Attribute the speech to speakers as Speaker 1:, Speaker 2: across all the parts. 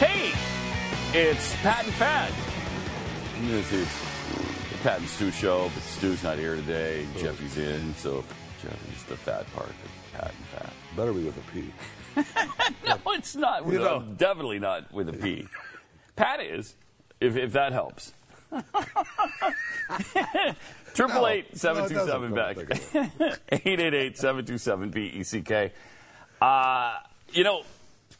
Speaker 1: Hey, it's Pat and Fad. This is the Pat and Stu show, but Stu's not here today. Jeffy's in, so Jeffy's the fat part of Pat and Fad.
Speaker 2: Better be with a P.
Speaker 1: No, it's not. With
Speaker 2: know.
Speaker 1: a- definitely not with a P. Pat is, if, if that helps. Triple eight seven two seven
Speaker 2: No,
Speaker 1: back.
Speaker 2: it doesn't. Don't think
Speaker 1: Eight eight eight seven two seven B E C K. Uh you know,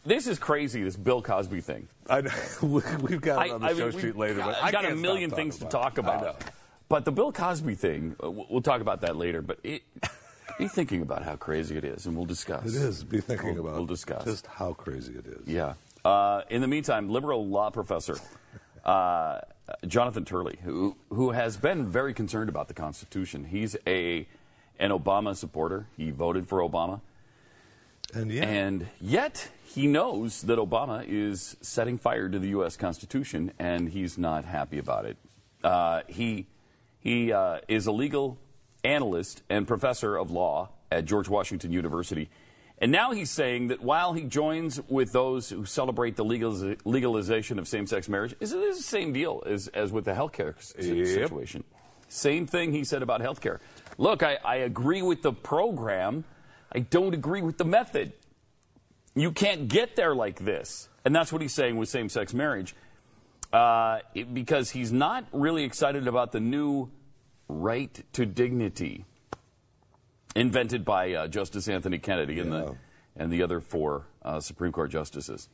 Speaker 1: this is crazy, this Bill Cosby thing.
Speaker 2: I know. We- We've got it on the show
Speaker 1: we've
Speaker 2: sheet later.
Speaker 1: Got,
Speaker 2: but I
Speaker 1: got a
Speaker 2: can't
Speaker 1: million
Speaker 2: stop
Speaker 1: things to
Speaker 2: talking
Speaker 1: talk
Speaker 2: it. I
Speaker 1: about.
Speaker 2: know.
Speaker 1: But the Bill Cosby thing, uh, we'll we'll talk about that later. But it, be thinking about how crazy it is, and we'll discuss.
Speaker 2: It is. Be thinking
Speaker 1: We'll-
Speaker 2: about
Speaker 1: We'll discuss.
Speaker 2: just how crazy it is.
Speaker 1: Yeah. Uh, in the meantime, liberal law professor uh, Jonathan Turley, who who has been very concerned about the Constitution, he's a an Obama supporter. He voted for Obama,
Speaker 2: And yeah,
Speaker 1: and yet he knows that Obama is setting fire to the U.S. Constitution, and he's not happy about it. Uh, he he uh, is a legal analyst and professor of law at George Washington University. And now he's saying that while he joins with those who celebrate the legaliz- legalization of same-sex marriage, is it is the same deal as, as with the health care situation? Same thing he said about health care. Look, I, I agree with the program. I don't agree with the method. You can't get there like this. And that's what he's saying with same sex marriage uh, it- because he's not really excited about the new right to dignity invented by uh, Justice Anthony Kennedy and, the, and the other four uh, Supreme Court justices.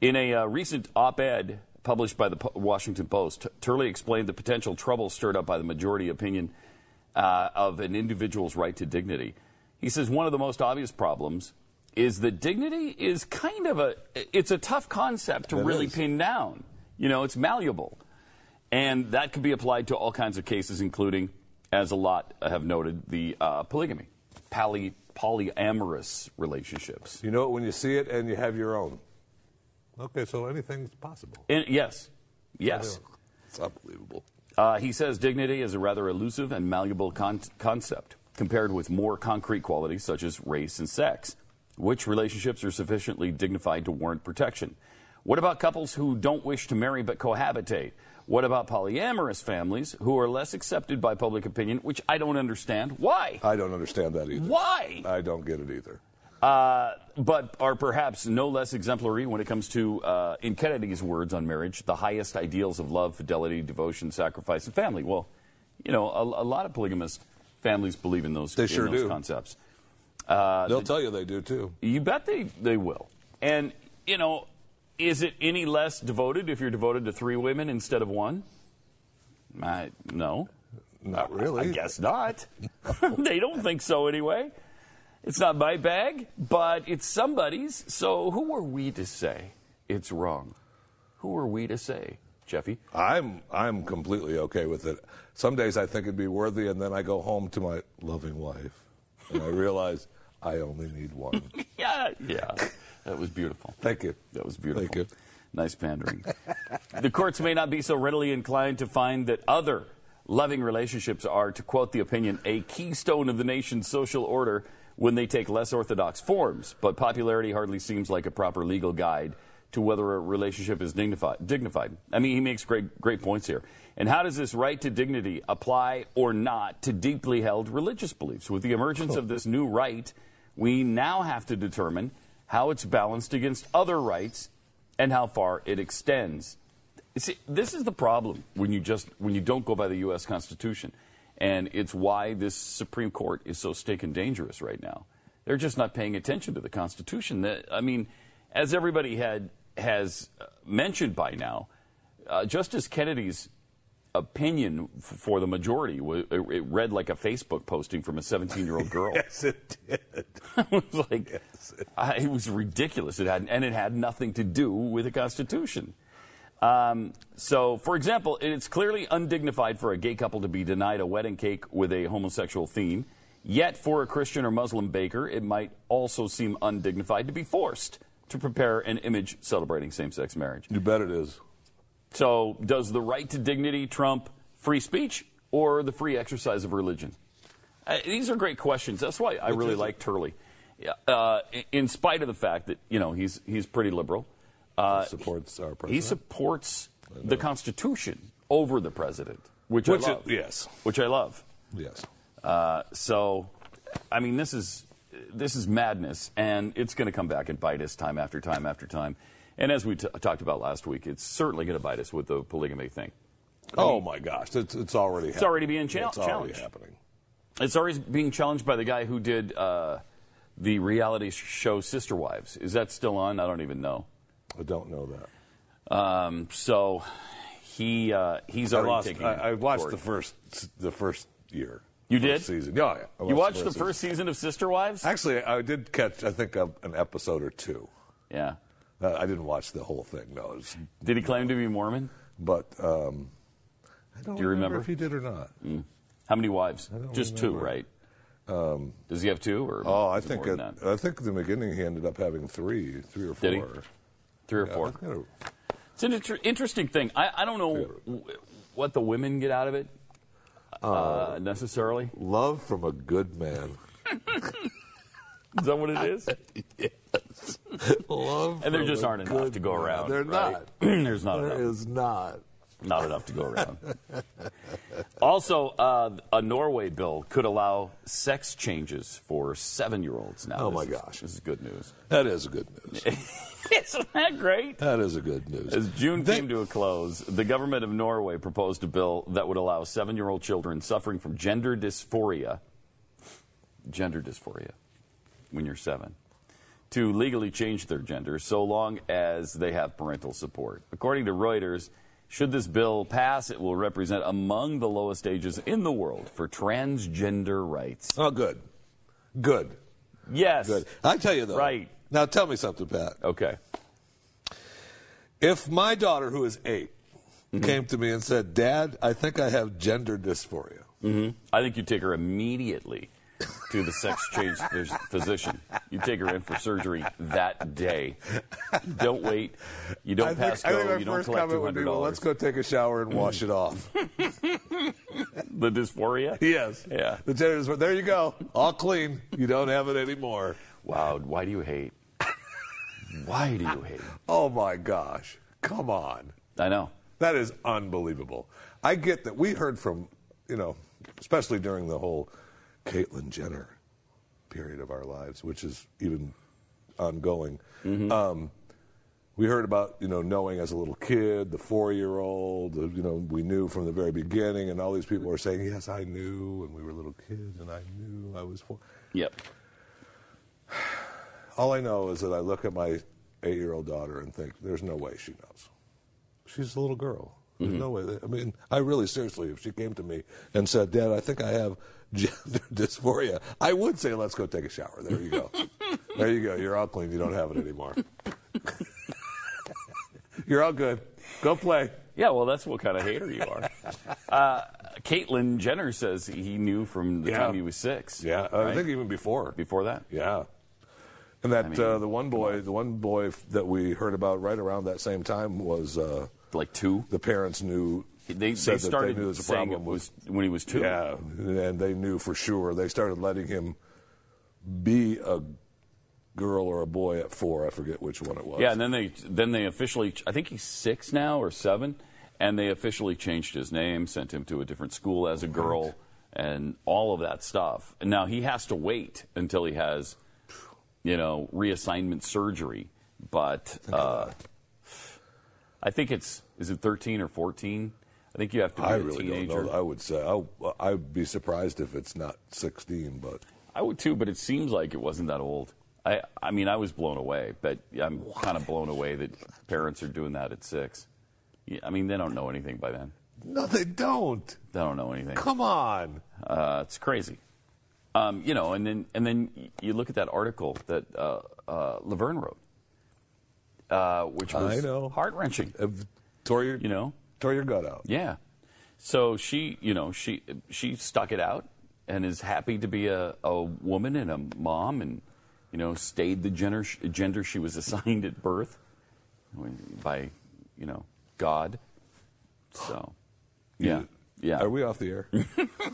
Speaker 1: In a uh, recent op ed published by the Po- Washington Post, Turley explained the potential trouble stirred up by the majority opinion uh, of an individual's right to dignity. He says one of the most obvious problems is that dignity is kind of a it's a tough concept to
Speaker 2: It
Speaker 1: really
Speaker 2: is.
Speaker 1: pin down. You know, it's malleable. And that could be applied to all kinds of cases, including, as a lot have noted, the uh, polygamy, poly, polyamorous relationships.
Speaker 2: you know it when you see it, and you have your own. Okay, so anything's possible.
Speaker 1: And, yes, yes.
Speaker 2: It's unbelievable.
Speaker 1: Uh, he says dignity is a rather elusive and malleable con- concept compared with more concrete qualities such as race and sex. Which relationships are sufficiently dignified to warrant protection? What about couples who don't wish to marry but cohabitate? What about polyamorous families who are less accepted by public opinion, which I don't understand? Why?
Speaker 2: I don't understand that either.
Speaker 1: Why?
Speaker 2: I don't get it either.
Speaker 1: Uh, but are perhaps no less exemplary when it comes to, uh, in Kennedy's words on marriage, the highest ideals of love, fidelity, devotion, sacrifice, and family. Well, you know, a, a lot of polygamous families believe in those,
Speaker 2: They
Speaker 1: in
Speaker 2: sure
Speaker 1: those
Speaker 2: do.
Speaker 1: concepts. Uh,
Speaker 2: They'll tell you they do too.
Speaker 1: You bet they, they will. And, you know, is it any less devoted if you're devoted to three women instead of one? I, no.
Speaker 2: Not
Speaker 1: I
Speaker 2: really.
Speaker 1: guess not. they don't think so anyway. It's not my bag, but it's somebody's. So who are we to say it's wrong? Who are we to say, Jeffy?
Speaker 2: I'm I'm completely okay with it. Some days I think it'd be worthy, and then I go home to my loving wife, and I realize I only need one.
Speaker 1: Yeah, yeah. That was beautiful.
Speaker 2: Thank you.
Speaker 1: That was beautiful.
Speaker 2: Thank you.
Speaker 1: Nice pandering. the courts may not be so readily inclined to find that other loving relationships are, to quote the opinion, a keystone of the nation's social order when they take less orthodox forms. But popularity hardly seems like a proper legal guide to whether a relationship is dignified. dignified. I mean, he makes great, great points here. And how does this right to dignity apply or not to deeply held religious beliefs? With the emergence of this new right, We now have to determine how it's balanced against other rights and how far it extends. See, this is the problem when you just when you don't go by the U.S. Constitution, and it's why this Supreme Court is so stinking dangerous right now. They're just not paying attention to the Constitution. That- I mean, as everybody had has uh, mentioned by now, uh, Justice Kennedy's opinion f- for the majority wa- it it read like a Facebook posting from a 17-year-old girl.
Speaker 2: Yes, it did.
Speaker 1: it was like I, it was ridiculous. It had and it had nothing to do with the Constitution. Um, so, for example, it's clearly undignified for a gay couple to be denied a wedding cake with a homosexual theme. Yet, for a Christian or Muslim baker, it might also seem undignified to be forced to prepare an image celebrating same-sex marriage.
Speaker 2: You bet it is.
Speaker 1: So, does the right to dignity trump free speech or the free exercise of religion? Uh, these are great questions. That's why I really like Turley. Yeah, Uh, in- in spite of the fact that you know he's he's pretty liberal, uh,
Speaker 2: Supports our
Speaker 1: he
Speaker 2: president.
Speaker 1: supports the Constitution over the president, which,
Speaker 2: Which
Speaker 1: I
Speaker 2: it-
Speaker 1: love.
Speaker 2: yes.
Speaker 1: which I love.
Speaker 2: yes.
Speaker 1: Uh, so, I mean, this is this is madness, and it's going to come back and bite us time after time after time. And as we t- talked about last week, it's certainly going to bite us with the polygamy thing.
Speaker 2: Oh my gosh, it's it's already it's
Speaker 1: already being chal-
Speaker 2: it's already
Speaker 1: challenged.
Speaker 2: happening.
Speaker 1: It's already being challenged by the guy who did uh, the reality show Sister Wives. Is that still on? I don't even know.
Speaker 2: I don't know that.
Speaker 1: Um, so he uh, he's already
Speaker 2: I lost.
Speaker 1: taking.
Speaker 2: I, I watched
Speaker 1: forward.
Speaker 2: the first the first year.
Speaker 1: You
Speaker 2: first
Speaker 1: did?
Speaker 2: season. Yeah, yeah. I
Speaker 1: You watched the
Speaker 2: season.
Speaker 1: first season of Sister Wives?
Speaker 2: Actually, I did catch. I think uh, an episode or two.
Speaker 1: yeah.
Speaker 2: Uh, I didn't watch the whole thing. No, it was,
Speaker 1: Did he claim to be Mormon?
Speaker 2: but um, I don't
Speaker 1: Do you remember? Mm.
Speaker 2: if he did or not.
Speaker 1: How many wives?
Speaker 2: don't
Speaker 1: Just two,
Speaker 2: remember. Um,
Speaker 1: right? Does he have two or?
Speaker 2: Oh, I
Speaker 1: is it
Speaker 2: think
Speaker 1: more than
Speaker 2: at,
Speaker 1: that?
Speaker 2: I think in the beginning he ended up having three, three or four.
Speaker 1: Did he? three or
Speaker 2: Yeah,
Speaker 1: four.
Speaker 2: I think it-
Speaker 1: It's an inter- interesting thing. I, I don't know w- what the women get out of it uh, necessarily.
Speaker 2: Love from a good man.
Speaker 1: Is that what it is?
Speaker 2: Love.
Speaker 1: And there
Speaker 2: from
Speaker 1: just
Speaker 2: a
Speaker 1: aren't enough
Speaker 2: good
Speaker 1: to go
Speaker 2: man.
Speaker 1: around.
Speaker 2: They're
Speaker 1: right?
Speaker 2: not.
Speaker 1: There's not
Speaker 2: There
Speaker 1: enough.
Speaker 2: is not.
Speaker 1: Not enough to go around. also, uh, a Norway bill could allow sex changes for seven-year-olds now.
Speaker 2: Oh,
Speaker 1: This
Speaker 2: my
Speaker 1: is-
Speaker 2: gosh.
Speaker 1: this is good news.
Speaker 2: That is good news.
Speaker 1: Isn't that great?
Speaker 2: That is a good news.
Speaker 1: As June
Speaker 2: They-
Speaker 1: came to a close, the government of Norway proposed a bill that would allow seven year old children suffering from gender dysphoria, gender dysphoria, when you're seven, to legally change their gender so long as they have parental support. According to Reuters, should this bill pass, it will represent among the lowest ages in the world for transgender rights.
Speaker 2: Oh, good. Good.
Speaker 1: Yes.
Speaker 2: Good. I tell you though.
Speaker 1: Right.
Speaker 2: Now tell me something, Pat.
Speaker 1: Okay.
Speaker 2: If my daughter, who is eight,
Speaker 1: Mm-hmm.
Speaker 2: came to me and said, Dad, I think I have gender dysphoria.
Speaker 1: Mm-hmm. I think you take her immediately to the sex change phys- physician. You take her in for surgery that day. You don't wait. You don't
Speaker 2: I think,
Speaker 1: pass
Speaker 2: I
Speaker 1: go.
Speaker 2: think my
Speaker 1: you don't
Speaker 2: first
Speaker 1: collect two
Speaker 2: comment would be,
Speaker 1: hundred
Speaker 2: well, let's
Speaker 1: dollars.
Speaker 2: go take a shower and wash it off.
Speaker 1: The dysphoria.
Speaker 2: yes.
Speaker 1: Yeah.
Speaker 2: The gender dysphoria. There you go. All clean. You don't have it anymore.
Speaker 1: Wow. Why do you hate? Why do you hate?
Speaker 2: Oh my gosh. Come on.
Speaker 1: I know.
Speaker 2: That is unbelievable. I get that. We heard from, you know, especially during the whole Caitlyn Jenner period of our lives, which is even ongoing.
Speaker 1: Mm-hmm.
Speaker 2: Um, we heard about, you know, knowing as a little kid, the four year old, you know, we knew from the very beginning, and all these people were saying, yes, I knew, and we were little kids, and I knew I was four.
Speaker 1: Yep.
Speaker 2: All I know is that I look at my eight year old daughter and think, there's no way she knows. She's a little girl. There's no way. I mean, I really seriously, if she came to me and said, Dad, I think I have gender dysphoria, I would say, let's go take a shower. There you go. there you go. You're all clean. You don't have it anymore. You're all good. Go play.
Speaker 1: Yeah. Well, that's what kind of hater you are. Uh, Caitlyn Jenner says he knew from the
Speaker 2: Yeah.
Speaker 1: time he was six.
Speaker 2: Yeah. I
Speaker 1: right?
Speaker 2: think even before.
Speaker 1: before that.
Speaker 2: Yeah. And that
Speaker 1: mean,
Speaker 2: uh, the one boy, the one boy f- that we heard about right around that same time was uh,
Speaker 1: Like two.
Speaker 2: the parents knew
Speaker 1: They,
Speaker 2: said
Speaker 1: they
Speaker 2: that
Speaker 1: started
Speaker 2: they knew there was a
Speaker 1: saying it
Speaker 2: problem
Speaker 1: was when he was two.
Speaker 2: with yeah and they knew for sure they started letting him be a girl or a boy at four i forget which one it was
Speaker 1: Yeah, and then they then they officially I think he's six now or seven, and they officially changed his name, sent him to a different school as a girl, and all of that stuff. And now he has to wait until he has you know, reassignment surgery. But uh, I think it's is it 13 or 14? I think you have to be
Speaker 2: I
Speaker 1: a
Speaker 2: really
Speaker 1: teenager.
Speaker 2: don't know. I would say I, I'd be surprised if it's not 16, but
Speaker 1: I would too, but it seems like it wasn't that old. I, I mean, I was blown away, but I'm kind of blown away that parents are doing that at six. Yeah, I mean, they don't know anything by then.
Speaker 2: no, they don't.
Speaker 1: They don't know anything.
Speaker 2: Come on.
Speaker 1: Uh, it's crazy. Um, you know, and then and then y- you look at that article that uh, uh, Laverne wrote, uh, which
Speaker 2: I
Speaker 1: was
Speaker 2: know.
Speaker 1: heart wrenching.
Speaker 2: Have, tore your,
Speaker 1: You know,
Speaker 2: tore your gut out.
Speaker 1: yeah. So she, you know, she she stuck it out and is happy to be a, a woman and a mom and you know stayed the gender gender she was assigned at birth by you know God. So yeah,
Speaker 2: You-
Speaker 1: yeah.
Speaker 2: Are we off the air? you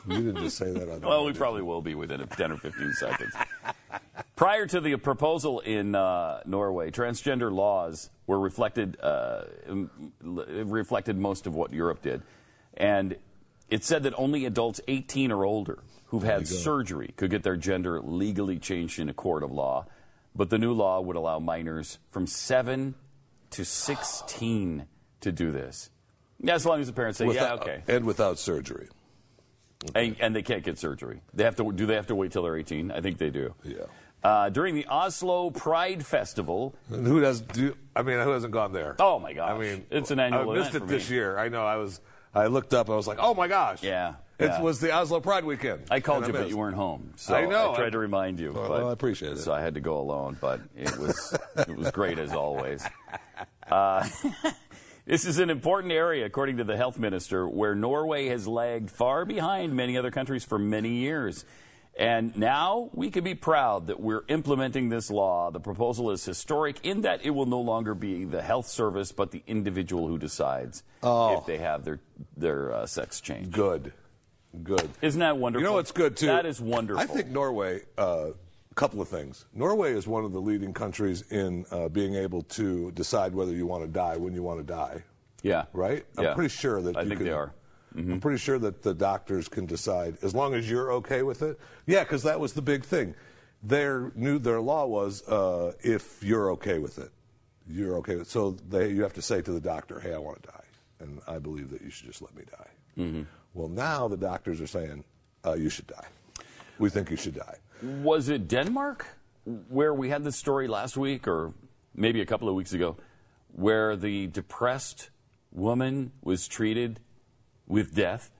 Speaker 2: didn't just say that on the
Speaker 1: Well,
Speaker 2: air,
Speaker 1: we
Speaker 2: did
Speaker 1: probably will be within 10 or 15 seconds. Prior to the proposal in uh, Norway, transgender laws were reflected uh, m- l- reflected most of what Europe did, and it said that only adults 18 or older who've had surgery could get their gender legally changed in a court of law, but the new law would allow minors from seven to 16 to do this. Yeah, as long as the parents say,
Speaker 2: you?
Speaker 1: "Yeah,
Speaker 2: Without-
Speaker 1: okay."
Speaker 2: And without surgery.
Speaker 1: And, and they can't get surgery. They have to. Do they have to wait till they're 18? I think they do.
Speaker 2: Yeah.
Speaker 1: Uh, during the Oslo Pride Festival,
Speaker 2: And who does do? I mean, who hasn't gone there?
Speaker 1: Oh, my gosh.
Speaker 2: I mean,
Speaker 1: It's an annual
Speaker 2: I missed
Speaker 1: event
Speaker 2: it
Speaker 1: for
Speaker 2: this
Speaker 1: me.
Speaker 2: year. I know. I was. I looked up. I was like, oh my gosh.
Speaker 1: Yeah,
Speaker 2: It
Speaker 1: yeah.
Speaker 2: was the Oslo Pride weekend.
Speaker 1: I called
Speaker 2: and
Speaker 1: you, but
Speaker 2: missed.
Speaker 1: you weren't home. So
Speaker 2: I know.
Speaker 1: tried to remind you.
Speaker 2: Well,
Speaker 1: but,
Speaker 2: I appreciate it.
Speaker 1: So I had to go alone, but it was it was great as always. Uh, this is an important area, according to the health minister, where Norway has lagged far behind many other countries for many years. And now we can be proud that we're implementing this law. The proposal is historic in that it will no longer be the health service, but the individual who decides if they have their their uh, sex change.
Speaker 2: Oh. Good. Good.
Speaker 1: Isn't that wonderful?
Speaker 2: You know what's good too?
Speaker 1: That is wonderful.
Speaker 2: I think Norway. uh, A couple of things. Norway is one of the leading countries in uh, being able to decide whether you want to die when you want to die.
Speaker 1: Yeah.
Speaker 2: Right.
Speaker 1: Yeah.
Speaker 2: I'm pretty sure that.
Speaker 1: I
Speaker 2: you
Speaker 1: think
Speaker 2: can,
Speaker 1: they are. Mm-hmm.
Speaker 2: I'm pretty sure that the doctors can decide as long as you're okay with it. Yeah, because that was the big thing. Their new their law was uh, if you're okay with it, you're okay with. So they, you have to say to the doctor, "Hey, I want to die, and I believe that you should just let me die."
Speaker 1: Mm-hmm.
Speaker 2: Well, now the doctors are saying uh, you should die. We think you should die.
Speaker 1: Was it Denmark where we had this story last week or maybe a couple of weeks ago where the depressed woman was treated with death?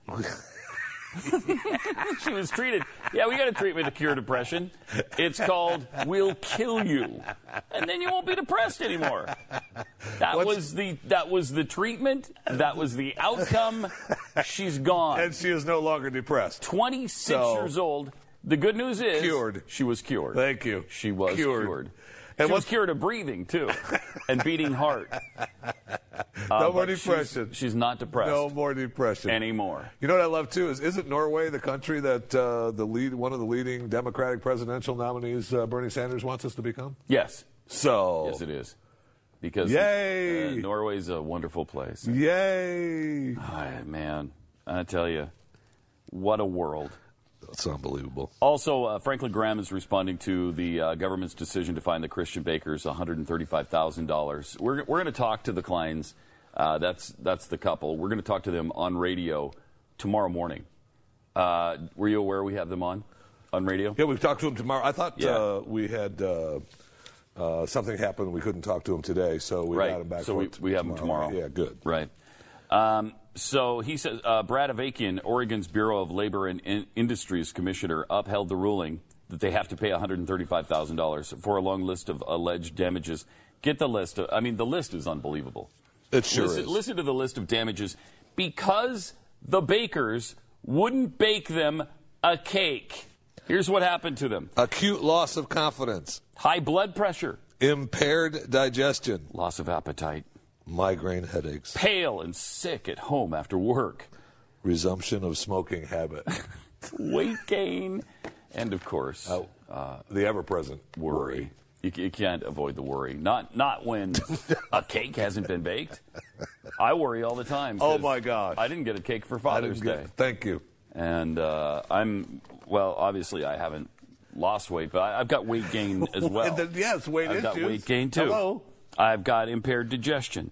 Speaker 1: she was treated. Yeah, we got a treatment to cure depression. It's called "We'll Kill You," and then you won't be depressed anymore. That
Speaker 2: What's-
Speaker 1: was the that was the treatment. That was the outcome. She's gone.
Speaker 2: And she is no longer depressed.
Speaker 1: 26
Speaker 2: So-
Speaker 1: years old. The good news is
Speaker 2: Cured.
Speaker 1: she was cured.
Speaker 2: Thank you.
Speaker 1: She was cured.
Speaker 2: Cured. And
Speaker 1: she was
Speaker 2: what's-
Speaker 1: cured of breathing too, and beating heart. Uh,
Speaker 2: no more
Speaker 1: But she's-
Speaker 2: depression.
Speaker 1: She's, not depressed
Speaker 2: no more depression
Speaker 1: anymore.
Speaker 2: You know what I love too is isn't Norway the country that uh, the lead one of the leading Democratic presidential nominees uh, Bernie Sanders wants us to become?
Speaker 1: Yes,
Speaker 2: So
Speaker 1: yes it is, because
Speaker 2: Yay.
Speaker 1: uh, Norway's a wonderful place.
Speaker 2: yay!
Speaker 1: Ah, man, I tell you, what a world.
Speaker 2: That's unbelievable.
Speaker 1: Also, uh, Franklin Graham is responding to the uh, government's decision to fine the Christian Bakers $135,000. We're, we're going to talk to the Kleins. Uh, that's, that's the couple. We're going to talk to them on radio tomorrow morning. Uh, were you aware we have them on? On radio?
Speaker 2: Yeah, we've talked to him tomorrow. I thought
Speaker 1: Yeah.
Speaker 2: uh, we had uh, uh, something happened. We couldn't talk to him today, so we got him back.
Speaker 1: Right. So
Speaker 2: for
Speaker 1: we,
Speaker 2: t-
Speaker 1: we have him tomorrow.
Speaker 2: Yeah, good.
Speaker 1: Right. Um, so he says uh, Brad Avakian, Oregon's Bureau of Labor and In- Industries Commissioner, upheld the ruling that they have to pay $135,000 for a long list of alleged damages. Get the list. Of, I mean, the list is unbelievable.
Speaker 2: It sure
Speaker 1: listen,
Speaker 2: is.
Speaker 1: listen to the list of damages because the bakers wouldn't bake them a cake. Here's what happened to them
Speaker 2: Acute loss of confidence,
Speaker 1: high blood pressure,
Speaker 2: impaired digestion,
Speaker 1: loss of appetite,
Speaker 2: migraine headaches,
Speaker 1: pale and sick at home after work,
Speaker 2: resumption of smoking habit,
Speaker 1: weight gain, and of course,
Speaker 2: Oh, the ever-present
Speaker 1: worry. You, c- you can't avoid the worry. Not not when a cake hasn't been baked. I worry all the time. 'cause
Speaker 2: Oh, my gosh.
Speaker 1: I didn't get a cake for
Speaker 2: I
Speaker 1: Father's
Speaker 2: didn't
Speaker 1: Day,
Speaker 2: get, thank you.
Speaker 1: and uh, I'm well. Obviously, I haven't lost weight, but I, I've got weight gain as well.
Speaker 3: Then, yes, weight
Speaker 1: I've got
Speaker 3: issues.
Speaker 1: weight gain too.
Speaker 3: Hello.
Speaker 1: I've got impaired digestion.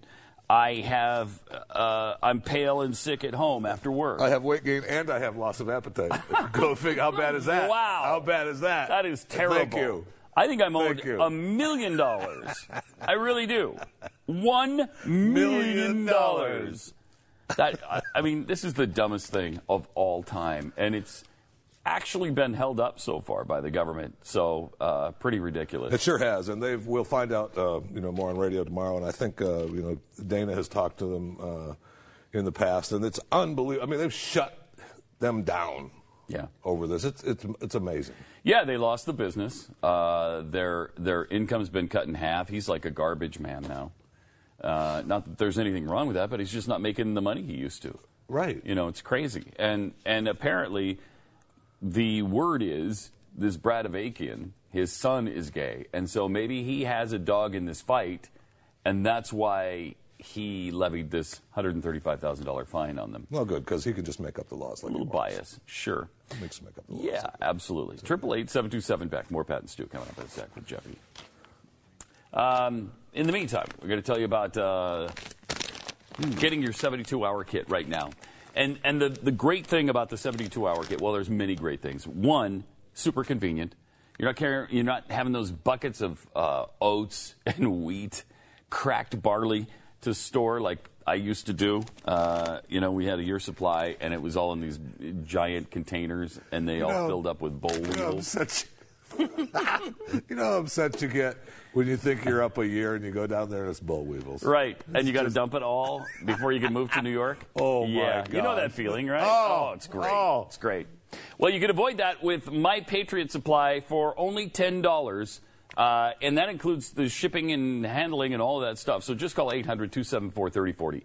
Speaker 1: I have. Uh, I'm pale and sick at home after work.
Speaker 2: I have weight gain and I have loss of appetite.
Speaker 3: Go figure. How bad is that?
Speaker 1: Wow.
Speaker 3: How bad is that?
Speaker 1: That is terrible.
Speaker 3: Thank you.
Speaker 1: I think I'm owed
Speaker 3: Thank you.
Speaker 1: a million dollars. I really do. One
Speaker 3: Million
Speaker 1: million
Speaker 3: dollars.
Speaker 1: dollars. That I, I mean, this is the dumbest thing of all time, and it's actually been held up so far by the government. So uh, pretty ridiculous.
Speaker 2: It sure has, and they've. We'll find out, uh, you know, more on radio tomorrow. And I think, uh, you know, Dana has talked to them uh, in the past, and it's unbelievable. I mean, they've shut them down
Speaker 1: Yeah.
Speaker 2: over this. It's it's it's amazing.
Speaker 1: Yeah, they lost the business. Uh, their their income's been cut in half. He's like a garbage man now. Uh, not that there's anything wrong with that, but he's just not making the money he used to.
Speaker 2: Right.
Speaker 1: You know, it's crazy. And and apparently, the word is this Bradavikian, his son is gay, and so maybe he has a dog in this fight, and that's why he levied this hundred and thirty-five thousand dollar fine on them.
Speaker 2: Well, good because he can just make up the laws
Speaker 1: A
Speaker 2: like
Speaker 1: little
Speaker 2: he wants.
Speaker 1: bias, sure.
Speaker 2: Makes him make up the laws.
Speaker 1: Yeah, absolutely. Triple eight seven two seven back. More Pat and Stu coming up in a sec with Jeffy. Um, in the meantime, we're going to tell you about uh, getting your 72 hour kit right now. And and the the great thing about the 72 hour kit, well, there's many great things. One, super convenient. You're not carrying, you're not having those buckets of uh, oats and wheat, cracked barley to store like I used to do. Uh, you know, we had a year supply, and it was all in these giant containers, and they all
Speaker 2: know,
Speaker 1: filled up with bowl
Speaker 2: You know, I'm
Speaker 1: noodles.
Speaker 2: such. you know how upset you get when you think you're up a year and you go down there and it's bull weevils.
Speaker 1: Right, and you got to dump it all before you can move to New York.
Speaker 2: Oh, my
Speaker 1: yeah. You know
Speaker 2: God.
Speaker 1: that feeling, right?
Speaker 2: Oh,
Speaker 1: it's great.
Speaker 2: oh.
Speaker 1: It's great. Well, you can avoid that with My Patriot Supply for only ten dollars, uh, and that includes the shipping and handling and all that stuff. So just call 800-274-3040.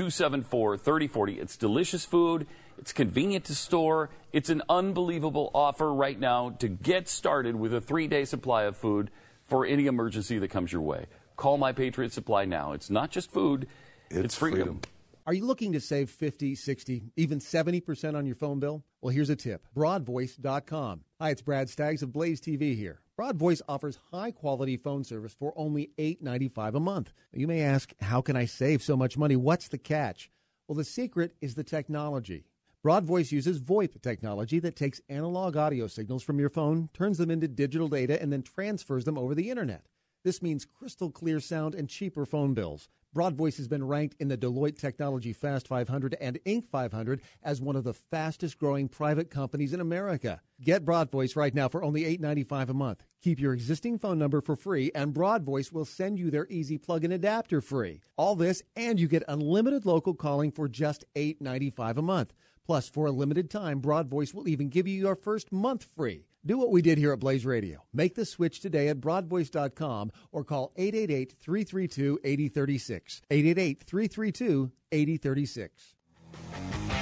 Speaker 1: 800-274-3040. It's delicious food. It's convenient to store. It's an unbelievable offer right now to get started with a three-day supply of food for any emergency that comes your way. Call My Patriot Supply now. It's not just food, it's,
Speaker 2: It's
Speaker 1: freedom.
Speaker 2: freedom.
Speaker 4: Are you looking to save 50, 60, even 70% on your phone bill? Well, here's a tip BroadVoice.com. Hi, it's Brad Staggs of Blaze TV here. BroadVoice offers high quality phone service for only $8.95 a month. You may ask, how can I save so much money? What's the catch? Well, the secret is the technology. BroadVoice uses VoIP technology that takes analog audio signals from your phone, turns them into digital data, and then transfers them over the internet. This means crystal clear sound and cheaper phone bills. BroadVoice has been ranked in the Deloitte Technology Fast 500 and Inc. 500 as one of the fastest growing private companies in America. Get BroadVoice right now for only $8.95 a month. Keep your existing phone number for free, and BroadVoice will send you their easy plug in adapter free. All this, and you get unlimited local calling for just $8.95 a month. Plus, for a limited time, BroadVoice will even give you your first month free. Do what we did here at Blaze Radio. Make the switch today at broadvoice.com or call 888 332 8036. 888 332 8036.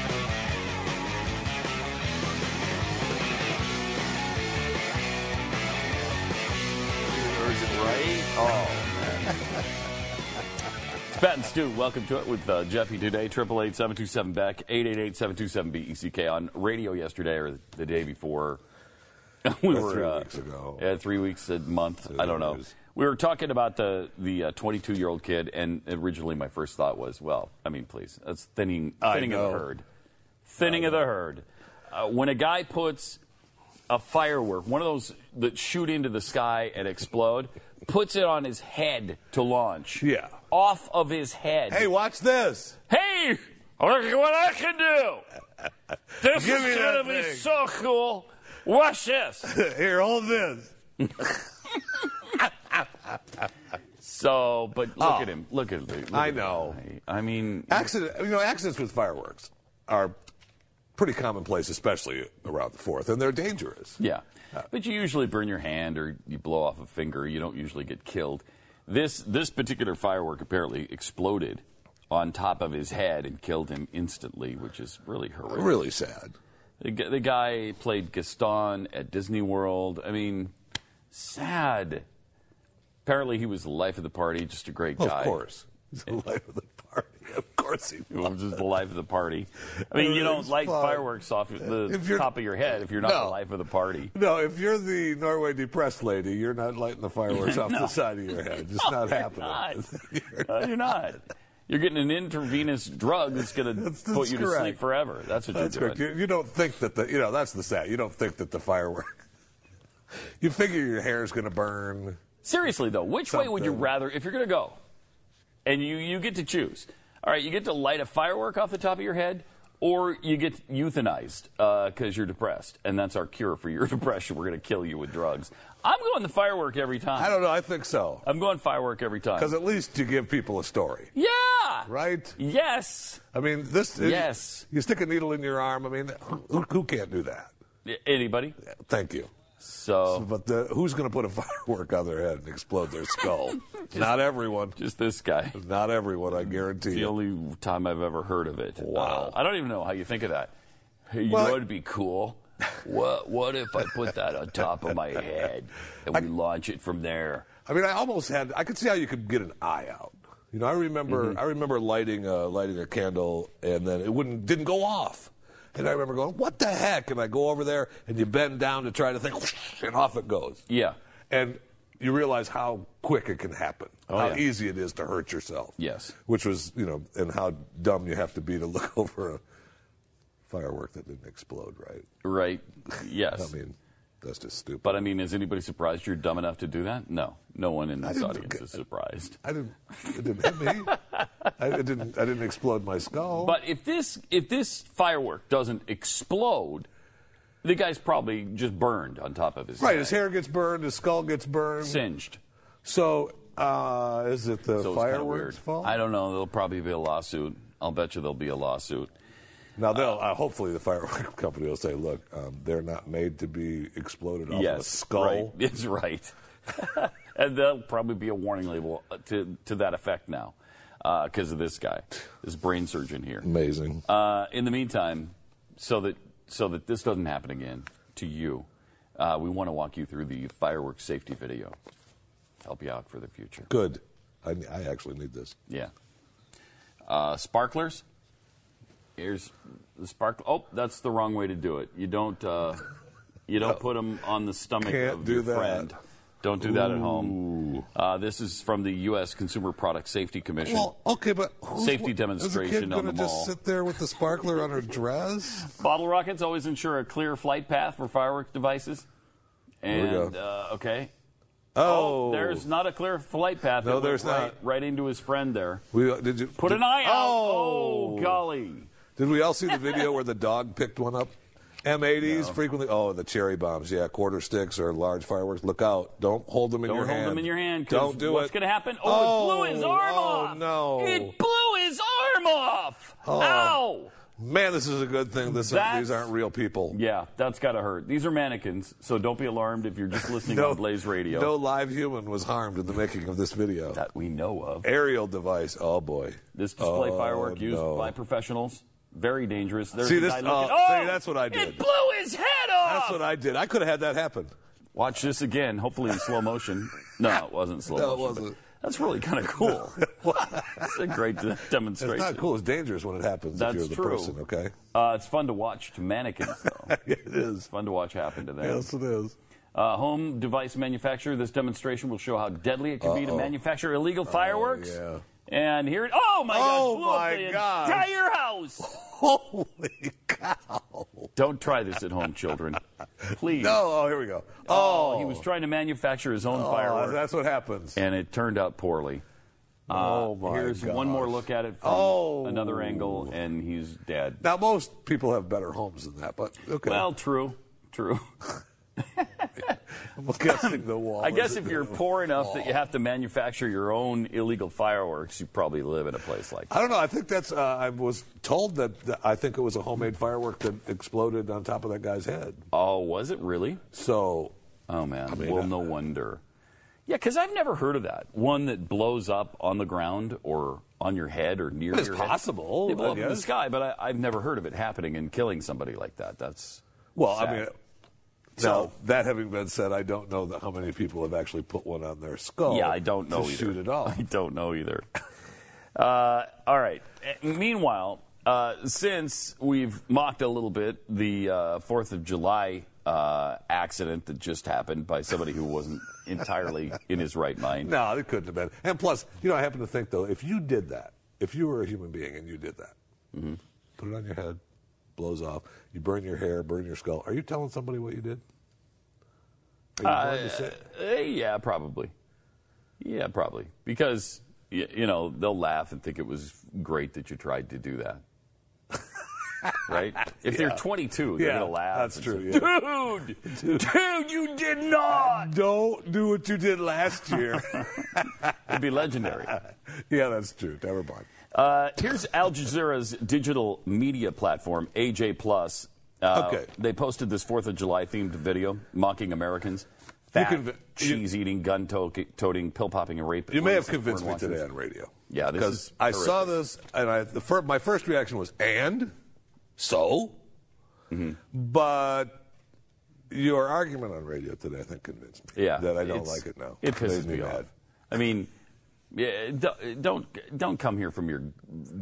Speaker 1: Oh, It's Pat and Stu. Welcome to it with uh, Jeffy today. Triple eight seven two seven Beck eight eight eight seven two seven B E C K on radio yesterday or the day before. we
Speaker 2: Or
Speaker 1: were
Speaker 2: three
Speaker 1: uh,
Speaker 2: weeks ago.
Speaker 1: Yeah, three weeks a month. I don't know.
Speaker 2: years.
Speaker 1: We were talking about the the twenty two year old kid, and originally my first thought was, well, I mean, please, that's thinning thinning of
Speaker 2: know.
Speaker 1: the herd, thinning of the herd. Uh, when a guy puts a firework, one of those that shoot into the sky and explode, puts it on his head to launch.
Speaker 2: Yeah.
Speaker 1: Off of his head.
Speaker 2: Hey, watch this.
Speaker 1: Hey, Oh, look at what I can do. This
Speaker 2: Give me
Speaker 1: is going
Speaker 2: that
Speaker 1: to be
Speaker 2: thing.
Speaker 1: so cool. Watch this.
Speaker 2: Here, hold this.
Speaker 1: So, but look at him. Look at him. Look
Speaker 2: Oh. I
Speaker 1: at the
Speaker 2: know.
Speaker 1: guy. I mean,
Speaker 2: Accident, you know, accidents with fireworks are pretty commonplace, especially around the fourth, and they're dangerous.
Speaker 1: Yeah.
Speaker 2: Uh,
Speaker 1: But you usually burn your hand or you blow off a finger. You don't usually get killed. This this particular firework apparently exploded on top of his head and killed him instantly, which is really horrific.
Speaker 2: Really sad.
Speaker 1: The, gu- the guy played Gaston at Disney World. I mean, sad. Apparently, he was the life of the party. Just a great
Speaker 2: Well,
Speaker 1: guy.
Speaker 2: of course, it's the life of the party. Of course. course he
Speaker 1: It was just the life of the party. I mean, you don't
Speaker 2: Everything's
Speaker 1: light
Speaker 2: fine.
Speaker 1: fireworks off the
Speaker 2: If you're-
Speaker 1: top of your head if you're not
Speaker 2: No.
Speaker 1: the life of the party.
Speaker 2: No, if you're the Norway depressed lady, you're not lighting the fireworks off the side of your head. It's not happening.
Speaker 1: Not. No, you're not. You're getting an intravenous drug that's going to
Speaker 2: That's-
Speaker 1: put
Speaker 2: that's
Speaker 1: you to
Speaker 2: correct.
Speaker 1: sleep forever. That's what
Speaker 2: That's
Speaker 1: you're
Speaker 2: correct.
Speaker 1: doing.
Speaker 2: You, you don't think that the you know that's the sad. You don't think that the firework. You figure your hair is going to burn.
Speaker 1: Seriously, though, which way would you
Speaker 2: Something.
Speaker 1: rather, if you're going to go, and you, you get to choose? All right, you get to light a firework off the top of your head, or you get euthanized because you're depressed, and that's our cure for your depression. We're going to kill you with drugs. I'm going the firework every time.
Speaker 2: I don't know. I think so
Speaker 1: I'm going firework every time.
Speaker 2: because at least you give people a story,
Speaker 1: yeah.
Speaker 2: right?
Speaker 1: Yes.
Speaker 2: I mean, this. is-
Speaker 1: Yes.
Speaker 2: You stick a needle in your arm. I mean, who, who can't do that?
Speaker 1: A- Anybody?
Speaker 2: Thank you.
Speaker 1: So
Speaker 2: But the, who's going to put a firework on their head and explode their skull? Not everyone.
Speaker 1: just this guy.
Speaker 2: Not everyone. I guarantee
Speaker 1: The
Speaker 2: you.
Speaker 1: only time I've ever heard of it.
Speaker 2: Wow.
Speaker 1: Uh, I don't even know how you think of that. Hey, you
Speaker 2: Well,
Speaker 1: know
Speaker 2: I-
Speaker 1: it'd be cool. What what if I put that on top of my head and we launch it from there?
Speaker 2: I mean, I almost had. I could see how you could get an eye out. You know, I remember.
Speaker 1: Mm-hmm.
Speaker 2: I remember lighting a, lighting a candle, and then it wouldn't didn't go off. And I remember going, "What the heck?" And I go over there, and you bend down to try to think, and off it goes.
Speaker 1: Yeah.
Speaker 2: And you realize how quick it can happen, how
Speaker 1: Oh, yeah.
Speaker 2: easy it is to hurt yourself.
Speaker 1: Yes.
Speaker 2: Which was, you know, and how dumb you have to be to look over a firework that didn't explode, right?
Speaker 1: Right. Yes.
Speaker 2: I mean, that's just stupid.
Speaker 1: but I mean, is anybody surprised you're dumb enough to do that? No. No one in this
Speaker 2: didn't
Speaker 1: audience
Speaker 2: get-
Speaker 1: is surprised.
Speaker 2: I didn't. It didn't hit me. I, it didn't. I didn't explode my skull.
Speaker 1: But if this if this firework doesn't explode, the guy's probably just burned on top of his
Speaker 2: right,
Speaker 1: head.
Speaker 2: his hair gets burned. His skull gets burned.
Speaker 1: singed.
Speaker 2: So, uh, is it the
Speaker 1: So it's kind of weird.
Speaker 2: fireworks' fault?
Speaker 1: I don't know. There'll probably be a lawsuit. I'll bet you there'll be a lawsuit.
Speaker 2: Now they'll. Uh, hopefully, the firework company will say, "Look, um, they're not made to be exploded off of a skull."
Speaker 1: right. It's right. and there'll probably be a warning label uh, to to that effect now, because of this guy, this brain surgeon here.
Speaker 2: Amazing.
Speaker 1: Uh, in the meantime, so that so that this doesn't happen again to you, uh, we want to walk you through the fireworks safety video. Help you out for the future.
Speaker 2: Good. I, I actually need this.
Speaker 1: Yeah. Uh, sparklers. Here's the sparkle. Oh, that's the wrong way to do it. You don't. Uh, you don't put 'em put them on the stomach
Speaker 2: Can't
Speaker 1: of
Speaker 2: do
Speaker 1: your
Speaker 2: that.
Speaker 1: friend. Don't do that at home. Uh, this is from the U.S. Consumer Product Safety Commission.
Speaker 2: Well, okay, but who's,
Speaker 1: Safety
Speaker 2: is a kid
Speaker 1: demonstration on
Speaker 2: gonna
Speaker 1: the mall.
Speaker 2: Just sit there with the sparkler on her dress.
Speaker 1: Bottle rockets always ensure a clear flight path for firework devices.
Speaker 2: we
Speaker 1: And
Speaker 2: go.
Speaker 1: Uh, okay.
Speaker 2: Oh,
Speaker 1: There's not a clear flight path.
Speaker 2: No,
Speaker 1: It went
Speaker 2: there's
Speaker 1: right,
Speaker 2: not.
Speaker 1: Right into his friend there.
Speaker 2: We, uh, did you
Speaker 1: Put
Speaker 2: did-
Speaker 1: an eye out.
Speaker 2: Oh,
Speaker 1: oh golly.
Speaker 2: Did we all see the video where the dog picked one up? M80s frequently. Oh, the cherry bombs. Yeah, quarter sticks or large fireworks. Look out! Don't hold them in
Speaker 1: Don't
Speaker 2: your
Speaker 1: hold
Speaker 2: hand.
Speaker 1: them in your hand. 'cause
Speaker 2: Don't do
Speaker 1: what's
Speaker 2: it.
Speaker 1: going to happen? Oh, it blew his arm
Speaker 2: oh,
Speaker 1: off.
Speaker 2: no.
Speaker 1: It blew his arm off.
Speaker 2: Oh.
Speaker 1: Ow.
Speaker 2: Man, this is a good thing. This aren't,
Speaker 1: That's-
Speaker 2: these aren't real people.
Speaker 1: Yeah, that's got to hurt. These are mannequins, so don't be alarmed if you're just listening on Blaze Radio.
Speaker 2: No live human was harmed in the making of this video.
Speaker 1: That we know of.
Speaker 2: Aerial device. Oh boy.
Speaker 1: This display
Speaker 2: Oh,
Speaker 1: firework used
Speaker 2: no.
Speaker 1: by professionals. Very dangerous. There's
Speaker 2: See,
Speaker 1: a
Speaker 2: this-
Speaker 1: guy looking-
Speaker 2: oh,
Speaker 1: oh,
Speaker 2: see, that's what I did.
Speaker 1: It blew his head off.
Speaker 2: That's what I did. I could have had that happen.
Speaker 1: Watch this again, hopefully in slow motion. No, it wasn't slow
Speaker 2: No, it
Speaker 1: motion. but
Speaker 2: wasn't.
Speaker 1: That's really kind of cool. it's a great de-
Speaker 2: It's
Speaker 1: demonstration.
Speaker 2: not cool. It's dangerous when it happens.
Speaker 1: That's
Speaker 2: if you're the
Speaker 1: true.
Speaker 2: person, okay?
Speaker 1: Uh, it's fun to watch to mannequins, though.
Speaker 2: it is.
Speaker 1: fun to watch happen to them.
Speaker 2: Yes, it is.
Speaker 1: Uh, home device manufacturer. This demonstration will show how deadly it can be to manufacture illegal fireworks.
Speaker 2: Oh, yeah.
Speaker 1: And here it. Oh my God!
Speaker 2: Oh,
Speaker 1: Blew up
Speaker 2: my
Speaker 1: the
Speaker 2: gosh.
Speaker 1: Entire house.
Speaker 2: Holy cow!
Speaker 1: Don't try this at home, children. Please.
Speaker 2: No, oh, here we go.
Speaker 1: Oh, he was trying to manufacture his own
Speaker 2: Oh,
Speaker 1: fireworks,
Speaker 2: that's what happens.
Speaker 1: and it turned out poorly. Uh,
Speaker 2: oh my
Speaker 1: Here's
Speaker 2: gosh.
Speaker 1: one more look at it from
Speaker 2: Oh.
Speaker 1: another angle, and he's dead.
Speaker 2: Now most people have better homes than that, but okay.
Speaker 1: Well, true, true.
Speaker 2: I'm guessing the wall.
Speaker 1: I guess
Speaker 2: is-
Speaker 1: if you're poor enough that you have to manufacture your own illegal fireworks, you probably live in a place like
Speaker 2: I
Speaker 1: that.
Speaker 2: don't know. I think that's. Uh, I was told that, that I think it was a homemade firework that exploded on top of that guy's head.
Speaker 1: Oh, was it really?
Speaker 2: So
Speaker 1: Oh man.
Speaker 2: mean,
Speaker 1: well,
Speaker 2: uh,
Speaker 1: no wonder. Yeah, because I've never heard of that. One that blows up on the ground or on your head or near
Speaker 2: It is
Speaker 1: your head.
Speaker 2: possible,
Speaker 1: They blow
Speaker 2: I
Speaker 1: up in the
Speaker 2: guess.
Speaker 1: sky, but I, I've never heard of it happening and killing somebody like that. That's
Speaker 2: well, I
Speaker 1: sad.
Speaker 2: mean.
Speaker 1: So-
Speaker 2: now, that having been said, I don't know that how many people have actually put one on their skull.
Speaker 1: yeah, I don't know
Speaker 2: to
Speaker 1: either.
Speaker 2: shoot it off.
Speaker 1: I don't know either. Uh, all right. Eh, Meanwhile, uh, since we've mocked a little bit the uh, Fourth of July uh, accident that just happened by somebody who wasn't entirely in his right mind,
Speaker 2: No, it couldn't have been. And plus, you know, I happen to think though, if you did that, if you were a human being and you did that,
Speaker 1: Mm-hmm.
Speaker 2: put it on your head, blows off, you burn your hair, burn your skull. Are you telling somebody what you did? Are you going to say,
Speaker 1: Uh, Eh, yeah, probably. Yeah, probably because y- you know they'll laugh and think it was great that you tried to do that. right? If they're 22, they're
Speaker 2: Yeah,
Speaker 1: gonna laugh.
Speaker 2: that's
Speaker 1: and
Speaker 2: true,
Speaker 1: say, Dude, dude, you did not.
Speaker 2: Don't do what you did last year.
Speaker 1: It'd be legendary.
Speaker 2: yeah, that's true. Never mind.
Speaker 1: Uh, here's Al Jazeera's digital media platform, AJ Plus. Uh,
Speaker 2: Okay.
Speaker 1: They posted this Fourth of July themed video mocking Americans. Fat,
Speaker 2: conv- you-
Speaker 1: cheese-eating, gun-toting, pill-popping, and rape.
Speaker 2: You may have
Speaker 1: porn
Speaker 2: convinced me
Speaker 1: watchers.
Speaker 2: today on radio.
Speaker 1: Yeah, this
Speaker 2: because
Speaker 1: is
Speaker 2: I saw this, and I, the fir- my first reaction was, "And so,"
Speaker 1: Mm-hmm.
Speaker 2: but your argument on radio today, I think, convinced me.
Speaker 1: Yeah,
Speaker 2: that I don't
Speaker 1: it's-
Speaker 2: like it now.
Speaker 1: It pisses
Speaker 2: made me,
Speaker 1: me off.
Speaker 2: mad.
Speaker 1: I mean, yeah, d- don't don't come here from your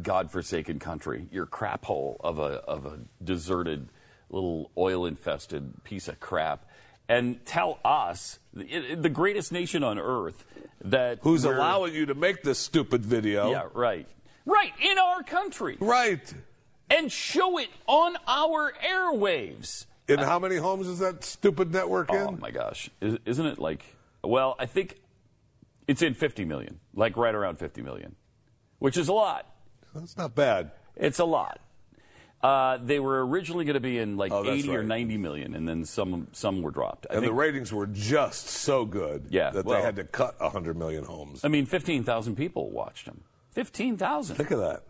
Speaker 1: godforsaken country, your crap hole of a of a deserted little oil infested piece of crap, and tell us it, it- the greatest nation on earth that
Speaker 2: Who's
Speaker 1: we're-
Speaker 2: allowing you to make this stupid video?
Speaker 1: Yeah, right, right in our country,
Speaker 2: Right.
Speaker 1: and show it on our airwaves.
Speaker 2: In how many homes is that stupid network
Speaker 1: Oh
Speaker 2: in?
Speaker 1: my gosh, Is, isn't it like? Well, I think it's in 50 million, like right around 50 million, which is a lot.
Speaker 2: That's not bad.
Speaker 1: It's a lot. Uh, they were originally going to be in like
Speaker 2: Oh, that's
Speaker 1: 80 or
Speaker 2: right.
Speaker 1: 90 million, and then some some were dropped. I,
Speaker 2: And
Speaker 1: think,
Speaker 2: the ratings were just so good
Speaker 1: Yeah,
Speaker 2: that
Speaker 1: well-
Speaker 2: they had to cut 100 million homes.
Speaker 1: I mean, 15,000 people watched them. 15,000.
Speaker 2: Think of that.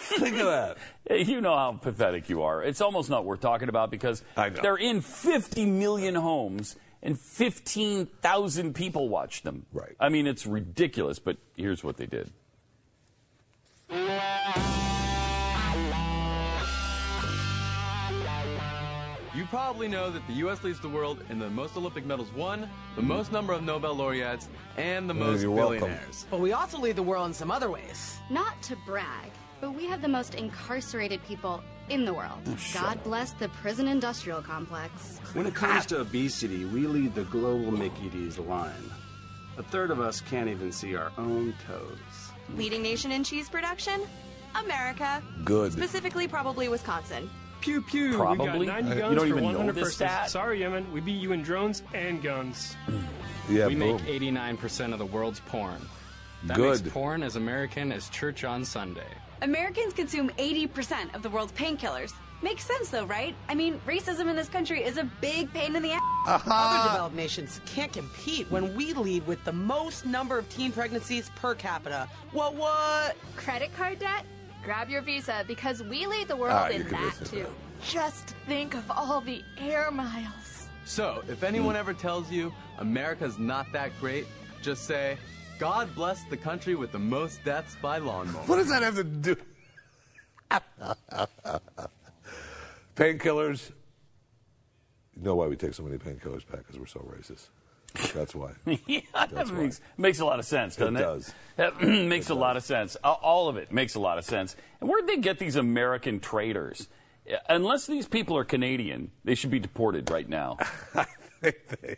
Speaker 2: Think of that.
Speaker 1: You know how pathetic you are. It's almost not worth talking about because
Speaker 2: I know.
Speaker 1: they're in 50 million homes and 15,000 people watched them.
Speaker 2: Right.
Speaker 1: I mean, it's ridiculous, but here's what they did.
Speaker 5: You probably know that the U.S. leads the world in the most Olympic medals won, the most number of Nobel laureates, and the most
Speaker 2: you're welcome.
Speaker 5: billionaires.
Speaker 6: But we also lead the world in some other ways.
Speaker 7: Not to brag, but we have the most incarcerated people in the world. God bless the prison industrial complex.
Speaker 8: Oh, When it comes to obesity, we lead the global Mickey D's line. A third of us can't even see our own toes.
Speaker 7: Leading nation in cheese production? America.
Speaker 2: Good.
Speaker 7: Specifically, probably Wisconsin.
Speaker 8: Pew pew.
Speaker 1: Probably.
Speaker 8: Hmm,
Speaker 1: Uh,
Speaker 8: We got 90
Speaker 1: You
Speaker 8: guns
Speaker 1: don't
Speaker 8: for
Speaker 1: even know
Speaker 8: 100
Speaker 1: this
Speaker 8: versus-
Speaker 1: stat.
Speaker 8: Sorry, Yemen. We beat you in drones and guns.
Speaker 2: Yeah,
Speaker 5: we
Speaker 2: boom.
Speaker 5: make 89% of the world's porn. That
Speaker 2: Good.
Speaker 5: makes porn as American as church on Sunday.
Speaker 7: Americans consume 80% of the world's painkillers. Makes sense, though, right? I mean, racism in this country is a big pain in the ass.
Speaker 6: Other developed nations can't compete when we lead with the most number of teen pregnancies per capita. What, what?
Speaker 7: Credit card debt? Grab your visa because we lead the world
Speaker 2: Ah, you
Speaker 7: in
Speaker 2: can
Speaker 7: that,
Speaker 2: visit
Speaker 7: too.
Speaker 9: Just think of all the air miles.
Speaker 5: So, if
Speaker 2: Mm.
Speaker 5: anyone ever tells you America's not that great, just say, God bless the country with the most deaths by lawnmower.
Speaker 2: What does that have to do? painkillers. You know why we take so many painkillers back? Because we're so racist. That's why.
Speaker 1: Yeah, that
Speaker 2: That's why.
Speaker 1: makes, makes a lot of sense, doesn't it?
Speaker 2: does.
Speaker 1: That makes a lot of sense. A- All of it makes a lot of sense. And where'd they get these American traders? Uh, Unless these people are Canadian, they should be deported right now.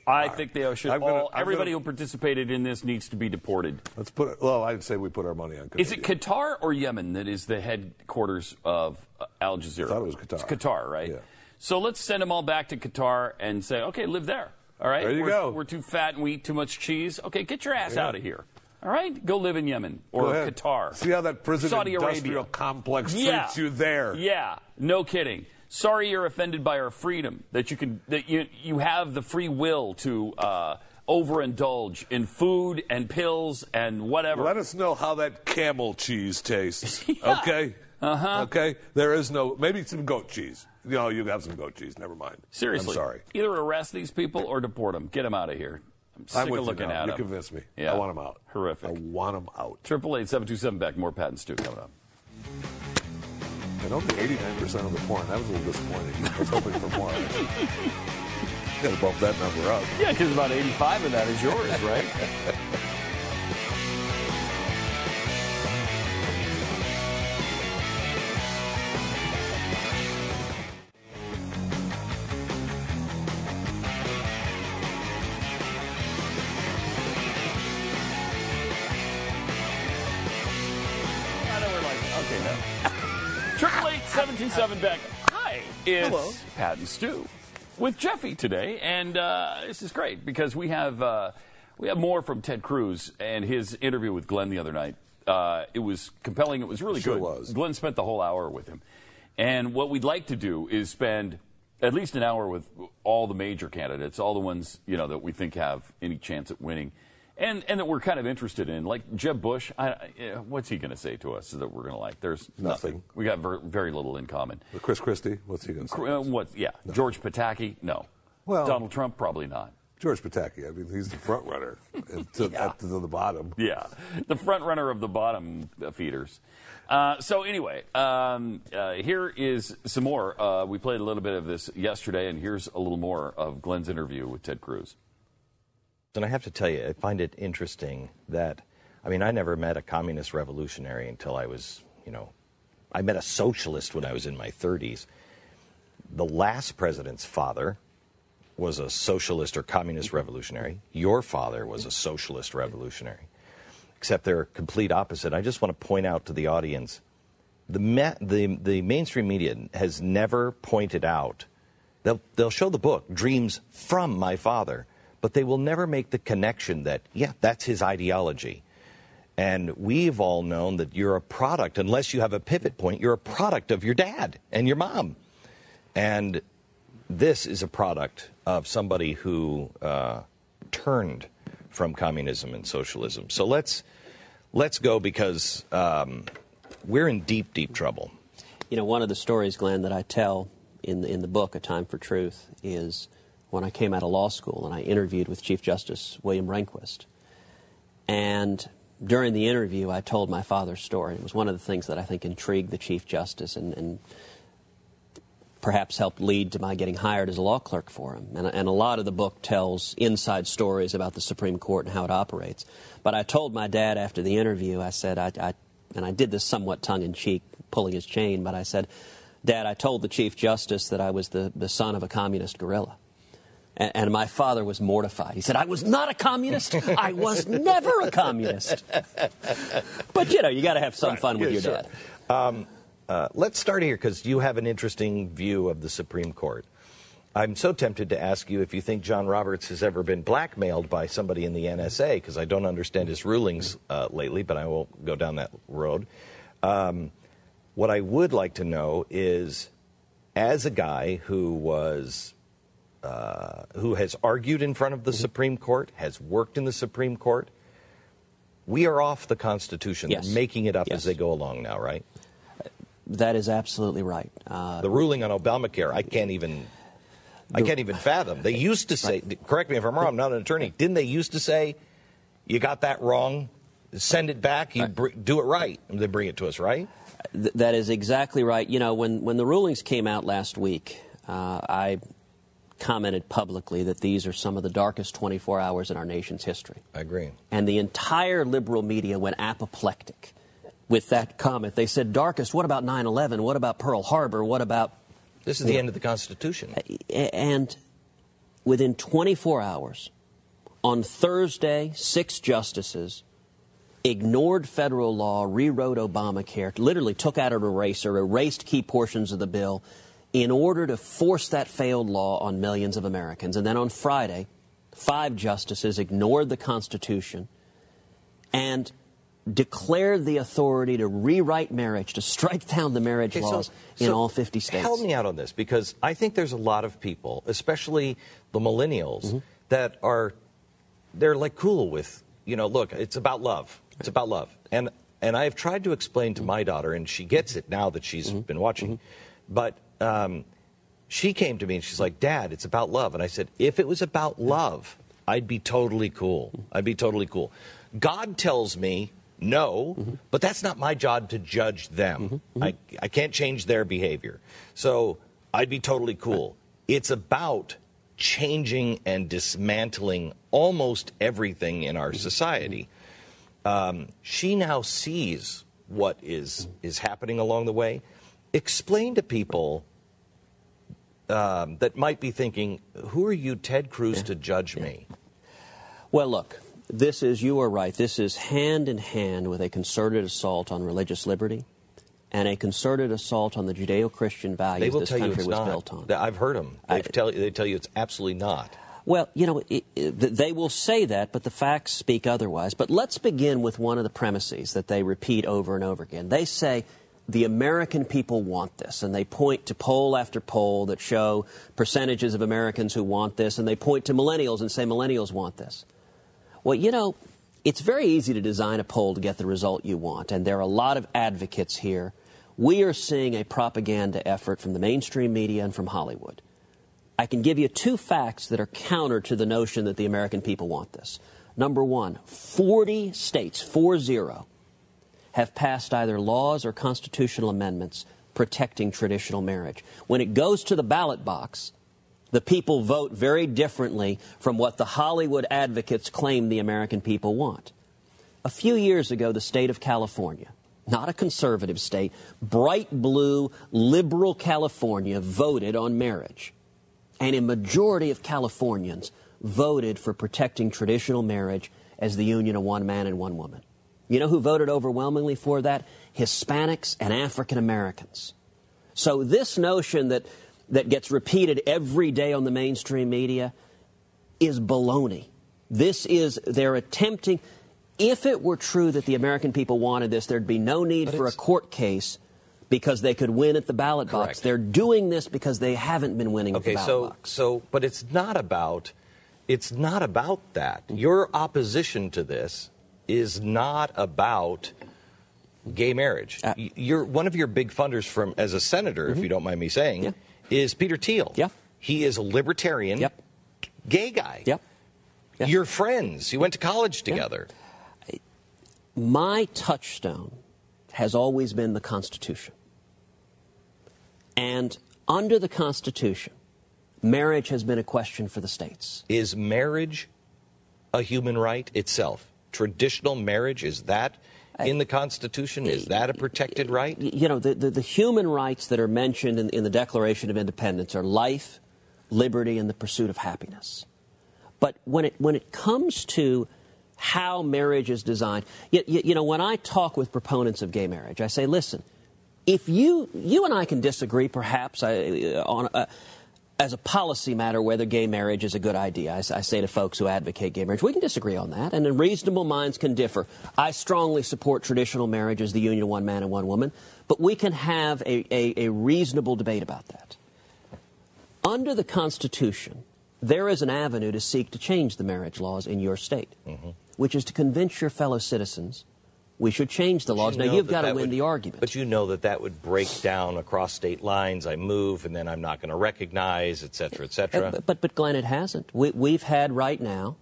Speaker 1: I think they should
Speaker 2: I'm gonna-
Speaker 1: all.
Speaker 2: I'm
Speaker 1: everybody
Speaker 2: gonna-
Speaker 1: who participated in this needs to be deported.
Speaker 2: Let's put. It, well, I'd say we put our money on.
Speaker 1: Is it
Speaker 2: Canadian.
Speaker 1: Qatar or Yemen that is the headquarters of uh, Al Jazeera? I
Speaker 2: thought it was Qatar.
Speaker 1: It's Qatar, right?
Speaker 2: Yeah.
Speaker 1: So let's send them all back to Qatar and say, okay, live there. All right.
Speaker 2: There you
Speaker 1: we're,
Speaker 2: go.
Speaker 1: We're too fat and we eat too much cheese. Okay, get your ass out of here. All right, go live in Yemen or
Speaker 2: Go ahead.
Speaker 1: Qatar.
Speaker 2: See how that prison
Speaker 1: Saudi
Speaker 2: industrial
Speaker 1: Arabia.
Speaker 2: complex
Speaker 1: Yeah.
Speaker 2: treats you there.
Speaker 1: Yeah, no kidding. Sorry, you're offended by our freedom that you can that you you have the free will to uh, overindulge in food and pills and whatever.
Speaker 2: Let us know how that camel cheese tastes. Okay. Uh
Speaker 1: Uh-huh.
Speaker 2: huh. Okay. There is no. Maybe some goat cheese. No, you got some goat cheese. Never mind.
Speaker 1: Seriously.
Speaker 2: I'm sorry.
Speaker 1: Either arrest these people or deport them. Get them out of here. I'm sick
Speaker 2: I'm with
Speaker 1: of
Speaker 2: you
Speaker 1: looking
Speaker 2: now.
Speaker 1: at
Speaker 2: you
Speaker 1: them.
Speaker 2: convinced me.
Speaker 1: Yeah.
Speaker 2: I want them out.
Speaker 1: Horrific.
Speaker 2: I want them out.
Speaker 1: Triple eight seven two seven back. More patents too coming up.
Speaker 2: And only 89% of the porn. That was a little disappointing. I was hoping for more. Gotta bump that number up.
Speaker 1: Yeah, because about eighty five of that is yours, right? Okay, now. Triple eight seven two seven Beck. Hi, it's
Speaker 10: Hello.
Speaker 1: Pat and Stu with Jeffy today, and uh, this is great because we have uh, we have more from Ted Cruz and his interview with Glenn the other night. Uh, it was compelling. It was really
Speaker 2: Sure
Speaker 1: good.
Speaker 2: was.
Speaker 1: Glenn spent the whole hour with him, and what we'd like to do is spend at least an hour with all the major candidates, all the ones you know that we think have any chance at winning. And, and that we're kind of interested in, like Jeb Bush. I, I- what's he going to say to us that we're going to like? There's
Speaker 2: Nothing.
Speaker 1: we got ver- very little in common.
Speaker 2: Chris Christie, what's he going to say?
Speaker 1: Cr- uh, what? Yeah, George Pataki, no.
Speaker 2: Well-
Speaker 1: Donald Trump, probably not.
Speaker 2: George Pataki. I mean, he's the front runner to, up to the bottom.
Speaker 1: Yeah, the front runner of the bottom uh, feeders. Uh, so anyway, um, uh, here is some more. Uh, we played a little bit of this yesterday, and here's a little more of Glenn's interview with Ted Cruz.
Speaker 11: And I have to tell you, I find it interesting that, I mean, I never met a communist revolutionary until I was, you know, I met a socialist when I was in my 30s. The last president's father was a socialist or communist revolutionary. Your father was a socialist revolutionary. Except they're complete opposite. I just want to point out to the audience the, ma- the, the mainstream media has never pointed out They'll, they'll show the book, Dreams from My Father, but they will never make the connection that, yeah, that's his ideology. And we've all known that you're a product, unless you have a pivot point, you're a product of your dad and your mom. And this is a product of somebody who uh, turned from communism and socialism. So let's, let's go because um, we're in deep, deep trouble.
Speaker 12: You know, one of the stories, Glenn, that I tell in the, in the book, A Time for Truth, is when I came out of law school and I interviewed with Chief Justice William Rehnquist. And during the interview, I told my father's story. It was one of the things that I think intrigued the Chief Justice and, and perhaps helped lead to my getting hired as a law clerk for him. And, and a lot of the book tells inside stories about the Supreme Court and how it operates. But I told my dad after the interview, I said, I, I, and I did this somewhat tongue in cheek, pulling his chain, but I said, Dad, I told the Chief Justice that I was the, the son of a communist guerrilla. And, and my father was mortified. He said, I was not a communist. I was never a communist. But, you know, you got to have some
Speaker 11: Right.
Speaker 12: fun with
Speaker 11: Yeah,
Speaker 12: your
Speaker 11: sure.
Speaker 12: dad.
Speaker 11: Um, uh, let's start here because you have an interesting view of the Supreme Court. I'm so tempted to ask you if you think John Roberts has ever been blackmailed by somebody in the NSA because I don't understand his rulings uh, lately, but I won't go down that road. Um, what I would like to know is, as a guy who was uh, who has argued in front
Speaker 12: Mm-hmm.
Speaker 11: of the Supreme Court, has worked in the Supreme Court, we are off the Constitution.
Speaker 12: Yes. Uh,
Speaker 11: They're making it up as they go along now, right?
Speaker 12: That is absolutely right. Uh,
Speaker 11: the ruling on Obamacare, I can't even. I can't even fathom. They used to say, correct me if I'm wrong, I'm not an attorney. Didn't they used to say, you got that wrong, send it back, you br- do it right? And they bring it to us, right?
Speaker 12: Th- that is exactly right. You know, when, when the rulings came out last week, uh, I commented publicly that these are some of the darkest 24 hours in our nation's history.
Speaker 11: I agree.
Speaker 12: And the entire liberal media went apoplectic with that comment. They said, darkest, what about 9 11? What about Pearl Harbor? What about.
Speaker 11: This is the end of the
Speaker 12: Uh,
Speaker 11: Constitution.
Speaker 12: e-, And within 24 hours, on Thursday, six justices ignored federal law, rewrote Obamacare, literally took out an eraser, erased key portions of the bill in order to force that failed law on millions of Americans. And then on Friday, five justices ignored the Constitution and declared the authority to rewrite marriage, to strike down the marriage
Speaker 11: Okay, so-
Speaker 12: laws in
Speaker 11: so
Speaker 12: all 50 states.
Speaker 11: Help me out on this because I think there's a lot of people, especially the millennials,
Speaker 12: Mm-hmm.
Speaker 11: that are they're like cool with you know. Look, it's about love. It's about love, and and I've tried to explain to my daughter, and she gets it now that she's been watching, but. Um, she came to me and she's like, Dad, it's about love. And I said, If it was about love, I'd be totally cool. I'd be totally cool. God tells me no, but that's not my job to judge them. I, I can't change their behavior. So I'd be totally cool. It's about changing and dismantling almost everything in our society. Um, she now sees what is, is happening along the way. Explain to people um, that might be thinking, who are you, Ted Cruz, to judge me?
Speaker 12: Well, look, this is, you are right, this is hand in hand with a concerted assault on religious liberty and a concerted assault on the Judeo-Christian
Speaker 11: They
Speaker 12: values
Speaker 11: will
Speaker 12: this
Speaker 11: tell you
Speaker 12: country
Speaker 11: it's
Speaker 12: was
Speaker 11: not.
Speaker 12: built on.
Speaker 11: Th- I've heard them. They tell you they tell you it's absolutely not.
Speaker 12: Well, you know, it, it, th- they will say that, but the facts speak otherwise. But let's begin with one of the premises that they repeat over and over again. They say the American people want this, and they point to poll after poll that show percentages of Americans who want this, and they point to millennials and say millennials want this. Well, you know, it's very easy to design a poll to get the result you want, and there are a lot of advocates here. We are seeing a propaganda effort from the mainstream media and from Hollywood. I can give you two facts that are counter to the notion that the American people want this. Number one, 40 states, 4 0, have passed either laws or constitutional amendments protecting traditional marriage. When it goes to the ballot box, the people vote very differently from what the Hollywood advocates claim the American people want. A few years ago, the state of California, not a conservative state, bright blue, liberal California voted on marriage. And a majority of Californians voted for protecting traditional marriage as the union of one man and one woman. You know who voted overwhelmingly for that? Hispanics and African Americans. So this notion that that gets repeated every day on the mainstream media is baloney. This is they're attempting if it were true that the American people wanted this, there'd be no need for a court case because they could win at the ballot box. They're doing this because they haven't been winning at
Speaker 11: Okay,
Speaker 12: the ballot
Speaker 11: so
Speaker 12: box.
Speaker 11: so but it's not about it's not about that. Your opposition to this is not about gay marriage. Y- You're one of your big funders from as a senator, if you don't mind me saying, is Peter Thiel. Yeah. He is a libertarian gay guy. Yep. You're friends. You went to college together.
Speaker 12: my touchstone has always been the Constitution. And under the Constitution, marriage has been a question for the states.
Speaker 11: Is marriage a human right itself? Traditional marriage is that in the Constitution? Is that a protected right?
Speaker 12: Y- You know, the, the, the human rights that are mentioned in, in the Declaration of Independence are life, liberty, and the pursuit of happiness. But when it, when it comes to how marriage is designed, you, you, you know, when I talk with proponents of gay marriage, I say, listen, if you, you and I can disagree perhaps I, on, uh, as a policy matter whether gay marriage is a good idea, I, s- I say to folks who advocate gay marriage, we can disagree on that, and then reasonable minds can differ. I strongly support traditional marriage as the union of one man and one woman, but we can have a, a, a reasonable debate about that. Under the Constitution, there is an avenue to seek to change the marriage laws in your state,
Speaker 11: Mm-hmm.
Speaker 12: which is to convince your fellow citizens we should change the laws.
Speaker 11: you
Speaker 12: Now,
Speaker 11: know
Speaker 12: you've
Speaker 11: that
Speaker 12: got to
Speaker 11: that
Speaker 12: win
Speaker 11: would-
Speaker 12: the argument.
Speaker 11: But you know that that would break down across state lines. I move, and then I'm not going to recognize, et cetera, et
Speaker 12: Uh,
Speaker 11: cetera.
Speaker 12: But, but, but Glenn, it hasn't. We, we've had right now,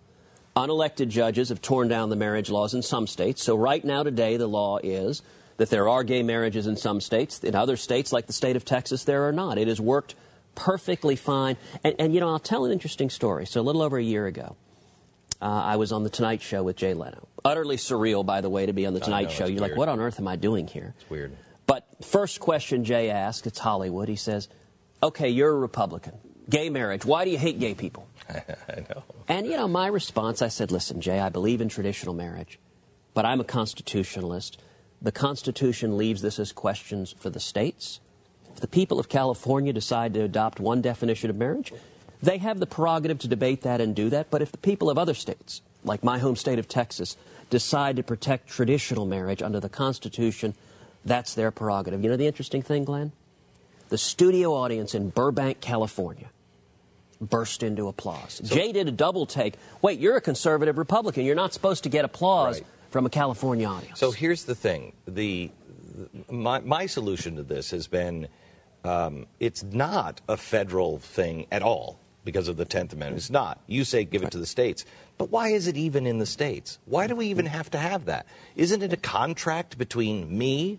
Speaker 12: unelected judges have torn down the marriage laws in some states. So right now, today, the law is that there are gay marriages in some states. In other states, like the state of Texas, there are not. It has worked perfectly fine. And, and you know, I'll tell an interesting story. So a little over a year ago, uh, I was on The Tonight Show with Jay Leno. Utterly surreal, by the way, to be on The
Speaker 11: I
Speaker 12: Tonight
Speaker 11: know,
Speaker 12: Show.
Speaker 11: it's
Speaker 12: You're like,
Speaker 11: weird.
Speaker 12: what on earth am I doing here?
Speaker 11: it's weird.
Speaker 12: But first question Jay asks, it's Hollywood. He says, "Okay, you're a Republican. Gay marriage. Why do you hate gay people?"
Speaker 11: I know.
Speaker 12: And you know, my response, I said, "Listen, Jay, I believe in traditional marriage, but I'm a constitutionalist. The Constitution leaves this as questions for the states. If the people of California decide to adopt one definition of marriage, they have the prerogative to debate that and do that. But if the people of other states, like my home state of Texas, decide to protect traditional marriage under the Constitution, that's their prerogative. You know the interesting thing, Glenn? The studio audience in Burbank, California burst into applause. Jay did a double take. Wait, you're a conservative Republican. You're not supposed to get applause from a California audience.
Speaker 11: So here's the thing: the, the- my my solution to this has been um, it's not a federal thing at all because of the Tenth Amendment. It's not. You say give it to the states, but why is it even in the states? Why do we even have to have that? Isn't it a contract between me,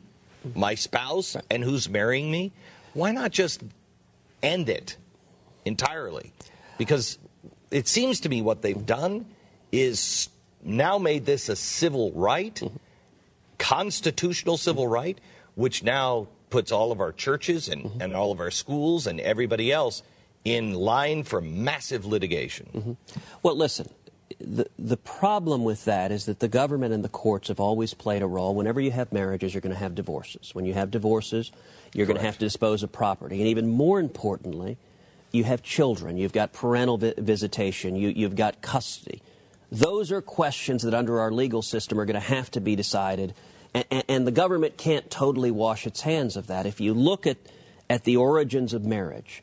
Speaker 11: my spouse, and who's marrying me? Why not just end it entirely? Because it seems to me what they've done is now made this a civil right, constitutional civil right, which now puts all of our churches and,
Speaker 12: Mm-hmm.
Speaker 11: and all of our schools and everybody else in line for massive litigation.
Speaker 12: Well, listen, the, the problem with that is that the government and the courts have always played a role. Whenever you have marriages, you're going to have divorces. When you have divorces, you're going to have to dispose of property. And even more importantly, you have children, you've got parental vi- visitation, you, you've got custody. Those are questions that, under our legal system, are going to have to be decided. And, and, and the government can't totally wash its hands of that. If you look at, at the origins of marriage,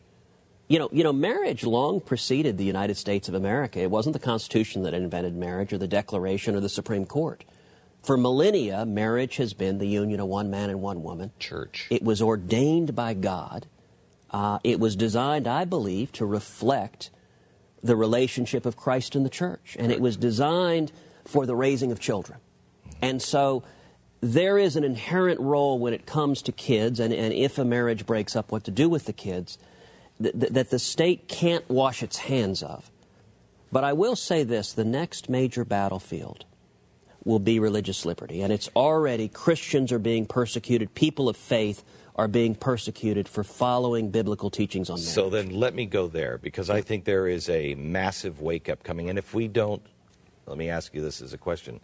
Speaker 12: you know, you know, marriage long preceded the United States of America. It wasn't the Constitution that invented marriage or the Declaration or the Supreme Court. For millennia, marriage has been the union of one man and one woman. Church. It was ordained by God. Uh, it was designed, I believe, to reflect the relationship of Christ and the church. And it was designed for the raising of children. And so there is an inherent role when it comes to kids, and, and if a marriage breaks up, what to do with the kids, th- th- that the state can't wash its hands of. But I will say this the next major battlefield will be religious liberty. And it's already Christians are being persecuted, people of faith are being persecuted for following biblical teachings on marriage.
Speaker 11: So then let me go there because I think there is a massive wake up coming. And if we don't, let me ask you this as a question.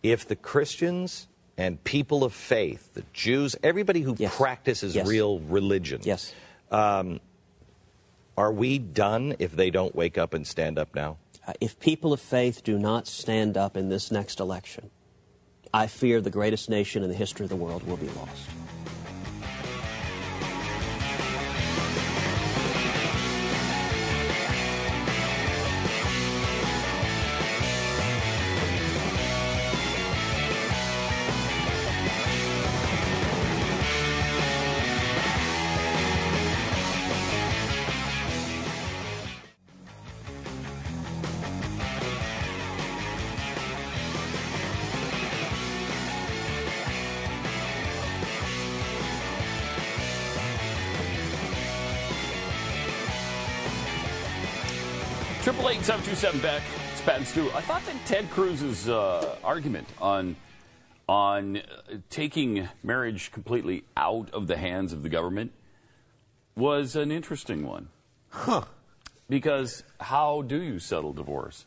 Speaker 11: If the Christians and people of faith, the Jews, everybody who practices
Speaker 12: Yes.
Speaker 11: real religion, yes. um, are we done if they don't wake up and stand up now?
Speaker 12: Uh, if people of faith do not stand up in this next election, I fear the greatest nation in the history of the world will be lost.
Speaker 1: Triple eight seven two seven Beck. It's Pat and Stu. I thought that Ted Cruz's uh, argument on on uh, taking marriage completely out of the hands of the government was an interesting one. Huh. Because how do you settle divorce?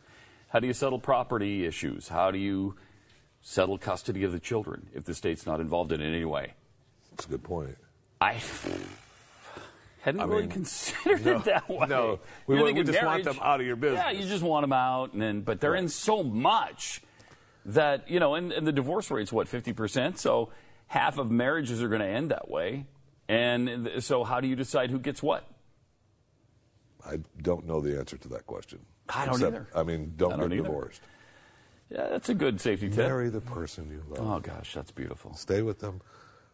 Speaker 1: How do you settle property issues? How do you settle custody of the children if the state's not involved in it in any way?
Speaker 2: That's a good point.
Speaker 1: I hadn't
Speaker 3: I
Speaker 1: really
Speaker 3: mean,
Speaker 1: considered
Speaker 3: no,
Speaker 1: it that
Speaker 3: no. We
Speaker 1: way. You're
Speaker 3: want- we
Speaker 1: thinking
Speaker 3: just want them out of your
Speaker 1: Yeah,
Speaker 3: business.
Speaker 1: you just want them out, and then but they're in so much that you know, and, and the divorce rate's what fifty percent, so half of marriages are going to end that way. And th- so, how do you decide who gets what?
Speaker 2: I don't know the answer to that question.
Speaker 1: I don't
Speaker 2: Except,
Speaker 1: either.
Speaker 2: I mean, don't,
Speaker 1: I don't
Speaker 2: get
Speaker 1: either.
Speaker 2: divorced.
Speaker 1: Yeah, that's a good safety tip.
Speaker 2: Marry the person you love.
Speaker 1: Oh gosh, that's beautiful.
Speaker 2: Stay with them.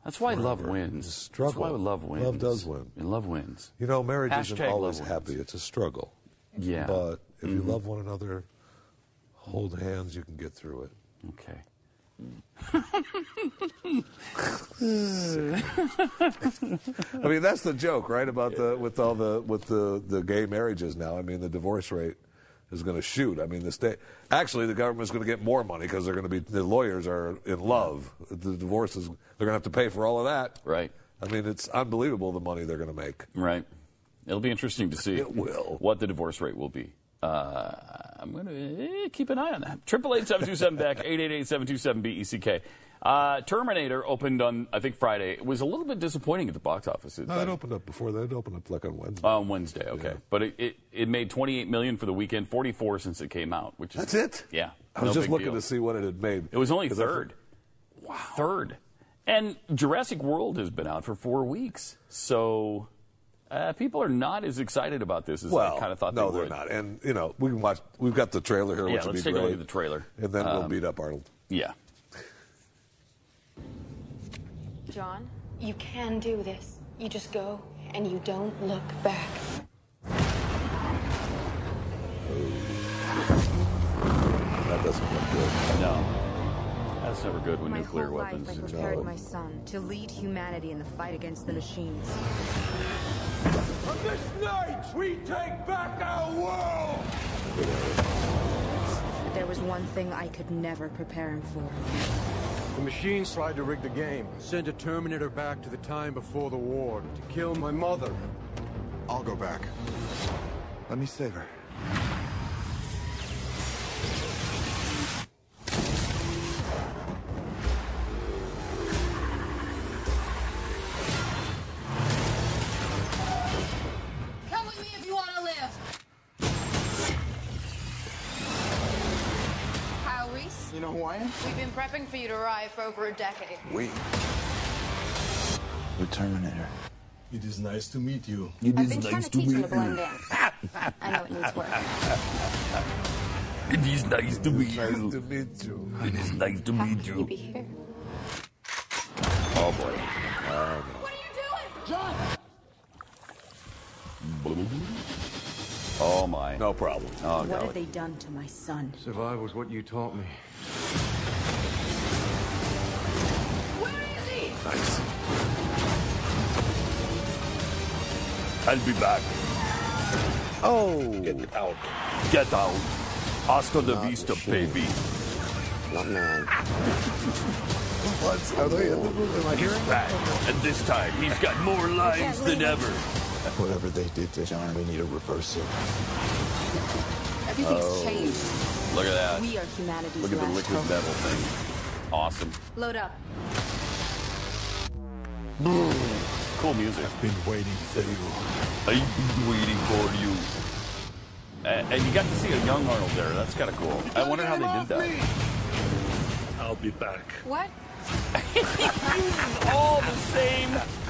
Speaker 1: That's why love
Speaker 2: forever.
Speaker 1: wins.
Speaker 2: Struggle.
Speaker 1: That's why love wins.
Speaker 2: Love does win.
Speaker 1: And love wins.
Speaker 2: You know, marriage isn't
Speaker 1: Hashtag
Speaker 2: always
Speaker 1: love
Speaker 2: happy. It's a struggle.
Speaker 1: Yeah.
Speaker 2: But if you
Speaker 1: Mhm.
Speaker 2: love one another, hold hands. You can get through it.
Speaker 1: Okay.
Speaker 2: I mean, that's the joke, right? About the with all the with the the gay marriages now. I mean, the divorce rate is going to shoot. I mean, the state actually the government's going to get more money because they're going to be the lawyers are in love. The divorce is they're going to have to pay for all of that.
Speaker 1: Right.
Speaker 2: I mean, it's unbelievable the money they're going to make.
Speaker 1: Right. It'll be interesting to see
Speaker 2: It will.
Speaker 1: what the divorce rate will be. Uh, I'm going to eh, keep an eye on that. Triple eight seven two seven back eight eight eight seven two seven B E C K. Uh, Terminator opened on I think Friday. It was a little bit disappointing at the box office. It-
Speaker 2: No, it opened up before that. It opened up like on Wednesday.
Speaker 1: Oh, on Wednesday, okay, but it, it, it made 28 million for the weekend, 44 since it came out, which is
Speaker 2: That's it.
Speaker 1: Yeah,
Speaker 2: I was
Speaker 1: No
Speaker 2: just
Speaker 1: big
Speaker 2: looking
Speaker 1: deal.
Speaker 2: to see what it had made.
Speaker 1: It was only
Speaker 2: 'Cause I-
Speaker 1: third. Wow. Third. And Jurassic World has been out for four weeks. So uh, people are not as excited about this as
Speaker 2: well,
Speaker 1: I kind of thought
Speaker 2: no,
Speaker 1: they
Speaker 2: are
Speaker 1: would.
Speaker 2: not. And you know, we can watch. We've got the trailer here,
Speaker 1: Yeah,
Speaker 2: which would
Speaker 1: let's
Speaker 2: be
Speaker 1: take a
Speaker 2: great.
Speaker 1: look at the trailer.
Speaker 2: and then we'll
Speaker 1: Um,
Speaker 2: beat up Arnold.
Speaker 1: Yeah.
Speaker 10: John, you can do this. You just go and you don't look back.
Speaker 2: That doesn't look good.
Speaker 1: No. That's never good when
Speaker 13: My
Speaker 1: nuclear
Speaker 13: whole
Speaker 1: weapons
Speaker 13: life I
Speaker 1: is
Speaker 13: prepared my son to lead humanity in the fight against the machines.
Speaker 14: From this night, we take back our world!
Speaker 13: But there was one thing I could never prepare him for.
Speaker 15: The machines tried to rig the game, send a Terminator back to the time before the war to kill my mother.
Speaker 14: I'll go back. Let me save her. You know who I am?
Speaker 16: We've been prepping for you to arrive for over a decade.
Speaker 14: We.
Speaker 17: The Terminator.
Speaker 15: It is nice to meet you.
Speaker 16: It
Speaker 15: is
Speaker 16: been
Speaker 17: nice to meet you.
Speaker 16: I know it needs work.
Speaker 17: It is nice to meet you. Nice
Speaker 15: to meet you.
Speaker 17: It is nice to meet you.
Speaker 16: Be here.
Speaker 17: Oh boy. Oh, no.
Speaker 16: What are you doing? John!
Speaker 1: Uh, Oh my.
Speaker 2: No problem.
Speaker 1: Oh,
Speaker 13: what
Speaker 1: golly.
Speaker 13: have they done to my son?
Speaker 15: Survive was what you taught me.
Speaker 17: Nice. I'll be back.
Speaker 2: Oh. Get out.
Speaker 1: Get out. Hasta la vista, baby.
Speaker 17: Not now.
Speaker 2: What's, are they in the room? Am I hearing?
Speaker 17: Back. And this time, he's got more lines than ever. Whatever they did to John, we need a reversal.
Speaker 13: Everything's
Speaker 1: Oh.
Speaker 13: changed.
Speaker 1: Look at that.
Speaker 13: We are humanity's
Speaker 1: Look at the
Speaker 13: last
Speaker 1: liquid
Speaker 13: hope.
Speaker 1: metal thing. Awesome.
Speaker 13: Load up.
Speaker 1: Cool music. I've been waiting for you. I've been waiting for you. And, and you got to see a young Arnold there. That's kind of cool. I wonder how they did that.
Speaker 17: I'll be back.
Speaker 16: What?
Speaker 1: All the same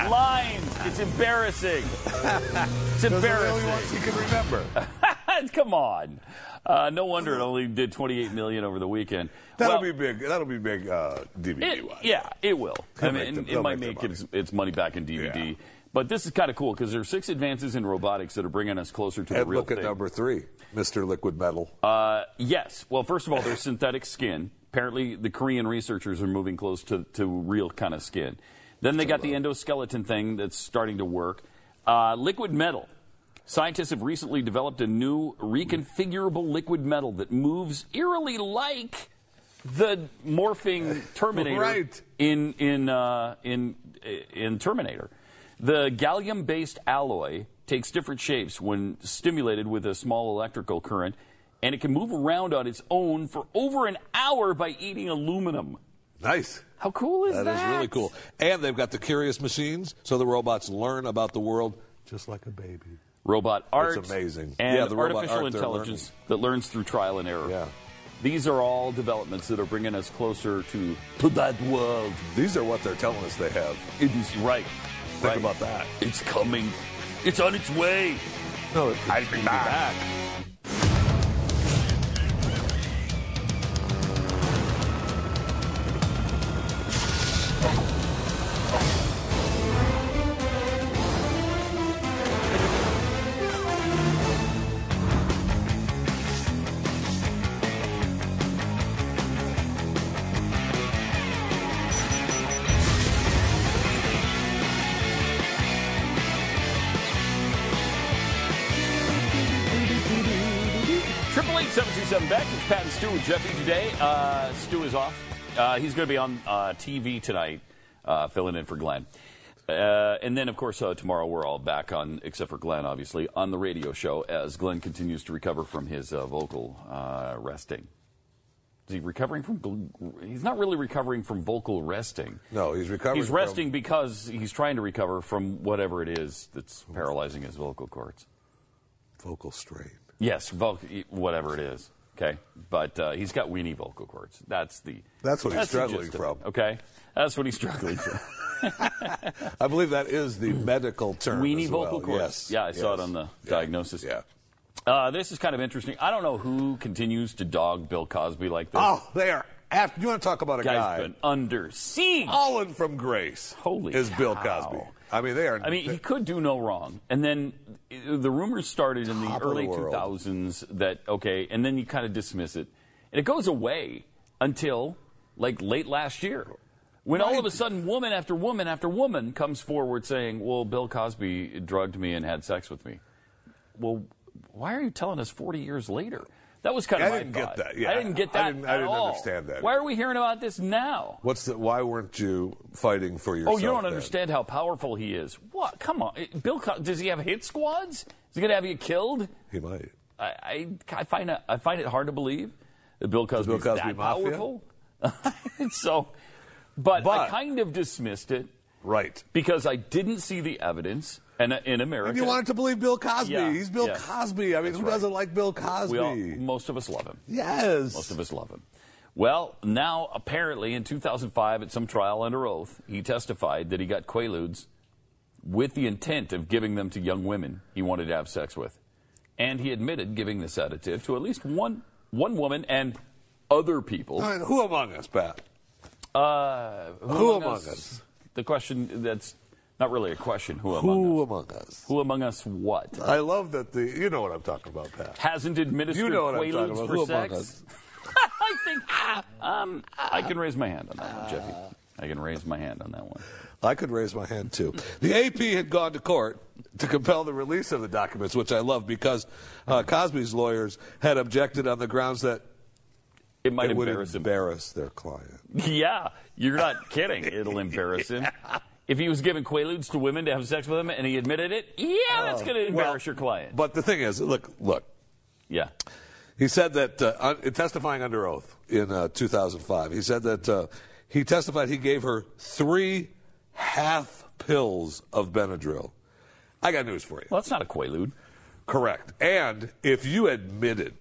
Speaker 1: lines. It's embarrassing. It's
Speaker 2: Those are the only ones
Speaker 1: embarrassing.
Speaker 2: he can remember.
Speaker 1: Come on. Uh, no wonder it only did 28 million over the weekend.
Speaker 2: That'll
Speaker 1: Well,
Speaker 2: be big. That'll be big uh, DVD
Speaker 1: it-
Speaker 2: wise.
Speaker 1: yeah, it will.
Speaker 2: They'll
Speaker 1: I mean,
Speaker 2: make
Speaker 1: and
Speaker 2: them-
Speaker 1: it
Speaker 2: they'll
Speaker 1: might
Speaker 2: make
Speaker 1: make its, its money back in DVD. But this is kind of cool because there are six advances in robotics that are bringing us closer to the
Speaker 2: And
Speaker 1: real
Speaker 2: look at
Speaker 1: thing.
Speaker 2: number three, Mr. Liquid Metal.
Speaker 1: Uh, yes. Well, first of all, there's synthetic skin. Apparently, the Korean researchers are moving close to, to real kind of skin. Then they got the endoskeleton thing that's starting to work. Uh, liquid metal. Scientists have recently developed a new reconfigurable liquid metal that moves eerily like the morphing Terminator
Speaker 2: Right.
Speaker 1: in in uh, in in Terminator. The gallium-based alloy takes different shapes when stimulated with a small electrical current, and it can move around on its own for over an hour by eating aluminum.
Speaker 2: Nice.
Speaker 1: How cool is that?
Speaker 2: That is really cool. And they've got the curious machines, so the robots learn about the world just like a baby.
Speaker 1: Robot art.
Speaker 2: It's amazing.
Speaker 1: And
Speaker 2: yeah, the robot
Speaker 1: artificial
Speaker 2: art they're
Speaker 1: intelligence that learns through trial and error. Yeah. These are all developments that are bringing us closer to, to that world.
Speaker 2: These are what they're telling us they have.
Speaker 1: It is right.
Speaker 2: Think about that.
Speaker 17: It's coming. It's on its way.
Speaker 2: No,
Speaker 17: I'll be back.
Speaker 1: Triple eight seven two seven back. It's Pat and Stu with Jeffy today. Uh, Stu is off. Uh, he's going to be on uh, TV tonight, uh, filling in for Glenn. Uh, and then, of course, uh, tomorrow we're all back on, except for Glenn, obviously, on the radio show as Glenn continues to recover from his uh, vocal uh, resting. Is he recovering from? gl- He's not really recovering from vocal resting.
Speaker 2: No, he's recovering
Speaker 1: He's
Speaker 2: from-
Speaker 1: resting because he's trying to recover from whatever it is that's paralyzing his vocal cords.
Speaker 2: Vocal strain.
Speaker 1: Yes, vocal, whatever it is. Okay, but uh, he's got weenie vocal cords. That's the
Speaker 2: That's what he's
Speaker 1: the
Speaker 2: struggling
Speaker 1: gist of it,
Speaker 2: from.
Speaker 1: Okay, that's what he's struggling from.
Speaker 2: I believe that is the medical term.
Speaker 1: weenie
Speaker 2: as well.
Speaker 1: vocal cords.
Speaker 2: Yes.
Speaker 1: Yeah, I saw
Speaker 2: yes.
Speaker 1: it on the diagnosis. Yeah. Uh, this is kind of interesting. I don't know who continues to dog Bill Cosby like this.
Speaker 2: Oh, they are. After, you want to talk about a
Speaker 1: Guy's
Speaker 2: guy?
Speaker 1: been under siege.
Speaker 2: Allen from Grace.
Speaker 1: Holy
Speaker 2: is Bill
Speaker 1: cow.
Speaker 2: Cosby. I mean, they are.
Speaker 1: I mean, he could do no wrong. And then uh, the rumors started in the
Speaker 2: Top of the
Speaker 1: early
Speaker 2: world.
Speaker 1: 2000s that, okay, and then you kind of dismiss it. And it goes away until like late last year when all of a sudden woman after woman after woman comes forward saying, well, Bill Cosby drugged me and had sex with me. Well, why are you telling us 40 years later? That was kind of
Speaker 2: I
Speaker 1: my
Speaker 2: didn't get
Speaker 1: thought.
Speaker 2: that, yeah.
Speaker 1: I didn't get
Speaker 2: I
Speaker 1: that
Speaker 2: didn't- I
Speaker 1: at
Speaker 2: didn't
Speaker 1: all.
Speaker 2: understand that.
Speaker 1: Why are we hearing about this now?
Speaker 2: what's the? Why weren't you fighting for yourself?
Speaker 1: Oh, you don't
Speaker 2: then?
Speaker 1: understand how powerful he is. What? Come on, It- Bill. Co- Does he have hit squads? Is he going to have you killed?
Speaker 2: He might.
Speaker 1: I, I, I find it, I find it hard to believe that Bill Cosby is
Speaker 2: Cosby
Speaker 1: that
Speaker 2: mafia?
Speaker 1: powerful. so, but, I kind of dismissed it,
Speaker 2: right?
Speaker 1: Because I didn't see the evidence, and uh, in America,
Speaker 2: And you wanted to believe Bill Cosby.
Speaker 1: Yeah,
Speaker 2: He's Bill
Speaker 1: yeah.
Speaker 2: Cosby. I mean,
Speaker 1: That's
Speaker 2: who
Speaker 1: right.
Speaker 2: doesn't like Bill Cosby?
Speaker 1: We all, most of us love him.
Speaker 2: Yes.
Speaker 1: Most of us love him. Well, now apparently in 2005, at some trial under oath, he testified that he got Quaaludes with the intent of giving them to young women he wanted to have sex with, and he admitted giving the sedative to at least one one woman and other people.
Speaker 2: I mean, who among us, Pat?
Speaker 1: Uh,
Speaker 2: Who among us?
Speaker 1: The question that's not really a question. Who among us?
Speaker 2: Who among us?
Speaker 1: Who among us? What?
Speaker 2: I love that the you know what I'm talking about, Pat.
Speaker 1: Hasn't administered
Speaker 2: You know what I'm
Speaker 1: Quaaludes
Speaker 2: talking about.
Speaker 1: for
Speaker 2: Who
Speaker 1: sex?
Speaker 2: among us?
Speaker 1: I think um, I can raise my hand on that one, Jeffy. I can raise my hand on that one.
Speaker 2: I could raise my hand too. The AP had gone to court to compel the release of the documents, which I love because uh, Cosby's lawyers had objected on the grounds that
Speaker 1: it might
Speaker 2: would
Speaker 1: embarrass him.
Speaker 2: embarrass their client.
Speaker 1: Yeah, you're not kidding. It'll embarrass him. If he was giving Quaaludes to women to have sex with him and he admitted it, yeah, that's
Speaker 2: Oh,
Speaker 1: going to embarrass your client.
Speaker 2: But the thing is, look, look.
Speaker 1: Yeah.
Speaker 2: He said that uh, un- in testifying under oath in uh, 2005, he said that uh, he testified he gave her three half pills of Benadryl. I got news for you.
Speaker 1: Well, that's not a Quaalude.
Speaker 2: Correct. And if you admitted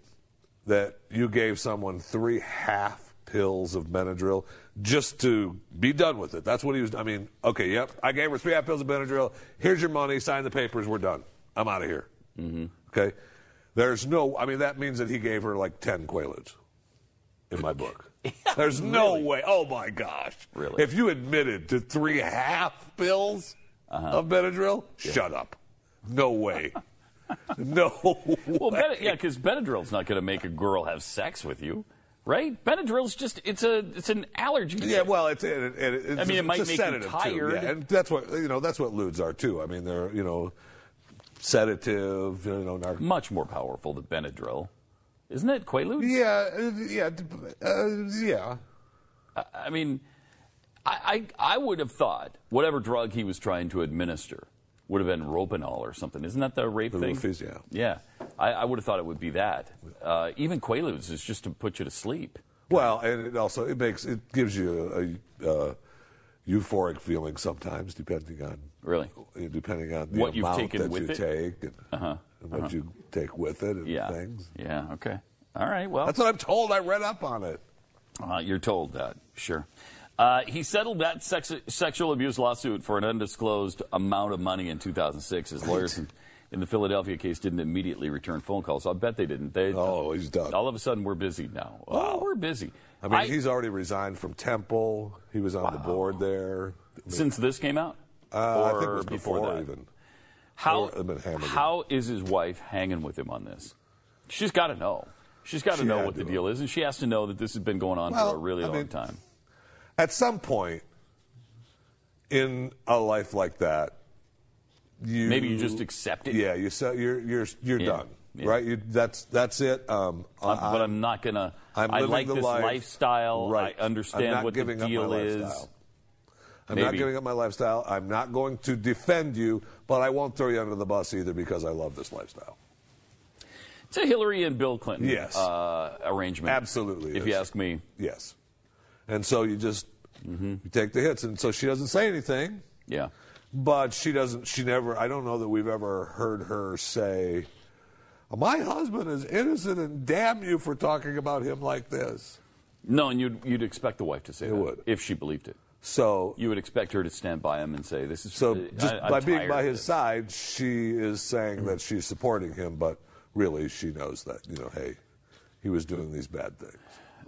Speaker 2: that you gave someone three half pills of Benadryl just to be done with it, that's what he was. I mean, okay, yep. I gave her three half pills of Benadryl. Here's your money. Sign the papers. We're done. I'm out of here. Mm-hmm. Okay. There's no. I mean, that means that he gave her like ten Quaaludes. In my book, there's no way. Oh my gosh!
Speaker 1: Really?
Speaker 2: If you admitted to three half pills of Benadryl, shut up. No way. no.
Speaker 1: Well, ben- yeah, because Benadryl's not going to make a girl have sex with you, right? Benadryl's just it's a it's an allergy.
Speaker 2: Yeah, well, it's, it, it, it's
Speaker 1: I mean, it
Speaker 2: it's
Speaker 1: might
Speaker 2: a
Speaker 1: make you
Speaker 2: sedative Too.
Speaker 1: tired.
Speaker 2: Yeah, and that's what you know. That's what lewds are too. I mean, they're you know, sedative. You know, narc-
Speaker 1: much more powerful than Benadryl, isn't it? Quaaludes.
Speaker 2: Yeah, uh, yeah, uh, yeah.
Speaker 1: I, I mean, I, I I would have thought whatever drug he was trying to administer would have been Ropanol or something. Isn't that the rape
Speaker 2: The
Speaker 1: thing?
Speaker 2: roofies, yeah.
Speaker 1: Yeah, I, I would have thought it would be that. Uh, even Quaaludes is just to put you to sleep.
Speaker 2: Well, and it also it makes it gives you a, a, uh euphoric feeling sometimes, depending on
Speaker 1: really
Speaker 2: depending on the
Speaker 1: What you've
Speaker 2: amount
Speaker 1: taken
Speaker 2: that
Speaker 1: with
Speaker 2: you
Speaker 1: it?
Speaker 2: take and, and what
Speaker 1: uh-huh.
Speaker 2: you take with it and
Speaker 1: Yeah.
Speaker 2: things.
Speaker 1: Yeah. Okay. All right. Well,
Speaker 2: that's what I'm told. I read up on it.
Speaker 1: Uh, you're told that, sure. Uh, he settled that sex- sexual abuse lawsuit for an undisclosed amount of money in 2006. His lawyers in, in the Philadelphia case didn't immediately return phone calls. I bet they didn't. They,
Speaker 2: oh, he's done.
Speaker 1: All of a sudden, we're busy now. Oh, we're busy.
Speaker 2: I mean, he's already resigned from Temple. He was on the board there. I mean,
Speaker 1: Since this came out?
Speaker 2: Uh, I think it
Speaker 1: Or
Speaker 2: was before,
Speaker 1: that?
Speaker 2: even.
Speaker 1: How,
Speaker 2: Or uh, it would've been hammered in.
Speaker 1: how is his wife hanging with him on this? She's got to know. She's got to
Speaker 2: She
Speaker 1: know
Speaker 2: had
Speaker 1: what the
Speaker 2: to.
Speaker 1: deal is, and she has to know that this has been going on
Speaker 2: Well,
Speaker 1: for a really
Speaker 2: I
Speaker 1: long
Speaker 2: mean,
Speaker 1: time.
Speaker 2: At some point in a life like that, you
Speaker 1: Maybe you just accept it.
Speaker 2: Yeah, you so you're you're you're
Speaker 1: Yeah,
Speaker 2: done,
Speaker 1: yeah.
Speaker 2: right? You, that's that's it. Um,
Speaker 1: I'm- but I'm not gonna.
Speaker 2: I'm
Speaker 1: I
Speaker 2: living
Speaker 1: like
Speaker 2: the
Speaker 1: this
Speaker 2: life.
Speaker 1: lifestyle.
Speaker 2: Right.
Speaker 1: I
Speaker 2: I'm
Speaker 1: understand
Speaker 2: not
Speaker 1: what the
Speaker 2: giving up my
Speaker 1: deal is.
Speaker 2: lifestyle. I'm not
Speaker 1: Maybe.
Speaker 2: giving up my lifestyle. I'm not going to defend you, but I won't throw you under the bus either because I love this lifestyle.
Speaker 1: It's a Hillary and Bill Clinton
Speaker 2: Yes.
Speaker 1: uh, arrangement.
Speaker 2: Absolutely
Speaker 1: If
Speaker 2: is.
Speaker 1: you ask me,
Speaker 2: Yes. And so you just you take the hits, and so she doesn't say anything.
Speaker 1: Mm-hmm. yeah.
Speaker 2: But she doesn't. She never. I don't know that we've ever heard her say, "My husband is innocent, and damn you for talking about him like this."
Speaker 1: No, and you'd you'd expect the wife to say that
Speaker 2: would.
Speaker 1: if she believed it.
Speaker 2: So,
Speaker 1: You would expect her to stand by him and say, "This is
Speaker 2: so
Speaker 1: uh,
Speaker 2: just
Speaker 1: I- I'm
Speaker 2: by being
Speaker 1: tired
Speaker 2: by
Speaker 1: of Mm-hmm.
Speaker 2: his
Speaker 1: this."
Speaker 2: side, she is saying that she's supporting him, but really, she knows that you know, hey, he was doing these bad things.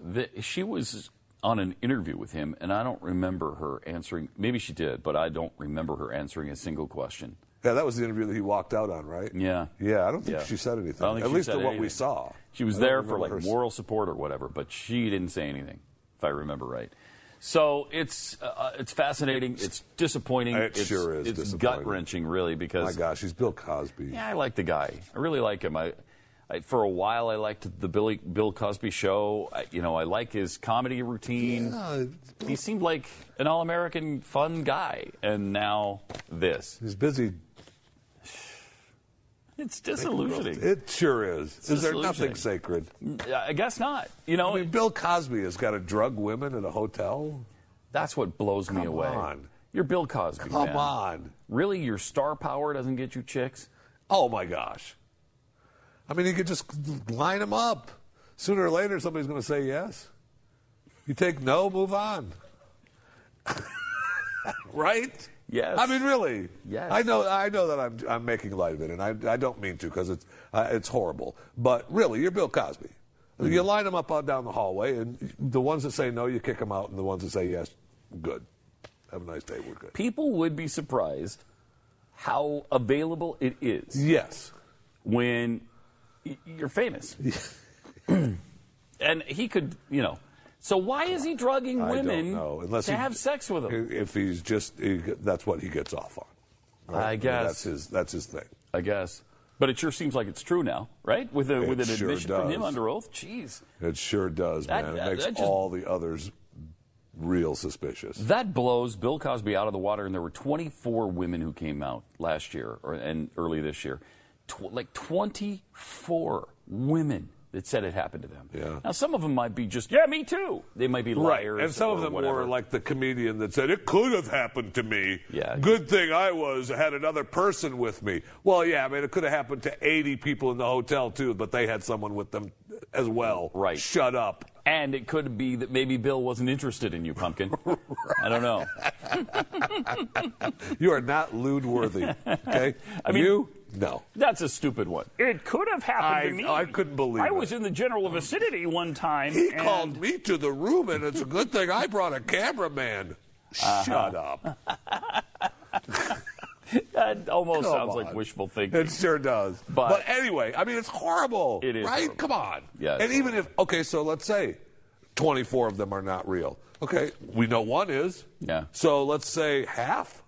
Speaker 1: The, she was on an interview with him, and I don't remember her answering. Maybe she did, but I don't remember her answering a single question.
Speaker 2: Yeah, that was the interview that he walked out on, right?
Speaker 1: Yeah.
Speaker 2: Yeah, I don't think
Speaker 1: Yeah.
Speaker 2: she said anything.
Speaker 1: I don't think
Speaker 2: At
Speaker 1: she
Speaker 2: least
Speaker 1: said
Speaker 2: in what
Speaker 1: anything.
Speaker 2: we saw.
Speaker 1: She was
Speaker 2: I don't
Speaker 1: there for
Speaker 2: remember
Speaker 1: like
Speaker 2: her s-
Speaker 1: moral support or whatever, but she didn't say anything, if I remember right. So it's uh, it's fascinating. It's disappointing.
Speaker 2: It
Speaker 1: it's,
Speaker 2: sure is
Speaker 1: It's
Speaker 2: disappointing.
Speaker 1: gut wrenching, really,
Speaker 2: My
Speaker 1: because
Speaker 2: gosh, he's Bill Cosby.
Speaker 1: yeah, I like the guy. I really like him. I, I for a while I liked the Billy Bill Cosby show. I, you know, I like his comedy routine.
Speaker 2: Yeah,
Speaker 1: He seemed like an all-American fun guy, and now this.
Speaker 2: He's busy.
Speaker 1: It's disillusioning.
Speaker 2: It sure is.
Speaker 1: It's
Speaker 2: is there nothing
Speaker 1: disillusioning.
Speaker 2: sacred?
Speaker 1: I guess not. You know,
Speaker 2: I mean, Bill Cosby has got to drug women at a hotel.
Speaker 1: That's what blows me
Speaker 2: Come
Speaker 1: away.
Speaker 2: on.
Speaker 1: You're Bill Cosby.
Speaker 2: Come
Speaker 1: man.
Speaker 2: on.
Speaker 1: Really, your star power doesn't get you chicks?
Speaker 2: Oh my gosh. I mean, he could just line them up. Sooner or later, somebody's going to say yes. You take no, move on. right?
Speaker 1: Yes.
Speaker 2: I mean, really.
Speaker 1: Yes.
Speaker 2: I know. I know that I'm I'm making light of it, and I I don't mean to because it's uh, it's horrible. But really, you're Bill Cosby.
Speaker 1: Mm-hmm.
Speaker 2: You line them up out down the hallway, and the ones that say no, you kick them out, and the ones that say yes, good. Have a nice day. We're good.
Speaker 1: People would be surprised how available it is.
Speaker 2: Yes.
Speaker 1: When y- you're famous. and he could, you know. So why is he drugging
Speaker 2: I
Speaker 1: women
Speaker 2: don't know. Unless
Speaker 1: to
Speaker 2: he-
Speaker 1: have sex with them?
Speaker 2: If he's just, he, that's what he gets off on.
Speaker 1: I
Speaker 2: mean,
Speaker 1: guess.
Speaker 2: that's his. That's his thing.
Speaker 1: I guess. But it sure seems like it's true now, right? With a, with
Speaker 2: It
Speaker 1: an
Speaker 2: sure
Speaker 1: admission from him
Speaker 2: does.
Speaker 1: under oath. Jeez,
Speaker 2: It sure does,
Speaker 1: That-
Speaker 2: man.
Speaker 1: that-
Speaker 2: it makes
Speaker 1: that just-
Speaker 2: all the others real suspicious.
Speaker 1: that blows Bill Cosby out of the water. And there were 24 women who came out last year or, and early this year, Tw- like 24 women that said it happened to them. Yeah. Now some of them might be just yeah, me too. They might be
Speaker 2: Right,
Speaker 1: liars.
Speaker 2: and some of
Speaker 1: or
Speaker 2: them
Speaker 1: whatever.
Speaker 2: were like the comedian that said it could have happened to me.
Speaker 1: Yeah.
Speaker 2: Good thing I was had another person with me. Well, yeah, I mean it could have happened to 80 people in the hotel too, but they had someone with them as well.
Speaker 1: Right.
Speaker 2: Shut up.
Speaker 1: And it could be that maybe Bill wasn't interested in you, Pumpkin. I don't know.
Speaker 2: You are not lewd worthy. Okay.
Speaker 1: I mean-
Speaker 2: you no.
Speaker 1: That's a stupid one. It could have happened to me.
Speaker 2: I- I couldn't believe
Speaker 1: I
Speaker 2: it.
Speaker 1: was in the general vicinity one time.
Speaker 2: He
Speaker 1: and-
Speaker 2: called me to the room, and it's a good thing I brought a cameraman. Uh-huh. Shut up.
Speaker 1: That almost
Speaker 2: Come
Speaker 1: sounds like
Speaker 2: on.
Speaker 1: wishful thinking.
Speaker 2: It sure does.
Speaker 1: But-
Speaker 2: But, anyway, I mean, it's horrible.
Speaker 1: It is
Speaker 2: Right?
Speaker 1: horrible.
Speaker 2: Come on.
Speaker 1: Yeah, it's
Speaker 2: And even if, okay, so let's say 24 of them are not real. Okay, we know one is.
Speaker 1: Yeah.
Speaker 2: So let's say half.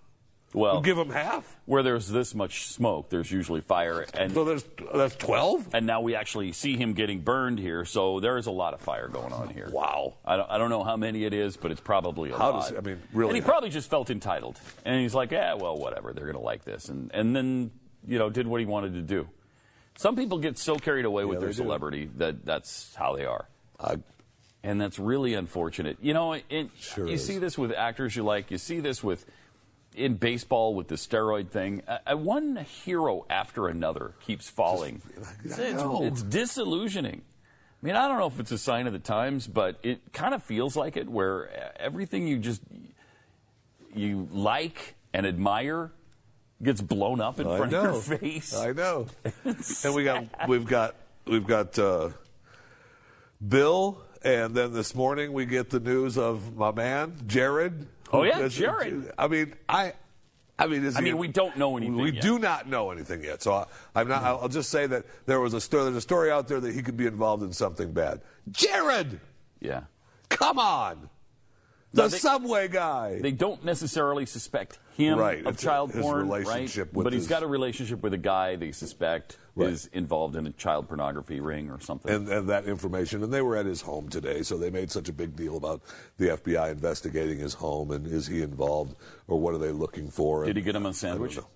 Speaker 1: Well,
Speaker 2: give them half.
Speaker 1: where there's this much smoke, there's usually fire. And
Speaker 2: So there's that's 12?
Speaker 1: And now we actually see him getting burned here, so there is a lot of fire going on here.
Speaker 2: Wow.
Speaker 1: I don't, I don't know how many it is, but it's probably a
Speaker 2: How
Speaker 1: lot.
Speaker 2: does- I mean, really-
Speaker 1: And he probably just felt entitled. And he's like, yeah, well, whatever. They're going to like this. And, and then, you know, did what he wanted to do. Some people get so carried away with
Speaker 2: Yeah,
Speaker 1: their
Speaker 2: they do.
Speaker 1: celebrity that that's how they are.
Speaker 2: I-
Speaker 1: and that's really unfortunate. You know, it,
Speaker 2: Sure
Speaker 1: you
Speaker 2: is.
Speaker 1: see this with actors you like. You see this with in baseball with the steroid thing. Uh, uh, one hero after another keeps falling. It's,
Speaker 2: know.
Speaker 1: it's disillusioning. I mean, I don't know if it's a sign of the times, but it kind of feels like it, where uh, everything you just you like and admire gets blown up in
Speaker 2: I
Speaker 1: front
Speaker 2: know.
Speaker 1: of your face.
Speaker 2: I know. and we got we've got we've got uh, Bill, and then this morning we get the news of my man Jared.
Speaker 1: Oh, yeah,
Speaker 2: That's-
Speaker 1: Jared.
Speaker 2: I mean, I. I mean, is
Speaker 1: I
Speaker 2: he-
Speaker 1: mean, we don't know anything
Speaker 2: We
Speaker 1: yet.
Speaker 2: do not know anything yet. So I, I'm not. I'll I'll just say that there was a story. There's a story out there that he could be involved in something bad. Jared,
Speaker 1: Yeah.
Speaker 2: come on, the
Speaker 1: they-
Speaker 2: subway guy.
Speaker 1: They don't necessarily suspect him
Speaker 2: Right,
Speaker 1: of
Speaker 2: it's
Speaker 1: child
Speaker 2: his
Speaker 1: porn,
Speaker 2: relationship
Speaker 1: right?
Speaker 2: with
Speaker 1: but he's
Speaker 2: his-
Speaker 1: got a relationship with a guy they suspect
Speaker 2: Right.
Speaker 1: is involved in a child pornography ring or something.
Speaker 2: and, and that information. And they were at his home today, so they made such a big deal about the FBI investigating his home and is he involved or what are they looking for?
Speaker 1: Did he
Speaker 2: And
Speaker 1: get him a sandwich?
Speaker 2: know.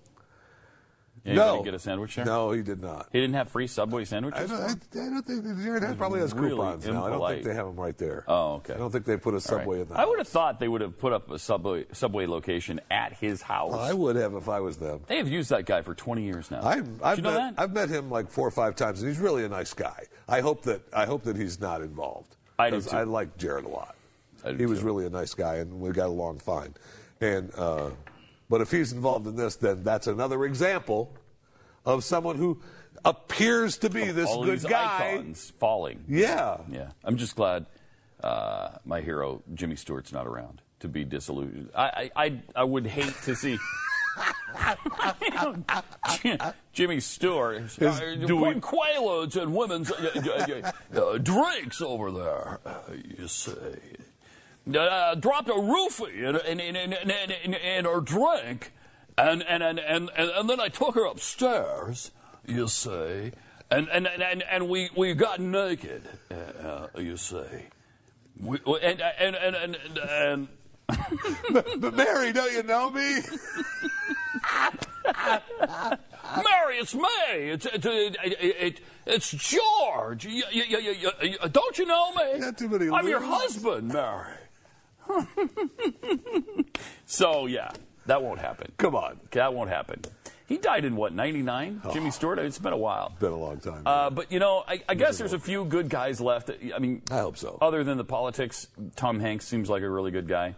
Speaker 1: Anybody
Speaker 2: No.
Speaker 1: get a sandwich there?
Speaker 2: No, he did not.
Speaker 1: He didn't have free Subway
Speaker 2: I
Speaker 1: sandwiches?
Speaker 2: don't, I, I don't think Jared has, probably has
Speaker 1: Really
Speaker 2: coupons now. I don't
Speaker 1: impolite.
Speaker 2: think they have them right there.
Speaker 1: Oh, okay.
Speaker 2: I don't think they put a
Speaker 1: All right.
Speaker 2: subway in
Speaker 1: I
Speaker 2: that.
Speaker 1: would have thought they would have put up a subway subway location at his house.
Speaker 2: I would have if I was them.
Speaker 1: They have used that guy for 20 years now.
Speaker 2: I've,
Speaker 1: Did
Speaker 2: I've,
Speaker 1: you know
Speaker 2: met,
Speaker 1: that?
Speaker 2: I've met him like four or five times, and he's really a nice guy. I hope that I hope that he's not involved.
Speaker 1: I do,
Speaker 2: 'Cause
Speaker 1: too.
Speaker 2: I like Jared a lot.
Speaker 1: I do,
Speaker 2: he was
Speaker 1: too.
Speaker 2: really a nice guy, and we got along fine. And uh, but if he's involved in this, then that's another example of someone who appears to be this
Speaker 1: All
Speaker 2: good
Speaker 1: these
Speaker 2: guy.
Speaker 1: icons falling.
Speaker 2: Yeah.
Speaker 1: Yeah, I'm just glad uh, my hero Jimmy Stewart's not around to be disillusioned. I I I, I would hate to see. Jimmy Stewart, is, uh,
Speaker 2: do we-
Speaker 1: putting Quaaludes and women's uh, uh, uh, drinks over there. uh, you say, uh, dropped a roofie in, in, in, in, in, in, in her drink, and and, and, and and and then I took her upstairs. You say, and and and, and, and we, we got naked. Uh, you say, we, we- and and and and. and, and
Speaker 2: but Mary, don't you know me?
Speaker 1: Mary, it's me. It's it's, it, it, it, it's George. You, you, you, you, you, don't you know me?
Speaker 2: Not too many
Speaker 1: I'm your
Speaker 2: losers.
Speaker 1: husband, Mary. so yeah, that won't happen.
Speaker 2: Come on. Oh,
Speaker 1: That won't happen. He died in what, 99? Jimmy Stewart? It's been a while.
Speaker 2: Been a long time.
Speaker 1: Uh, but, you know, I, I guess there's a few good guys left. I mean,
Speaker 2: I hope so.
Speaker 1: Other than the politics, Tom Hanks seems like a really good guy.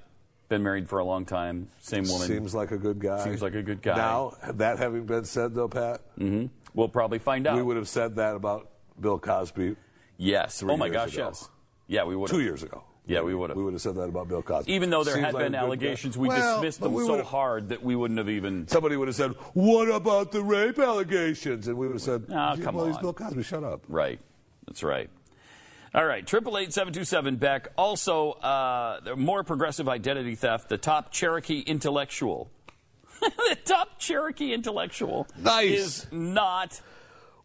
Speaker 1: Been married for a long time. Same woman.
Speaker 2: Seems like a good guy.
Speaker 1: Seems like a good guy.
Speaker 2: Now, that having been said, though, Pat,
Speaker 1: mm-hmm. we'll probably find out.
Speaker 2: We would have said that about Bill Cosby.
Speaker 1: Yes.
Speaker 2: three
Speaker 1: oh my
Speaker 2: years
Speaker 1: gosh,
Speaker 2: ago.
Speaker 1: yes. Yeah, we would.
Speaker 2: Two years ago.
Speaker 1: Yeah, we would have.
Speaker 2: We would have said that about Bill Cosby.
Speaker 1: Even though there
Speaker 2: Seems
Speaker 1: had
Speaker 2: like a
Speaker 1: been
Speaker 2: good guy.
Speaker 1: allegations, we
Speaker 2: Well,
Speaker 1: dismissed
Speaker 2: but
Speaker 1: them
Speaker 2: we
Speaker 1: so
Speaker 2: would've-
Speaker 1: hard that we wouldn't have even.
Speaker 2: Somebody would have said, "What about the rape allegations?" And we would have said,
Speaker 1: Ah, come
Speaker 2: well, he's
Speaker 1: on.
Speaker 2: Bill Cosby. Shut up."
Speaker 1: Right. That's right. All right, triple eight seven two seven Beck. Also, uh, the more progressive identity theft. The top Cherokee intellectual. the top Cherokee intellectual
Speaker 2: Nice.
Speaker 1: is not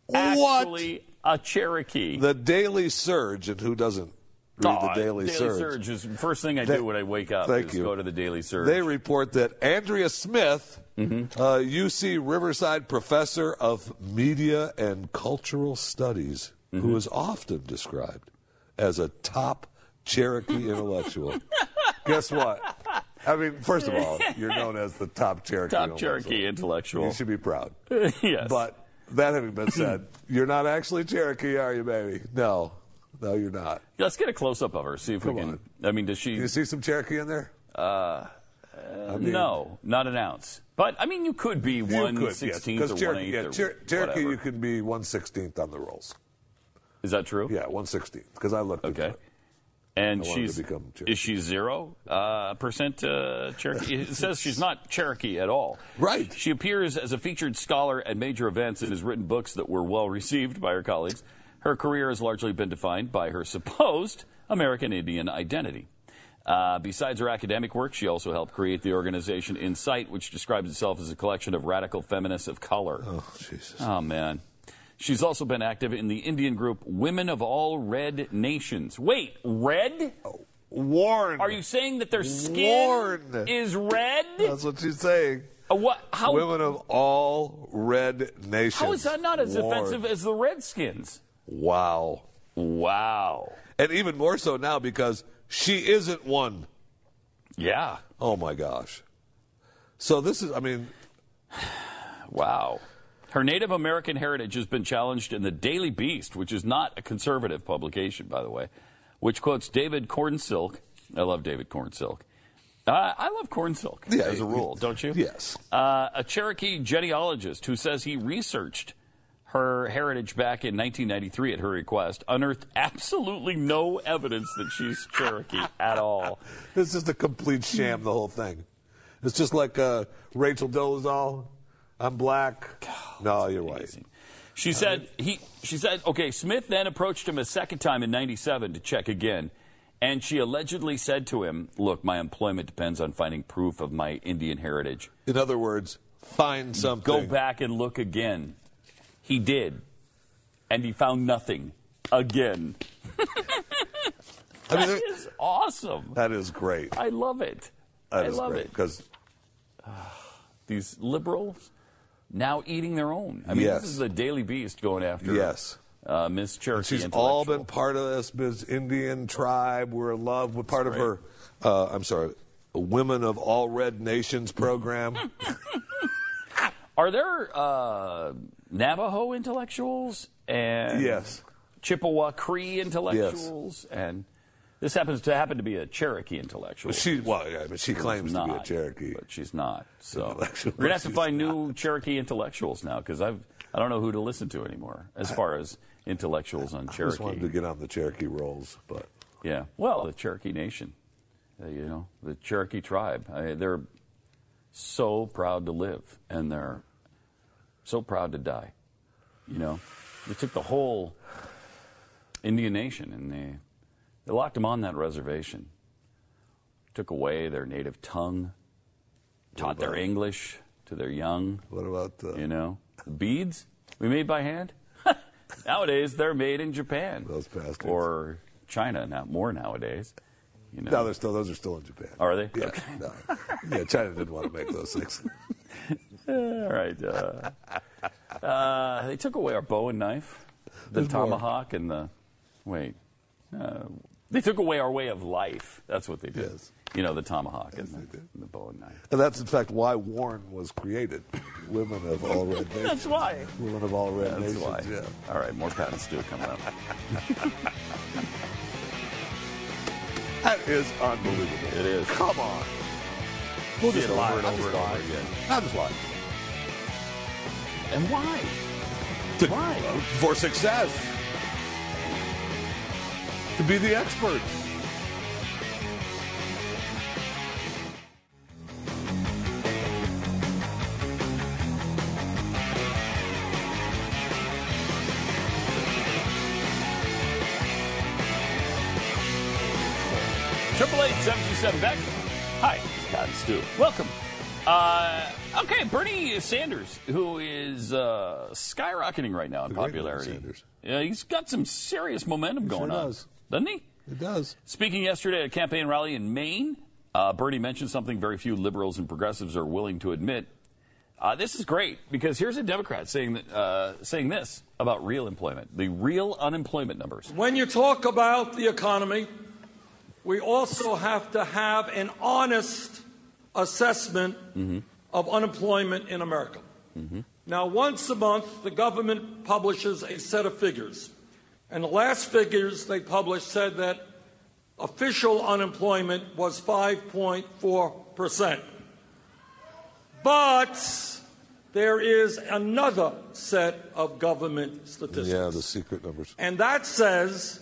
Speaker 2: What?
Speaker 1: actually a Cherokee.
Speaker 2: The Daily Surge, and who doesn't read
Speaker 1: Oh,
Speaker 2: the Daily, Surge?
Speaker 1: is first thing I
Speaker 2: That-
Speaker 1: do when I wake up.
Speaker 2: Thank
Speaker 1: is
Speaker 2: you.
Speaker 1: Go to the Daily Surge.
Speaker 2: They report that Andrea Smith,
Speaker 1: Mm-hmm.
Speaker 2: uh, UC Riverside professor of media and cultural studies,
Speaker 1: Mm-hmm.
Speaker 2: who is often described as a top Cherokee intellectual. Guess what? I mean, first of all, you're known as the top Cherokee
Speaker 1: Top
Speaker 2: intellectual.
Speaker 1: Cherokee intellectual.
Speaker 2: You should be proud.
Speaker 1: yes.
Speaker 2: But that having been said, you're not actually Cherokee, are you, baby? No. No, you're not.
Speaker 1: Let's get a close up of her. See if we can. I mean, does she?
Speaker 2: You see some Cherokee in there?
Speaker 1: Uh, uh,
Speaker 2: mean-
Speaker 1: no, not an ounce. But I mean, you could be one
Speaker 2: could, yes,
Speaker 1: sixteenth
Speaker 2: 'cause
Speaker 1: or one
Speaker 2: Cherokee,
Speaker 1: eighth
Speaker 2: yeah,
Speaker 1: or
Speaker 2: Cher- Cherokee,
Speaker 1: whatever.
Speaker 2: you can be one sixteenth on the rolls.
Speaker 1: Is that true?
Speaker 2: Yeah, one sixteenth. Because I looked.
Speaker 1: Okay. And
Speaker 2: I wanted
Speaker 1: she's
Speaker 2: to become Cherokee.
Speaker 1: is she zero uh, percent uh, Cherokee? It says she's not Cherokee at all.
Speaker 2: Right.
Speaker 1: She appears as a featured scholar at major events and has written books that were well received by her colleagues. Her career has largely been defined by her supposed American Indian identity. Uh, besides her academic work, she also helped create the organization Insight, which describes itself as a collection of radical feminists of color. Oh,
Speaker 2: Jesus.
Speaker 1: Oh, man. She's also been active in the Indian group Women of All Red Nations. Wait, red?
Speaker 2: Oh. Warren.
Speaker 1: Are you saying that their skin
Speaker 2: Warn.
Speaker 1: is red?
Speaker 2: That's what she's saying.
Speaker 1: Uh, what? How?
Speaker 2: Women of all red nations.
Speaker 1: How is that not as
Speaker 2: Warn.
Speaker 1: offensive as the Redskins?
Speaker 2: Wow.
Speaker 1: Wow.
Speaker 2: And even more so now because she isn't one.
Speaker 1: Yeah.
Speaker 2: Oh my gosh. So this is. I mean,
Speaker 1: Wow. Her Native American heritage has been challenged in the Daily Beast, which is not a conservative publication, by the way, which quotes David Cornsilk. I love David Cornsilk. Uh, I love Cornsilk
Speaker 2: Yeah,
Speaker 1: as a
Speaker 2: he-
Speaker 1: rule, don't you?
Speaker 2: Yes.
Speaker 1: Uh, a Cherokee genealogist who says he researched her heritage back in 1993 at her request unearthed absolutely no evidence that she's Cherokee at all.
Speaker 2: This is the complete
Speaker 1: Hmm.
Speaker 2: sham, the whole thing. It's just like uh, Rachel Dolezal. I'm black. no, you're white.
Speaker 1: She said he. She said okay. Smith then approached him a second time in '97 to check again, and she allegedly said to him, "Look, my employment depends on finding proof of my Indian heritage.
Speaker 2: In other words, find something.
Speaker 1: Go back and look again." He did, and he found nothing again.
Speaker 2: I mean,
Speaker 1: That is awesome.
Speaker 2: that is great.
Speaker 1: I love it.
Speaker 2: That
Speaker 1: I
Speaker 2: is
Speaker 1: love
Speaker 2: great
Speaker 1: it.
Speaker 2: because
Speaker 1: These liberals now eating their own. I mean,
Speaker 2: Yes.
Speaker 1: this is the Daily Beast going after
Speaker 2: Yes.
Speaker 1: uh, Miss Cherokee.
Speaker 2: she's
Speaker 1: intellectual.
Speaker 2: all been part of this, this Indian tribe. We're in love with part of her. Uh, I'm sorry, Women of All Red Nations program.
Speaker 1: Are there uh, Navajo intellectuals and
Speaker 2: Yes.
Speaker 1: Chippewa Cree intellectuals and this happens to happen to be a Cherokee intellectual.
Speaker 2: she well, yeah, but she
Speaker 1: Who's
Speaker 2: claims to be a
Speaker 1: not,
Speaker 2: Cherokee.
Speaker 1: but she's not. So
Speaker 2: Intellectual,
Speaker 1: we're gonna have to
Speaker 2: she's
Speaker 1: find new Cherokee intellectuals now because I've I don't know who to listen to anymore as far as intellectuals on
Speaker 2: I just
Speaker 1: Cherokee.
Speaker 2: wanted to get on the Cherokee rolls, but
Speaker 1: Yeah. Well, the Cherokee Nation, uh, you know, the Cherokee tribe. I, they're so proud to live and they're so proud to die. You know, they took the whole Indian Nation and they, they locked them on that reservation, took away their native tongue, taught their English to their young.
Speaker 2: What about the.
Speaker 1: You know, the beads we made by hand? Nowadays, they're made in Japan. Those
Speaker 2: bastards.
Speaker 1: Or China, not more nowadays. You know.
Speaker 2: No, they're still those are still in Japan.
Speaker 1: Are they?
Speaker 2: Yeah, no. yeah. China didn't want to make those things.
Speaker 1: All right. Uh, uh, they took away our bow and knife, the
Speaker 2: There's more.
Speaker 1: tomahawk, and the. Wait. Uh, They took away our way of life. That's what they did. You know, the tomahawk and, the, and the bow and knife.
Speaker 2: And that's, in fact, why Warren was created. Women of all red nations.
Speaker 1: That's why.
Speaker 2: Women of all red
Speaker 1: That's
Speaker 2: nations.
Speaker 1: why.
Speaker 2: Yeah.
Speaker 1: All right, more Pat and Stu coming up.
Speaker 2: That is unbelievable.
Speaker 1: It is.
Speaker 2: Come on. We'll
Speaker 1: See
Speaker 2: just
Speaker 1: it
Speaker 2: lie.
Speaker 1: over and
Speaker 2: I'll
Speaker 1: over
Speaker 2: just
Speaker 1: and over
Speaker 2: lie.
Speaker 1: again.
Speaker 2: I'll just lie.
Speaker 1: And why?
Speaker 2: Why? for success. To be the expert.
Speaker 1: Triple Eight Seven Two Seven Beck. Hi, it's Pat and Stu. Welcome. Uh, okay, Bernie Sanders, who is uh, skyrocketing right now in popularity. Yeah, he's got some serious momentum going
Speaker 2: sure
Speaker 1: on,
Speaker 2: does.
Speaker 1: doesn't he?
Speaker 2: It does.
Speaker 1: Speaking yesterday at a campaign rally in Maine, uh, Bernie mentioned something very few liberals and progressives are willing to admit. Uh, this is great because here's a Democrat saying that, uh, saying this about real employment, the real unemployment numbers.
Speaker 18: When you talk about the economy, we also have to have an honest assessment
Speaker 2: Mm-hmm.
Speaker 18: of unemployment in America. Now, once a month, the government publishes a set of figures. And the last figures they published said that official unemployment was 5.4%. But there is another set of government statistics.
Speaker 2: Yeah, the secret numbers.
Speaker 18: And that says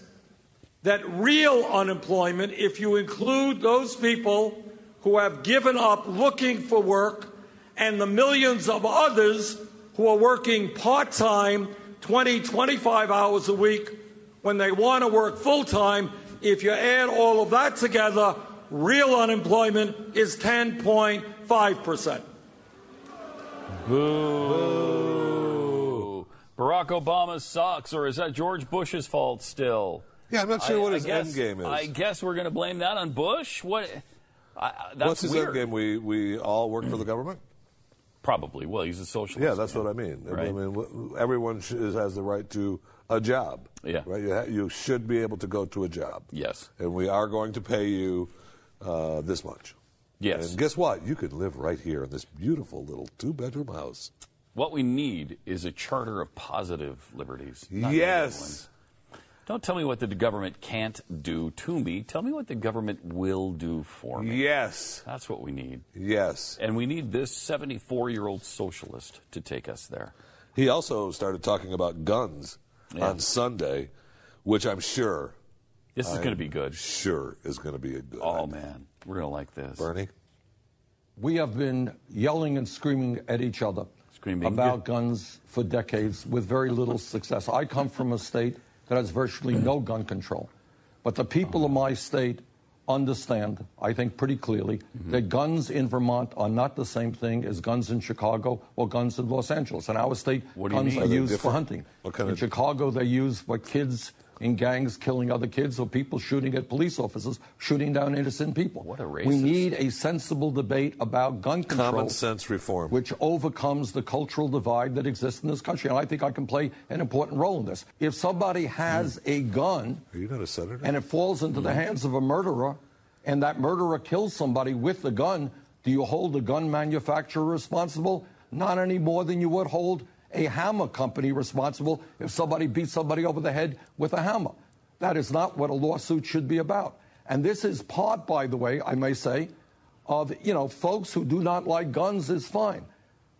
Speaker 18: that real unemployment, if you include those people who have given up looking for work and the millions of others who are working part time, 20, 25 hours a week, when they want to work full time, if you add all of that together, real unemployment is 10.5%.
Speaker 1: Boo. Barack Obama sucks, or is that George Bush's fault still?
Speaker 2: Yeah, I'm not sure what his
Speaker 1: guess,
Speaker 2: end game is.
Speaker 1: I guess we're going to blame that on Bush. What? I, I- that's
Speaker 2: What's his
Speaker 1: weird.
Speaker 2: end game? We, we all work for the government?
Speaker 1: Probably. Well, he's a socialist.
Speaker 2: Yeah, that's what I mean. I
Speaker 1: Right.
Speaker 2: mean, wh- everyone sh- is, has the right to a job.
Speaker 1: Yeah.
Speaker 2: Right? You, ha- you should be able to go to a job.
Speaker 1: Yes.
Speaker 2: And we are going to pay you uh, this much.
Speaker 1: Yes.
Speaker 2: And guess what? You could live right here in this beautiful little two bedroom house.
Speaker 1: What we need is a charter of positive liberties. not negative
Speaker 2: Yes.
Speaker 1: ones. Don't tell me what the government can't do to me. Tell me what the government will do for me.
Speaker 2: Yes.
Speaker 1: That's what we need.
Speaker 2: Yes.
Speaker 1: And we need this 74 year old socialist to take us there.
Speaker 2: He also started talking about guns
Speaker 1: Yeah.
Speaker 2: on Sunday, which I'm sure.
Speaker 1: This is
Speaker 2: I'm
Speaker 1: going to be good.
Speaker 2: Sure is going to be a good.
Speaker 1: Oh, man. We're going to like this.
Speaker 2: Bernie?
Speaker 19: We have been yelling and screaming at each other about guns for decades with very little success. I come from a state that has virtually no gun control. But the people of my state understand, I think pretty clearly,
Speaker 2: Mm-hmm.
Speaker 19: that guns in Vermont are not the same thing as guns in Chicago or guns in Los Angeles. In our state,
Speaker 2: do you
Speaker 19: guns
Speaker 2: mean?
Speaker 19: are
Speaker 2: Are they
Speaker 19: used for
Speaker 2: different?
Speaker 19: hunting.
Speaker 2: What kind
Speaker 19: in
Speaker 2: of-
Speaker 19: Chicago, they're used for kids in gangs killing other kids or people shooting at police officers, shooting down innocent people. What a We
Speaker 2: racist.
Speaker 19: need a sensible debate about gun control
Speaker 2: Common sense reform.
Speaker 19: which overcomes the cultural divide that exists in this country. And I think I can play an important role in this. If somebody has a gun
Speaker 2: Hmm. Are you not a senator?
Speaker 19: and it falls into the
Speaker 2: Hmm.
Speaker 19: hands of a murderer, and that murderer kills somebody with the gun, do you hold the gun manufacturer responsible? Not any more than you would hold a hammer company responsible if somebody beat somebody over the head with a hammer. That is not what a lawsuit should be about. And this is part, by the way, I may say, of, you know, folks who do not like guns is fine.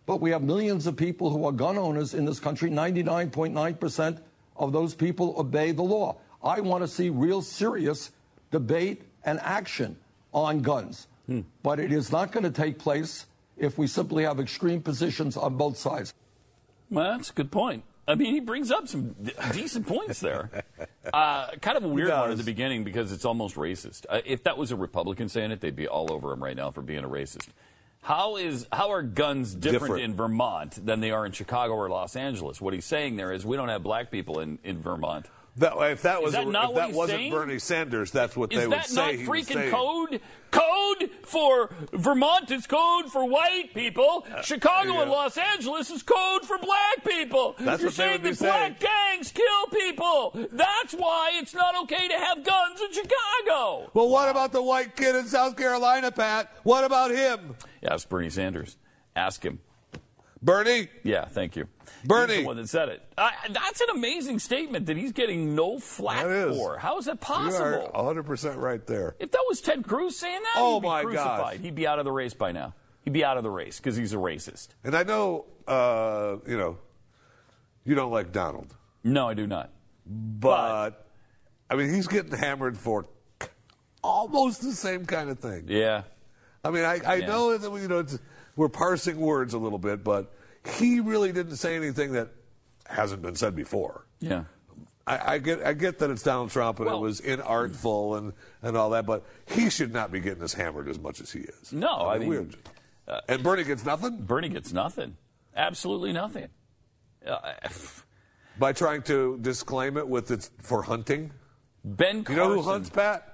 Speaker 19: But we have millions of people who are gun owners in this country. 99.9% of those people obey the law. I want to see real serious debate and action on guns. But it is not going to take place if we simply have extreme positions on both sides.
Speaker 1: Well, that's a good point. I mean, he brings up some d- decent points there. Uh, kind of a weird one at the beginning because it's almost racist. Uh, if that was a Republican saying it, they'd be all over him right now for being a racist. How is how are guns different,
Speaker 2: Different.
Speaker 1: in Vermont than they are in Chicago or Los Angeles? What he's saying there is we don't have black people in, in Vermont.
Speaker 2: That, if that
Speaker 1: Is
Speaker 2: was
Speaker 1: that not
Speaker 2: if
Speaker 1: what
Speaker 2: that
Speaker 1: he's
Speaker 2: wasn't
Speaker 1: saying?
Speaker 2: Bernie Sanders, that's what
Speaker 1: Is
Speaker 2: they would
Speaker 1: that
Speaker 2: say.
Speaker 1: not
Speaker 2: he was
Speaker 1: freaking
Speaker 2: saying.
Speaker 1: code? Code? code for Vermont is code for white people.
Speaker 2: Uh,
Speaker 1: Chicago
Speaker 3: yeah.
Speaker 1: and Los Angeles is code for black people.
Speaker 3: That's
Speaker 1: You're
Speaker 3: what they
Speaker 1: saying
Speaker 3: would be
Speaker 1: that black gangs kill people. That's why it's not okay to have guns in Chicago.
Speaker 2: Well, what about the white kid in South Carolina, Pat? What about him?
Speaker 1: Ask Bernie Sanders. Ask him.
Speaker 2: Bernie?
Speaker 1: Yeah, thank you.
Speaker 2: Bernie.
Speaker 1: He's the one that said it. Uh, that's an amazing statement that he's getting no flack
Speaker 2: That is.
Speaker 1: for. How is that
Speaker 2: You
Speaker 1: possible?
Speaker 2: are 100% right there.
Speaker 1: If that was Ted Cruz saying that,
Speaker 2: Oh,
Speaker 1: he'd be
Speaker 2: my gosh.
Speaker 1: crucified. He'd be out of the race by now. He'd be out of the race because he's a racist.
Speaker 2: And I know, uh, you know, you don't like Donald.
Speaker 1: No, I do not.
Speaker 2: But, I mean, he's getting hammered for almost the same kind of thing.
Speaker 1: Yeah.
Speaker 2: I mean, I, I
Speaker 1: Yeah.
Speaker 2: know that we, you know it's, we're parsing words a little bit, but he really didn't say anything that hasn't been said before.
Speaker 1: Yeah.
Speaker 2: I, I get I get that it's Donald Trump and it was inartful and, and all that, but he should not be getting as hammered as much as he is.
Speaker 1: No, I mean, uh,
Speaker 2: weird. and Bernie gets nothing.
Speaker 1: Bernie gets nothing. Absolutely nothing. Uh,
Speaker 2: By trying to disclaim it with it's for hunting.
Speaker 1: Ben
Speaker 2: You know who
Speaker 1: Carson.
Speaker 2: hunts Pat?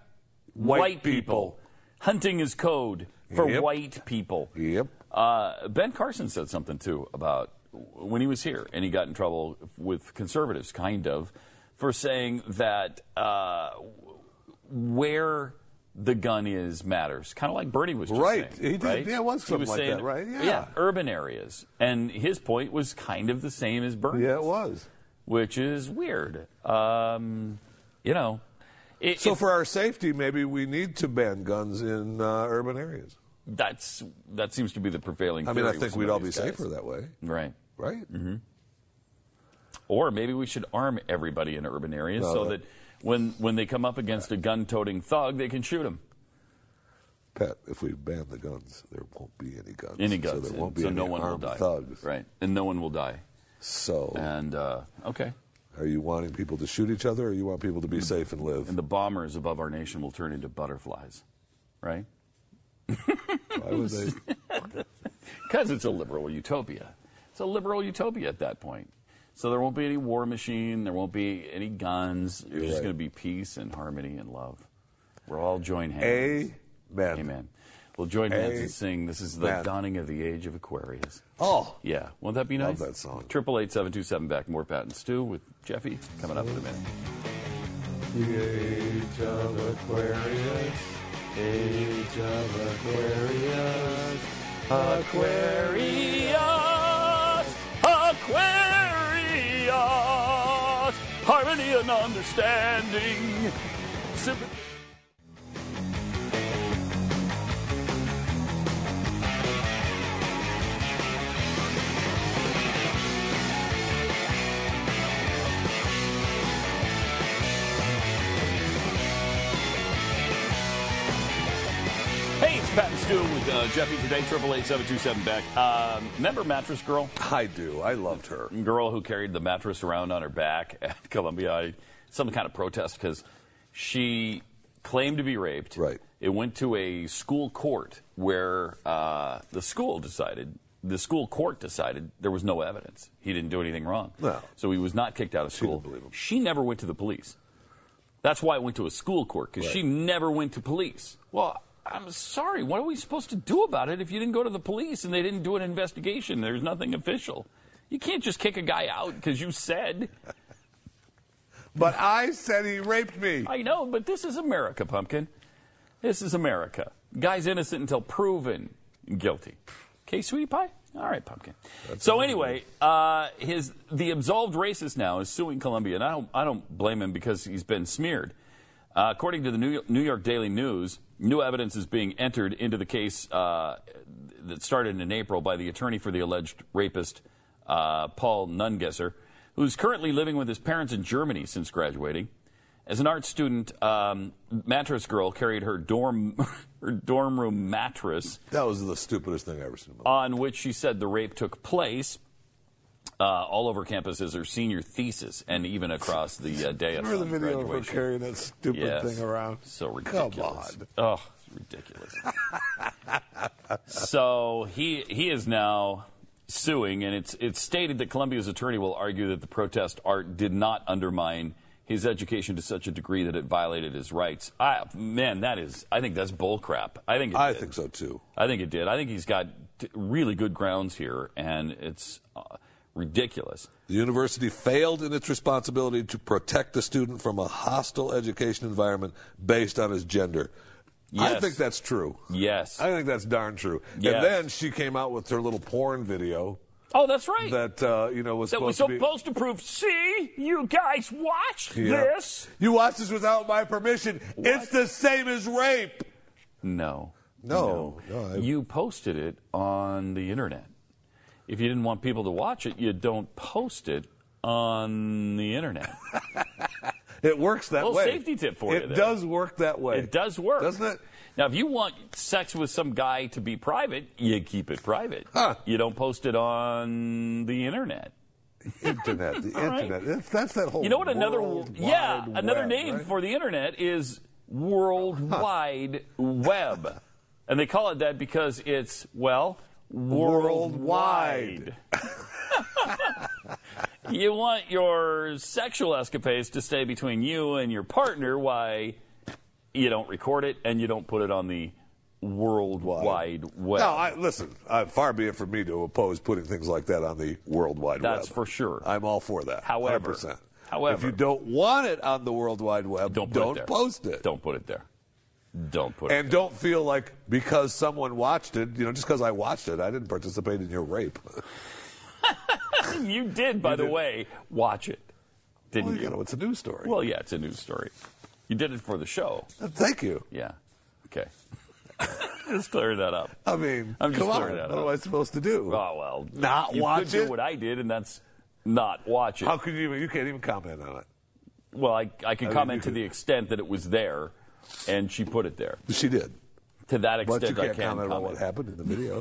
Speaker 1: white, people. Hunting is code for
Speaker 2: Yep.
Speaker 1: white people.
Speaker 2: Yep.
Speaker 1: Uh, ben Carson said something too about when he was here and he got in trouble with conservatives, kind of, for saying that uh, where the gun is matters, kind of like Bernie was just
Speaker 2: Right.
Speaker 1: saying,
Speaker 2: He did-
Speaker 1: right?
Speaker 2: yeah, it was
Speaker 1: He
Speaker 2: something like
Speaker 1: saying,
Speaker 2: that, right? Yeah.
Speaker 1: urban areas, and his point was kind of the same as Bernie's.
Speaker 2: Yeah, it was.
Speaker 1: which is weird. Um, you know, it,
Speaker 2: So
Speaker 1: it-
Speaker 2: for our safety, maybe we need to ban guns in uh, urban areas.
Speaker 1: that's that seems to be the prevailing.
Speaker 2: I mean,
Speaker 1: theory
Speaker 2: I
Speaker 1: with
Speaker 2: think
Speaker 1: some
Speaker 2: we'd
Speaker 1: of
Speaker 2: all be
Speaker 1: these guys.
Speaker 2: safer that way.
Speaker 1: Right.
Speaker 2: Right.
Speaker 1: hmm Or maybe we should arm everybody in urban areas
Speaker 2: No,
Speaker 1: so
Speaker 2: that-
Speaker 1: that when when they come up against a gun-toting thug, they can shoot him.
Speaker 2: Pat, if we ban the guns, there won't be any guns.
Speaker 1: Any guns,
Speaker 2: So there
Speaker 1: and
Speaker 2: won't be
Speaker 1: so
Speaker 2: any
Speaker 1: no one will
Speaker 2: armed
Speaker 1: die.
Speaker 2: thugs.
Speaker 1: Right, and no one will die.
Speaker 2: So
Speaker 1: and uh, okay, Mm-hmm.
Speaker 2: are you wanting people to shoot each other, or you want people to be safe and live?
Speaker 1: and the bombers above our nation will turn into butterflies, right?
Speaker 2: Why would they?
Speaker 1: Because it's a liberal utopia. It's a liberal utopia at that point. So there won't be any war machine. There won't be any guns. There's just
Speaker 2: right.
Speaker 1: going to be peace and harmony and love. We'll all join hands.
Speaker 2: Amen.
Speaker 1: Amen. We'll join hands
Speaker 2: Amen.
Speaker 1: and sing. This is the dawning of the age of Aquarius.
Speaker 2: Oh,
Speaker 1: Yeah, won't that be nice?
Speaker 2: Love that song.
Speaker 1: Triple eight seven two seven back. More Pat and Stu with Jeffy coming up in a minute.
Speaker 14: The age of Aquarius. Age of Aquarius.
Speaker 1: Aquarius, Aquarius, harmony and understanding. Symp- Hey, it's Pat and Stu with uh, Jeffy today. Triple eight seven two seven back. Um, remember mattress girl?
Speaker 2: I do. I loved her.
Speaker 1: Girl who carried the mattress around on her back at Columbia. I, some kind of protest because she claimed to be raped. Right. It went to a school court where uh, the school decided. The school court decided there was no evidence. He didn't do anything wrong.
Speaker 2: No.
Speaker 1: So he was not kicked out of school. She never went to the police. That's why it went to a school court because she never went to police. Well, I'm sorry. What are we supposed to do about it if you didn't go to the police and they didn't do an investigation? There's nothing official. You can't just kick a guy out because you said.
Speaker 2: But I said he raped me.
Speaker 1: I know, but this is America, pumpkin. This is America. Guy's innocent until proven guilty. Okay, sweetie pie? All right, pumpkin. so anyway, uh, his the absolved racist now is suing Columbia, and I don't I don't blame him because he's been smeared. Uh, according to the New York, New York Daily News, new evidence is being entered into the case uh, that started in April by the attorney for the alleged rapist, uh, Paul Nungesser, who's currently living with his parents in Germany since graduating. As an art student, um, mattress girl carried her dorm her dorm room mattress
Speaker 2: That was the stupidest thing I ever seen.
Speaker 1: on which she said the rape took place. Uh, all over campus is her senior thesis, and even across the uh, day of
Speaker 2: Remember the
Speaker 1: upon
Speaker 2: video of her
Speaker 1: graduation.
Speaker 2: carrying that stupid
Speaker 1: Yes.
Speaker 2: thing around?
Speaker 1: So
Speaker 2: Come
Speaker 1: ridiculous. Oh, it's ridiculous. so he he is now suing, and it's it's stated that Columbia's attorney will argue that the protest art did not undermine his education to such a degree that it violated his rights. I, man, that is, I think that's bull crap. I think it
Speaker 2: I
Speaker 1: did.
Speaker 2: think so too.
Speaker 1: I think it did. I think he's got t- really good grounds here, and it's uh, ridiculous.
Speaker 2: The university failed in its responsibility to protect the student from a hostile education environment based on his gender. I
Speaker 1: Yes.
Speaker 2: think that's true.
Speaker 1: Yes.
Speaker 2: I think that's darn true.
Speaker 1: Yes.
Speaker 2: And then she came out with her little porn video
Speaker 1: Oh, that's right.
Speaker 2: that uh, you know was
Speaker 1: that was
Speaker 2: supposed to be
Speaker 1: supposed to prove. See, you guys watched
Speaker 2: Yeah.
Speaker 1: this.
Speaker 2: You watched this without my permission. It's the same as rape.
Speaker 1: No.
Speaker 2: No, no, I-
Speaker 1: you posted it on the internet. If you didn't want people to watch it, you don't post it on the internet.
Speaker 2: It works that
Speaker 1: Little
Speaker 2: way.
Speaker 1: safety tip for
Speaker 2: it
Speaker 1: you there.
Speaker 2: does work that way.
Speaker 1: It does work.
Speaker 2: Doesn't it?
Speaker 1: Now, if you want sex with some guy to be private, you keep it private.
Speaker 2: Huh.
Speaker 1: You don't post it on the internet.
Speaker 2: Internet, the
Speaker 1: All right.
Speaker 2: internet. That's, that's that whole.
Speaker 1: You know what? Another
Speaker 2: World
Speaker 1: yeah,
Speaker 2: Wide
Speaker 1: another
Speaker 2: Web,
Speaker 1: name
Speaker 2: right?
Speaker 1: for the internet is World Wide Web, and they call it that because it's well worldwide. you want your sexual escapades to stay between you and your partner. Why you don't record it and you don't put it on the World Wide Web?
Speaker 2: No, I, listen. Uh, far be it from me to oppose putting things like that on the World Wide Web.
Speaker 1: That's for sure.
Speaker 2: I'm all for that.
Speaker 1: However,
Speaker 2: 100%.
Speaker 1: however-
Speaker 2: if you don't want it on the World Wide Web,
Speaker 1: don't put it there.
Speaker 2: post it.
Speaker 1: Don't put it there. Don't put it.
Speaker 2: and don't feel like because someone watched it, you know, just because I watched it, I didn't participate in your rape.
Speaker 1: you did, by the way, watch it. Didn't
Speaker 2: Well,
Speaker 1: you?
Speaker 2: you know, it's a news story. Uh,
Speaker 1: Well, yeah, it's a news story. You did it for the show.
Speaker 2: Thank you.
Speaker 1: Yeah. Okay. just clear that up.
Speaker 2: I mean,
Speaker 1: I'm just
Speaker 2: come
Speaker 1: clearing
Speaker 2: on.
Speaker 1: that
Speaker 2: what
Speaker 1: up.
Speaker 2: am I supposed to do?
Speaker 1: Oh well,
Speaker 2: Not
Speaker 1: you
Speaker 2: watch
Speaker 1: could do
Speaker 2: it?
Speaker 1: what I did, and that's not watch it.
Speaker 2: How could you? even- You can't even comment on it.
Speaker 1: well, I I can
Speaker 2: I mean,
Speaker 1: comment
Speaker 2: you
Speaker 1: to
Speaker 2: could-
Speaker 1: the extent that it was there, and she put it there.
Speaker 2: She did.
Speaker 1: To that extent,
Speaker 2: But you
Speaker 1: I
Speaker 2: can't
Speaker 1: can
Speaker 2: comment, on what happened in the video.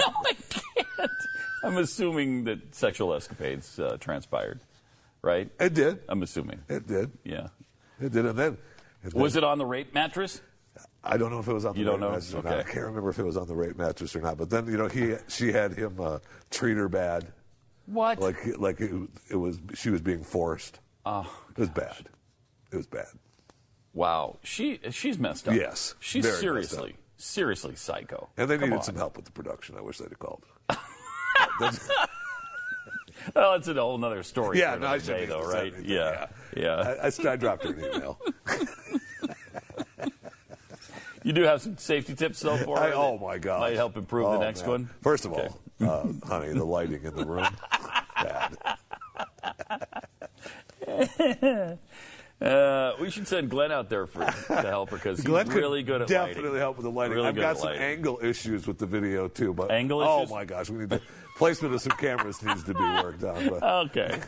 Speaker 1: I'm assuming that sexual escapades uh, transpired, right?
Speaker 2: It did.
Speaker 1: I'm assuming.
Speaker 2: It did.
Speaker 1: Yeah.
Speaker 2: It did. And then, and
Speaker 1: Was
Speaker 2: then-
Speaker 1: it on the rape mattress?
Speaker 2: I don't know if it was on the
Speaker 1: You
Speaker 2: rape
Speaker 1: don't know?
Speaker 2: mattress or not. I
Speaker 1: Okay.
Speaker 2: can't remember if it was on the rape mattress or not. But then you know he she had him uh, treat her bad.
Speaker 1: What?
Speaker 2: Like like it, it was she was being forced.
Speaker 1: Oh,
Speaker 2: it was bad. It was bad.
Speaker 1: Wow, she she's messed up.
Speaker 2: Yes,
Speaker 1: she's
Speaker 2: very messed
Speaker 1: seriously, seriously psycho.
Speaker 2: And they
Speaker 1: Come
Speaker 2: needed
Speaker 1: on.
Speaker 2: some help with the production. I wish they'd have called.
Speaker 1: Well, that's a whole other story.
Speaker 2: Yeah,
Speaker 1: for
Speaker 2: no,
Speaker 1: another
Speaker 2: I shouldn't
Speaker 1: day,
Speaker 2: have
Speaker 1: though,
Speaker 2: said
Speaker 1: right?
Speaker 2: anything,
Speaker 1: Yeah, yeah.
Speaker 2: I, I, I dropped her an email.
Speaker 1: You do have some safety tips though for her.
Speaker 2: I,
Speaker 1: that
Speaker 2: oh my God!
Speaker 1: Might help improve
Speaker 2: Oh,
Speaker 1: the next
Speaker 2: man.
Speaker 1: one.
Speaker 2: First of all, uh, honey, the lighting in the room. Bad.
Speaker 1: Uh, we should send Glenn out there for to help her because he's
Speaker 2: Glenn could
Speaker 1: really good at lighting.
Speaker 2: definitely help with the lighting.
Speaker 1: Really
Speaker 2: I've
Speaker 1: good
Speaker 2: got
Speaker 1: at
Speaker 2: some
Speaker 1: lighting.
Speaker 2: angle issues with the video too, but
Speaker 1: Angle
Speaker 2: oh
Speaker 1: issues?
Speaker 2: my gosh, we need to, placement of some cameras needs to be worked on. But
Speaker 1: okay.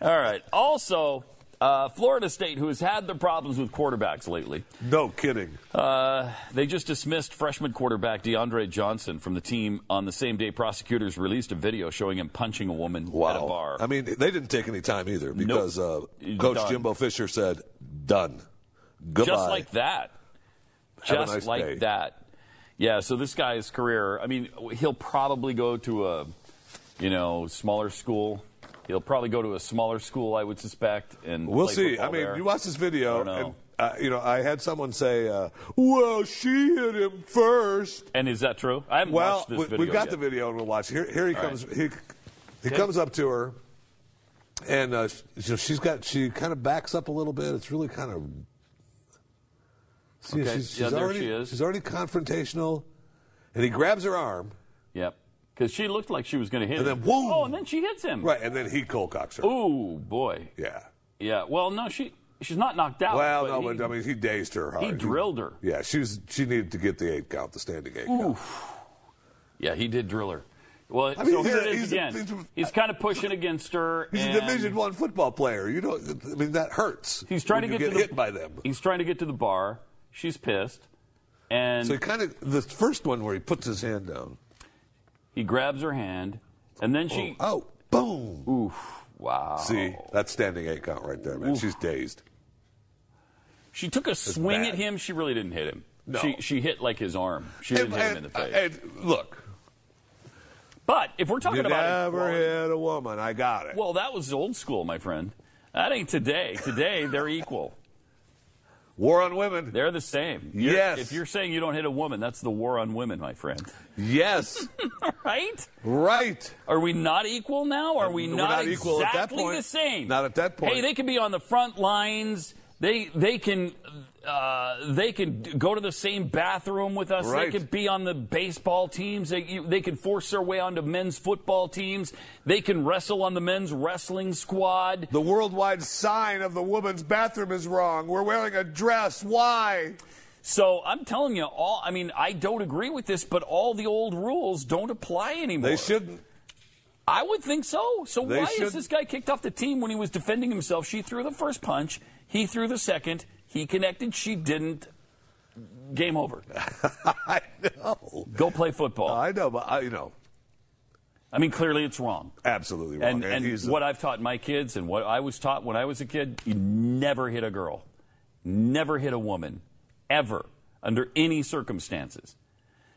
Speaker 1: All right. Also, uh, Florida State, who has had the problems with quarterbacks lately,
Speaker 2: no kidding.
Speaker 1: Uh, they just dismissed freshman quarterback DeAndre Johnson from the team on the same day prosecutors released a video showing him punching a woman at a bar.
Speaker 2: I mean, they didn't take any time either because uh,
Speaker 1: Nope.
Speaker 2: Coach
Speaker 1: Done.
Speaker 2: Jimbo Fisher said, "Done, goodbye."
Speaker 1: Just like that.
Speaker 2: Have a
Speaker 1: Just
Speaker 2: nice
Speaker 1: like
Speaker 2: day.
Speaker 1: that. Yeah, so this guy's career, I mean, he'll probably go to a, you know, smaller school. He'll probably go to a smaller school, I would suspect. And
Speaker 2: We'll
Speaker 1: play
Speaker 2: see.
Speaker 1: football
Speaker 2: I mean,
Speaker 1: there.
Speaker 2: you watch this video,
Speaker 1: I don't know.
Speaker 2: and uh, you know, I had someone say, uh, "Well, she hit him first.
Speaker 1: And is that true? I haven't
Speaker 2: Well,
Speaker 1: watched this
Speaker 2: we,
Speaker 1: video
Speaker 2: we've got
Speaker 1: yet.
Speaker 2: the video, and we'll watch. Here, here he
Speaker 1: All
Speaker 2: comes.
Speaker 1: right.
Speaker 2: He, he
Speaker 1: Okay.
Speaker 2: comes up to her, and uh, sh- you know, she's got she kind of backs up a little bit. It's really kind of. See,
Speaker 1: Okay.
Speaker 2: she's, she's
Speaker 1: Yeah, there
Speaker 2: already,
Speaker 1: she is.
Speaker 2: She's already confrontational, and he grabs her arm,
Speaker 1: Yep. Because she looked like she was going to hit
Speaker 2: and
Speaker 1: him.
Speaker 2: then whoom,
Speaker 1: Oh, and then she hits him.
Speaker 2: right, and then he cold cocks her.
Speaker 1: Ooh, boy.
Speaker 2: Yeah.
Speaker 1: Yeah. Well, no, she she's not knocked out.
Speaker 2: Well,
Speaker 1: but
Speaker 2: no,
Speaker 1: he-
Speaker 2: but I mean, he dazed her hard.
Speaker 1: he drilled her.
Speaker 2: Yeah, she was. She needed to get the eight count, the standing eight count.
Speaker 1: Yeah, he did drill her. Well,
Speaker 2: I mean,
Speaker 1: so
Speaker 2: he's
Speaker 1: here
Speaker 2: a-
Speaker 1: it is
Speaker 2: he's a-
Speaker 1: again.
Speaker 2: he's
Speaker 1: He's,
Speaker 2: a-
Speaker 1: kind of pushing against her.
Speaker 2: He's
Speaker 1: and
Speaker 2: a Division One football player. You know, I mean, that hurts.
Speaker 1: He's trying
Speaker 2: when
Speaker 1: to
Speaker 2: you
Speaker 1: get, to the,
Speaker 2: hit by them.
Speaker 1: He's trying to get to the bar. She's pissed, and
Speaker 2: So he kind of the first one where he puts his hand down.
Speaker 1: he grabs her hand, and then she.
Speaker 2: Oh, boom!
Speaker 1: Oof! Wow.
Speaker 2: See, that's standing eight count right there, man.
Speaker 1: Oof.
Speaker 2: She's dazed.
Speaker 1: she took a swing
Speaker 2: Oh.
Speaker 1: at
Speaker 2: bad.
Speaker 1: him. She really didn't hit him.
Speaker 2: No.
Speaker 1: She she hit like his arm. She didn't
Speaker 2: And-
Speaker 1: hit him in the face.
Speaker 2: and- and look,
Speaker 1: but if we're talking
Speaker 2: you
Speaker 1: about a
Speaker 2: never hit a woman. I got it.
Speaker 1: Well, that was old school, my friend. That ain't today. Today they're equal.
Speaker 2: War on women.
Speaker 1: They're the same.
Speaker 2: Yes.
Speaker 1: If you're saying you don't hit a woman, that's the war on women, my friend.
Speaker 2: Yes.
Speaker 1: right?
Speaker 2: Right.
Speaker 1: Are we not equal now? Are we
Speaker 2: We're
Speaker 1: not,
Speaker 2: not equal at
Speaker 1: exactly
Speaker 2: that point.
Speaker 1: the same?
Speaker 2: Not at that point.
Speaker 1: Hey, they can be on the front lines. They they can uh, they can d- go to the same bathroom with us.
Speaker 2: Right.
Speaker 1: They can be on the baseball teams. They you, they can force their way onto men's football teams. They can wrestle on the men's wrestling squad.
Speaker 2: The worldwide sign of the woman's bathroom is wrong. We're wearing a dress. Why?
Speaker 1: So I'm telling you, all I mean, I don't agree with this, but all the old rules don't apply anymore.
Speaker 2: They shouldn't.
Speaker 1: I would think so. So
Speaker 2: They
Speaker 1: why
Speaker 2: should-
Speaker 1: is this guy kicked off the team when he was defending himself? She threw the first punch, he threw the second, he connected, she didn't. Game over.
Speaker 2: I know.
Speaker 1: Go play football.
Speaker 2: I know, but I, you know,
Speaker 1: I mean, clearly it's wrong.
Speaker 2: absolutely wrong.
Speaker 1: And, and,
Speaker 2: he's a-
Speaker 1: what I've taught my kids and what I was taught when I was a kid, you never hit a girl, never hit a woman, ever, under any circumstances.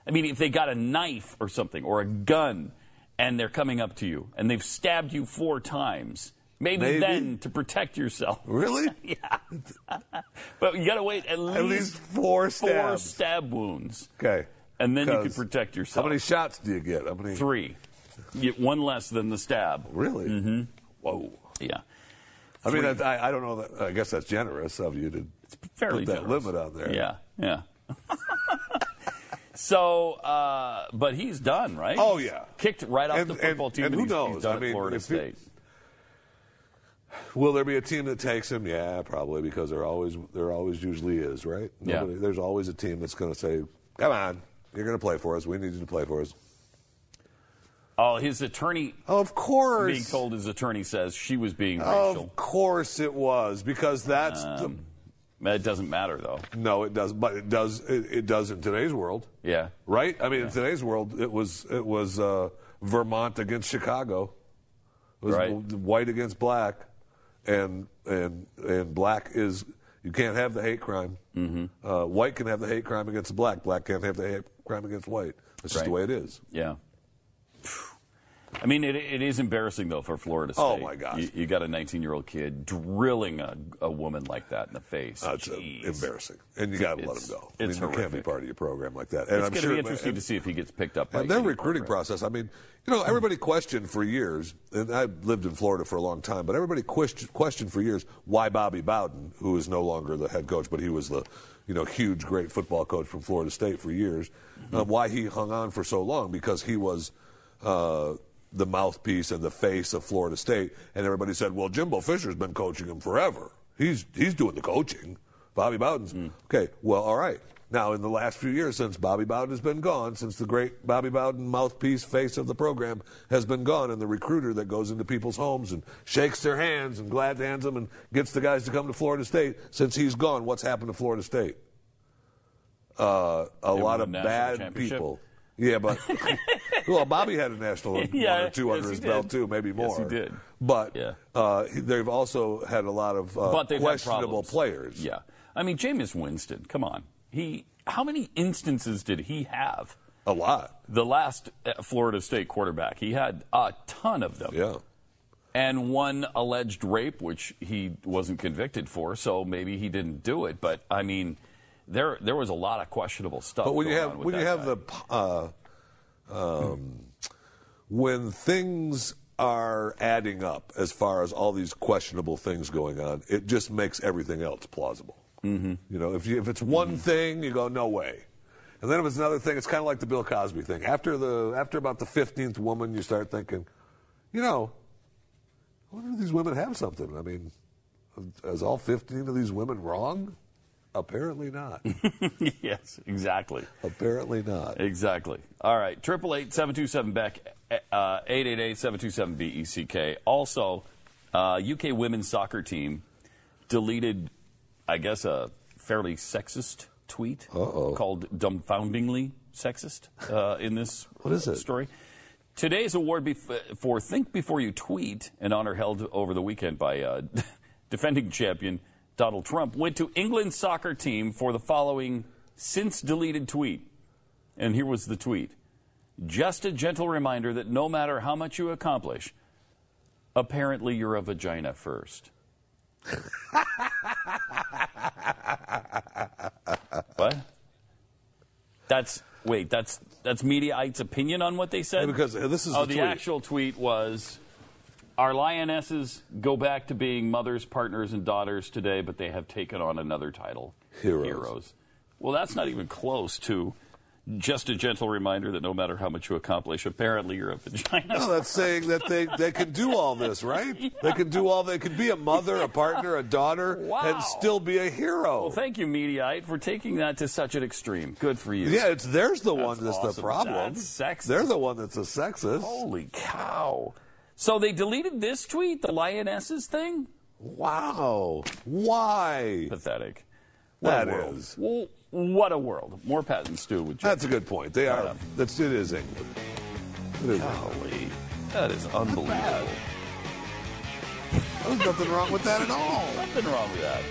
Speaker 1: I mean, if they got a knife or something or a gun and they're coming up to you and they've stabbed you four times, maybe,
Speaker 2: Maybe.
Speaker 1: then to protect yourself.
Speaker 2: Really?
Speaker 1: yeah. but you got to wait at least,
Speaker 2: least four
Speaker 1: four
Speaker 2: stabs.
Speaker 1: stab wounds.
Speaker 2: okay.
Speaker 1: And then you can
Speaker 2: 'Cause
Speaker 1: protect
Speaker 2: How
Speaker 1: yourself.
Speaker 2: many shots do you get? How many?
Speaker 1: Three. You get one less than the stab.
Speaker 2: Really?
Speaker 1: hmm
Speaker 2: Whoa.
Speaker 1: Yeah.
Speaker 2: I mean,
Speaker 1: Three.
Speaker 2: that's, I, I don't know. That, I guess that's generous of you to
Speaker 1: fairly
Speaker 2: put that
Speaker 1: generous.
Speaker 2: limit on there.
Speaker 1: Yeah, yeah. so, uh, but he's done, right?
Speaker 2: Oh,
Speaker 1: He's
Speaker 2: yeah.
Speaker 1: kicked right off
Speaker 2: And-
Speaker 1: the football
Speaker 2: and-
Speaker 1: team.
Speaker 2: and who
Speaker 1: he's,
Speaker 2: knows?
Speaker 1: He's done
Speaker 2: I
Speaker 1: at
Speaker 2: mean,
Speaker 1: Florida
Speaker 2: if you-
Speaker 1: State.
Speaker 2: Will there be a team that takes him? Yeah, probably because there always there always usually is, right?
Speaker 1: Yeah.
Speaker 2: there's always a team that's going to say, "Come on, you're going to play for us. We need you to play for us."
Speaker 1: Oh, his attorney.
Speaker 2: Of course.
Speaker 1: Being told his attorney says she was being racial.
Speaker 2: Of course it was because that's
Speaker 1: Um, That doesn't matter though.
Speaker 2: the, no, it does, but it does it, it does in today's world,
Speaker 1: Yeah.
Speaker 2: right? I mean, in today's world, it was it was uh, Vermont against Chicago, it was
Speaker 1: Right.
Speaker 2: w- white against black, and and and black is you can't have the hate crime. Mm-hmm. Uh, white can have the hate crime against black. Black can't have the hate crime against white. That's just the way
Speaker 1: Right.
Speaker 2: it is.
Speaker 1: Yeah. I mean, it, it is embarrassing though for Florida State.
Speaker 2: Oh, my gosh.
Speaker 1: You, you got a 19-year-old kid drilling a, a woman like that in the face.
Speaker 2: That's uh,
Speaker 1: Jeez.
Speaker 2: embarrassing, and you got to let
Speaker 1: It's-
Speaker 2: them go.
Speaker 1: it's
Speaker 2: I mean, you can't be
Speaker 1: horrific.
Speaker 2: part of your program like that. And
Speaker 1: it's
Speaker 2: I'm
Speaker 1: going to
Speaker 2: sure
Speaker 1: be
Speaker 2: it-
Speaker 1: interesting
Speaker 2: and-
Speaker 1: to see if he gets picked up. By
Speaker 2: And their
Speaker 1: any
Speaker 2: recruiting
Speaker 1: program.
Speaker 2: process, I mean, you know, everybody questioned for years, and I lived in Florida for a long time, but everybody question, questioned for years why Bobby Bowden, who is no longer the head coach, but he was the, you know, huge, great football coach from Florida State for years,
Speaker 1: Mm-hmm.
Speaker 2: um, why he hung on for so long because he was uh, the mouthpiece and the face of Florida State, and everybody said, well, Jimbo Fisher's been coaching him forever. He's, he's doing the coaching. Bobby Bowden's.
Speaker 1: Hmm.
Speaker 2: Okay, well, all right. Now, in the last few years, since Bobby Bowden has been gone, since the great Bobby Bowden mouthpiece face of the program has been gone, and the recruiter that goes into people's homes and shakes their hands and glad hands them and gets the guys to come to Florida State, since he's gone, what's happened to Florida State? Uh,
Speaker 1: They
Speaker 2: a lot
Speaker 1: won
Speaker 2: of
Speaker 1: the national
Speaker 2: bad
Speaker 1: championship.
Speaker 2: people. Yeah, but well, Bobby had a national one
Speaker 1: Yeah,
Speaker 2: or two
Speaker 1: yes,
Speaker 2: under
Speaker 1: he
Speaker 2: his
Speaker 1: did.
Speaker 2: belt too, maybe more.
Speaker 1: Yes, he did.
Speaker 2: But
Speaker 1: Yeah.
Speaker 2: uh, he- they've also had a lot of uh,
Speaker 1: but they've had
Speaker 2: questionable
Speaker 1: problems.
Speaker 2: players.
Speaker 1: Yeah, I mean, Jameis Winston. Come on, he. How many instances did he have?
Speaker 2: A lot.
Speaker 1: The last uh, Florida State quarterback, he had a ton of them.
Speaker 2: Yeah.
Speaker 1: And one alleged rape, which he wasn't convicted for, so maybe he didn't do it. But I mean, there there was a lot of questionable stuff.
Speaker 2: But when you
Speaker 1: going
Speaker 2: have
Speaker 1: on with
Speaker 2: when you
Speaker 1: that
Speaker 2: have
Speaker 1: guy.
Speaker 2: the uh, um, when things are adding up as far as all these questionable things going on, it just makes everything else plausible. Mm-hmm. You know, if you, if it's one
Speaker 1: Mm-hmm.
Speaker 2: thing, you go no way, and then if it's another thing, it's kind of like the Bill Cosby thing. After the after about the fifteenth woman, you start thinking, you know, I wonder if these women have something. I mean, is all fifteen of these women wrong? Apparently not.
Speaker 1: yes, exactly.
Speaker 2: Apparently not.
Speaker 1: Exactly. All right. Triple eight seven two seven Beck. uh, Eight eight eight seven two seven B E C K. Also, uh, UK women's soccer team deleted, I guess, a fairly sexist tweet called "dumbfoundingly sexist" uh, in this
Speaker 2: What is it?
Speaker 1: story. Today's award bef- for Think Before You Tweet, an honor held over the weekend by uh, defending champion Donald Trump, went to England's soccer team for the following since deleted tweet. And here was the tweet Just a gentle reminder that no matter how much you accomplish, apparently you're a vagina first. What? That's wait. That's that's Mediaite's opinion on what they said.
Speaker 2: because uh, this is
Speaker 1: oh,
Speaker 2: the
Speaker 1: the,
Speaker 2: tweet.
Speaker 1: actual tweet was: Our lionesses go back to being mothers, partners, and daughters today, but they have taken on another title:
Speaker 2: Heroes.
Speaker 1: Well, that's not even close to. Just a gentle reminder that no matter how much you accomplish, apparently you're a vagina.
Speaker 2: No, that's saying that they, they could do all this, right? They could do all. They could be a mother, a partner, a daughter, and still be a hero.
Speaker 1: Well, thank you, Mediaite, for taking that to such an extreme. Good for you.
Speaker 2: Yeah, it's there's the one that's the
Speaker 1: awesome.
Speaker 2: problem.
Speaker 1: That's sexist.
Speaker 2: They're the one that's a sexist.
Speaker 1: Holy cow! So they deleted this tweet, the lionesses thing.
Speaker 2: Wow! Why?
Speaker 1: Pathetic. What
Speaker 2: That
Speaker 1: a world.
Speaker 2: is.
Speaker 1: Well, what a world. More patents too with
Speaker 2: That's a good point. They are. That's it is England. It is
Speaker 1: Golly, that is unbelievable.
Speaker 2: There's nothing wrong with that at all.
Speaker 1: Nothing wrong with that.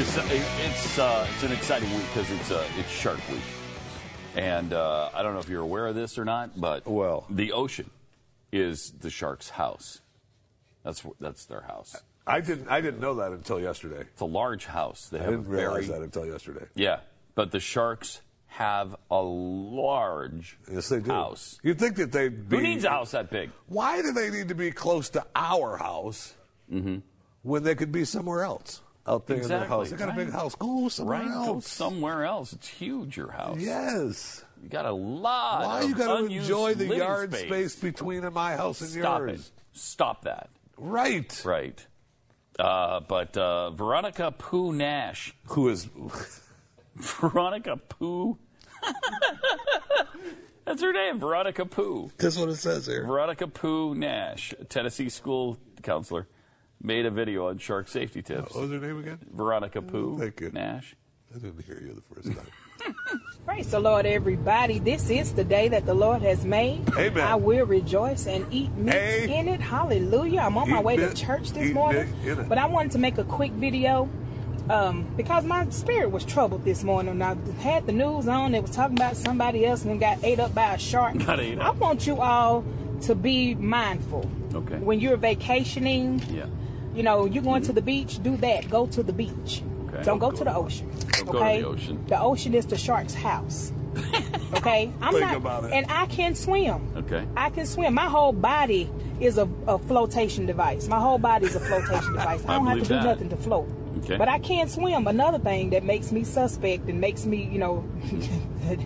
Speaker 1: It's, it's, uh, it's an exciting week because it's uh, it's Shark Week, and uh, I don't know if you're aware of this or not, but well, the ocean is the shark's house. That's wh- that's their house.
Speaker 2: I didn't. I didn't know that until yesterday.
Speaker 1: It's a large house. They
Speaker 2: I
Speaker 1: have a
Speaker 2: didn't realize
Speaker 1: very-
Speaker 2: that until yesterday.
Speaker 1: Yeah, but the sharks have a large
Speaker 2: Yes, they do.
Speaker 1: house.
Speaker 2: You'd think that they'd be.
Speaker 1: Who needs a house that big?
Speaker 2: Why do they need to be close to our house
Speaker 1: Mm-hmm.
Speaker 2: when they could be somewhere else? Out there in their house. They got a big
Speaker 1: Right.
Speaker 2: house. Go somewhere
Speaker 1: right? Go
Speaker 2: else.
Speaker 1: somewhere else. It's huge. Your house.
Speaker 2: Yes.
Speaker 1: You got a lot.
Speaker 2: Why
Speaker 1: of
Speaker 2: you got to
Speaker 1: unused
Speaker 2: enjoy the
Speaker 1: living
Speaker 2: yard
Speaker 1: space.
Speaker 2: space. between my house and
Speaker 1: Stop
Speaker 2: yours?
Speaker 1: it. Stop that.
Speaker 2: Right.
Speaker 1: Right. Uh, but uh, Veronica Pooh Nash.
Speaker 2: Who is.
Speaker 1: Veronica Pooh. That's her name, Veronica Pooh.
Speaker 2: That's what it says here.
Speaker 1: Veronica Pooh Nash, a Tennessee school counselor, made a video on shark safety tips.
Speaker 2: What was her name again?
Speaker 1: Veronica Pooh Nash.
Speaker 2: I didn't hear you the first time.
Speaker 20: Praise the Lord, everybody. This is the day that the Lord has made.
Speaker 2: Amen.
Speaker 20: I will rejoice and eat meat in it. Hallelujah. I'm on my
Speaker 21: Eat
Speaker 20: way
Speaker 21: meat-
Speaker 20: to church
Speaker 21: eat
Speaker 20: this
Speaker 21: meat
Speaker 20: morning,
Speaker 21: in it.
Speaker 20: but I wanted to make a quick video um, because my spirit was troubled this morning. I had the news on, it was talking about somebody else and got ate up by a shark.
Speaker 22: Got ate
Speaker 20: I want you all to be mindful.
Speaker 22: Okay.
Speaker 20: When you're vacationing,
Speaker 22: Yeah.
Speaker 20: you know, you're going to the beach, do that. Go to the beach.
Speaker 22: Okay.
Speaker 20: Don't go,
Speaker 22: Don't
Speaker 20: to the ocean.
Speaker 22: Don't go to
Speaker 20: okay?
Speaker 22: the ocean.
Speaker 20: The ocean is the shark's house. Okay? I'm
Speaker 22: Think
Speaker 20: not
Speaker 22: about it.
Speaker 20: and I can swim.
Speaker 1: Okay.
Speaker 2: Ah.
Speaker 20: I can swim. My whole body is a, a flotation device. My whole body is a flotation device. I
Speaker 21: I
Speaker 20: don't have to
Speaker 21: believe
Speaker 20: do
Speaker 21: that.
Speaker 20: nothing to float.
Speaker 21: Okay.
Speaker 20: But I can swim. Another thing that makes me suspect and makes me, you know,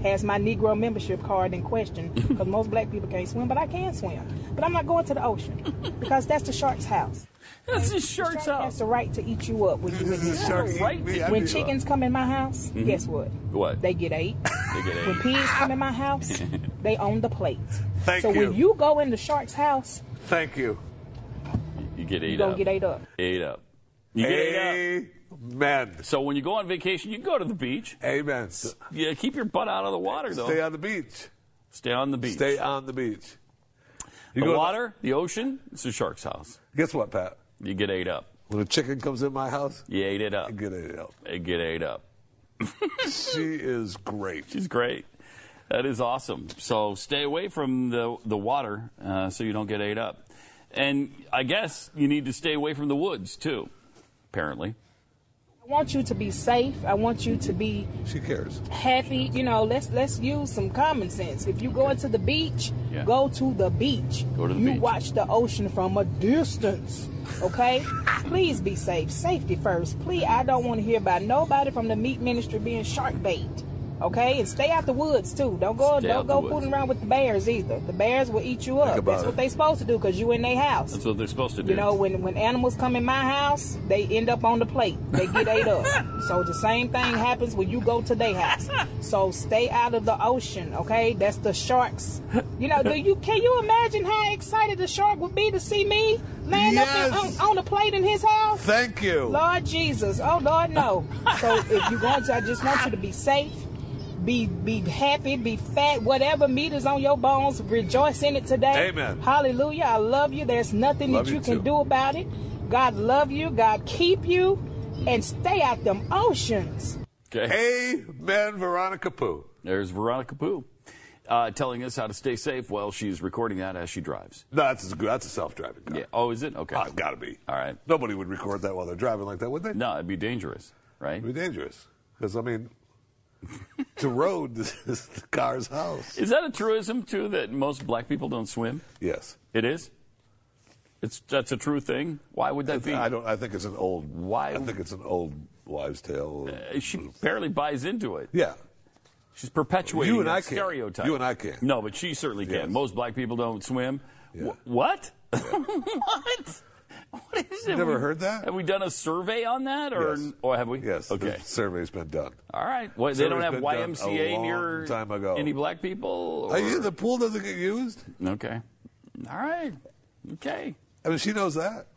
Speaker 20: has my Negro membership card in question because most black people can't swim, but I can swim. But I'm not going to the ocean because that's the shark's house.
Speaker 1: That's the shark's house.
Speaker 20: Has the right to eat you up when you
Speaker 1: This is the shark eat me, I
Speaker 20: When
Speaker 1: do.
Speaker 20: chickens come in my house,
Speaker 1: Mhm.
Speaker 20: guess what?
Speaker 1: What?
Speaker 20: They get ate.
Speaker 1: They get
Speaker 20: When
Speaker 1: ate.
Speaker 20: pigs come in my house, they own the plate.
Speaker 2: Thank
Speaker 20: so when
Speaker 2: you.
Speaker 20: you go in the shark's house,
Speaker 2: Thank you.
Speaker 1: You get
Speaker 20: you
Speaker 1: ate
Speaker 20: gonna
Speaker 1: up.
Speaker 20: get ate up.
Speaker 1: Ate up. You get ate
Speaker 2: up. Amen.
Speaker 1: So when you go on vacation, you can go to the beach.
Speaker 2: Amen.
Speaker 1: Yeah, keep your butt out of the water, though.
Speaker 2: Stay on the beach.
Speaker 1: Stay on the beach.
Speaker 2: Stay on the beach. You
Speaker 1: the
Speaker 2: go to-
Speaker 1: water, the ocean, it's a shark's house.
Speaker 2: Guess what, Pat?
Speaker 1: You get ate up.
Speaker 2: When a chicken comes in my house,
Speaker 1: You ate it up.
Speaker 2: get ate up.
Speaker 1: You get ate up.
Speaker 2: she is great.
Speaker 1: She's great. That is awesome. So stay away from the, the water uh, so you don't get ate up. And I guess you need to stay away from the woods, too, apparently.
Speaker 20: I want you to be safe. I want you to be
Speaker 2: she cares.
Speaker 20: happy. You know, let's let's use some common sense. If you go into the beach,
Speaker 1: Yeah.
Speaker 20: go to the beach.
Speaker 1: Go to the
Speaker 20: you
Speaker 1: beach.
Speaker 20: watch the ocean from a distance. Okay? Please be safe. Safety first. Please I don't want to hear about nobody from the meat ministry being shark bait. Okay, and stay out the woods too. Don't go
Speaker 1: Stay
Speaker 20: don't
Speaker 1: out the
Speaker 20: go
Speaker 1: woods.
Speaker 20: fooling around with the bears either. The bears will eat you up.
Speaker 1: about
Speaker 20: That's what
Speaker 1: it.
Speaker 20: they supposed to do because you in their house.
Speaker 1: That's what they're supposed to do.
Speaker 20: You know, when when animals come in my house, they end up on the plate. They get ate up. So the same thing happens when you go to their house. So stay out of the ocean, okay? That's the sharks. You know, do you can you imagine how excited the shark would be to see me laying up
Speaker 3: Yes.
Speaker 20: there on, on a plate in his house?
Speaker 3: Thank you.
Speaker 20: Lord Jesus. Oh Lord, no. So if you want to, I just want you to be safe. Be be happy, be fat, whatever meat is on your bones, rejoice in it today.
Speaker 3: Amen.
Speaker 20: Hallelujah. I love you. There's nothing
Speaker 3: Love
Speaker 20: that
Speaker 3: you
Speaker 20: you, can
Speaker 3: too.
Speaker 20: do about it. God love you. God keep you. And stay out them oceans.
Speaker 1: Amen, Veronica Pooh. There's Veronica Pooh uh, telling us how to stay safe while she's recording that as she drives.
Speaker 2: No, that's a, that's a self-driving car.
Speaker 1: Yeah. Oh, is it? Okay.
Speaker 2: Oh, it's got to be.
Speaker 1: All right.
Speaker 2: Nobody would record that while they're driving like that, would they?
Speaker 1: No, it'd be dangerous, right? It'd
Speaker 2: be dangerous because I mean, the road is the car's house.
Speaker 1: Is that a truism too that most black people don't swim?
Speaker 2: Yes.
Speaker 1: It is. It's that's a true thing. Why would that be?
Speaker 2: I don't. I think it's an old.
Speaker 1: Why?
Speaker 2: I think it's an old wives' tale.
Speaker 1: Uh, she barely buys into it.
Speaker 2: Yeah.
Speaker 1: She's perpetuating
Speaker 2: You and
Speaker 1: that
Speaker 2: I can.
Speaker 1: stereotype.
Speaker 2: You and I can.
Speaker 1: No, but she certainly can.
Speaker 2: Yes.
Speaker 1: Most black people don't swim. Wh- what? what? What is it?
Speaker 2: Never
Speaker 1: We-
Speaker 2: heard that?
Speaker 1: Have we done a survey on that, or
Speaker 2: Yes.
Speaker 1: or have we?
Speaker 2: Yes.
Speaker 1: Okay.
Speaker 2: The survey's been done.
Speaker 1: All right. What, they don't have
Speaker 2: Survey's been done
Speaker 1: YMCA
Speaker 2: a long
Speaker 1: near
Speaker 2: time ago.
Speaker 1: any black people.
Speaker 2: Are you-
Speaker 1: or-
Speaker 2: the pool doesn't get used.
Speaker 1: Okay. All right. Okay.
Speaker 2: I mean, she knows that.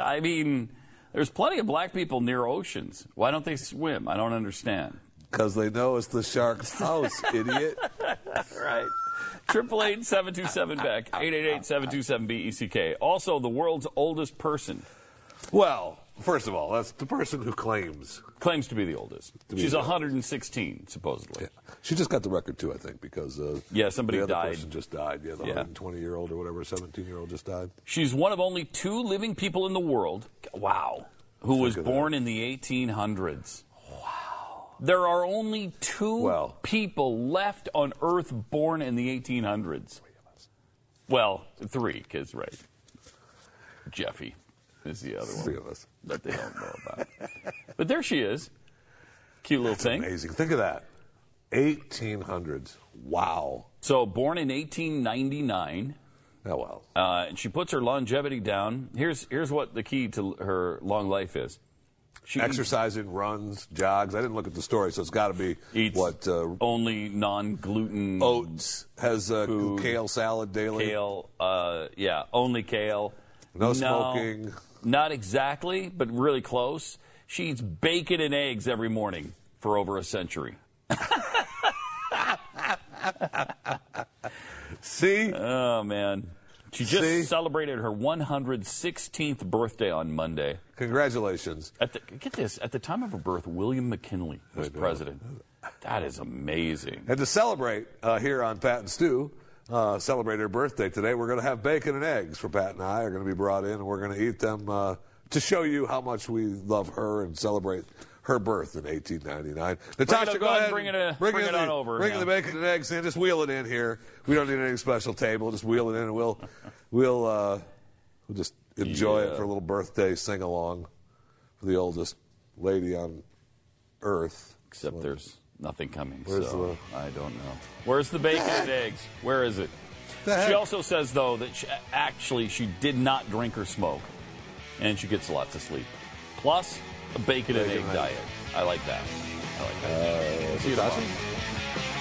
Speaker 1: I mean, there's plenty of black people near oceans. Why don't they swim? I don't understand.
Speaker 2: Because they know it's the shark's house, idiot.
Speaker 1: right. Triple eight seven two seven back eight eight eight seven two seven B E C K. Also, the world's oldest person
Speaker 2: Well, first of all, that's the person who claims.
Speaker 1: claims to be the oldest.
Speaker 2: To be
Speaker 1: She's
Speaker 2: the
Speaker 1: 116 supposedly.
Speaker 2: She just got the record too, I think, because uh,
Speaker 1: Yeah, somebody
Speaker 2: the other
Speaker 1: died.
Speaker 2: person just died. Yeah, the
Speaker 1: Yeah.
Speaker 2: 120 year old or whatever, 17 year old just died.
Speaker 1: She's one of only two living people in the world. Wow. Who was
Speaker 2: Think of that.
Speaker 1: born in the 1800s. Wow. There are only two people left on Earth born in the 1800s. Well, three, kids, right. Jeffy is the other one.
Speaker 2: Three of us.
Speaker 1: That they don't know about. but there she is. Cute little thing.
Speaker 2: Amazing. Think of that. 1800s. Wow.
Speaker 1: So born in 1899.
Speaker 2: Oh well.
Speaker 1: Uh, and she puts her longevity down. Here's here's what the key to her long life is. She eats-
Speaker 2: Exercising, runs, jogs. I didn't look at the story, so it's got to be
Speaker 1: Eats
Speaker 2: what uh,
Speaker 1: only non-gluten
Speaker 2: oats has uh,
Speaker 1: food.
Speaker 2: kale salad daily.
Speaker 1: Kale, uh, yeah, only kale.
Speaker 2: No smoking.
Speaker 1: Not exactly, but really close. She eats bacon and eggs every morning for over a century.
Speaker 2: See?
Speaker 1: Oh man. She just
Speaker 2: See?
Speaker 1: celebrated her 116th birthday on Monday.
Speaker 2: Congratulations.
Speaker 1: At the, get this, at the time of her birth, William McKinley was president. That is amazing.
Speaker 2: And to celebrate uh, here on Pat and Stew, uh, celebrate her birthday today, we're going to have bacon and eggs for Pat and I are going to be brought in, and we're going to eat them uh, to show you how much we love her and celebrate her birth in 1899. Natasha,
Speaker 1: up,
Speaker 2: go,
Speaker 1: go ahead
Speaker 2: ahead.
Speaker 1: and bring it
Speaker 2: and
Speaker 1: in- bring
Speaker 2: in
Speaker 1: it
Speaker 2: the-
Speaker 1: on over
Speaker 2: Bring
Speaker 1: now.
Speaker 2: in the bacon and eggs in. Just wheel it in here. We don't need any special table. Just wheel it in, and we'll we'll uh, we'll just enjoy
Speaker 1: Yeah.
Speaker 2: it for a little birthday sing along for the oldest lady on earth.
Speaker 1: Except there's nothing coming,
Speaker 2: Where's
Speaker 1: so I don't know. Where's the bacon and eggs? Where is it? She also says, though, that she, actually she did not drink or smoke, and she gets lots of sleep. Plus, Uh, a bacon, and egg diet. I like that. I like that. See you tomorrow.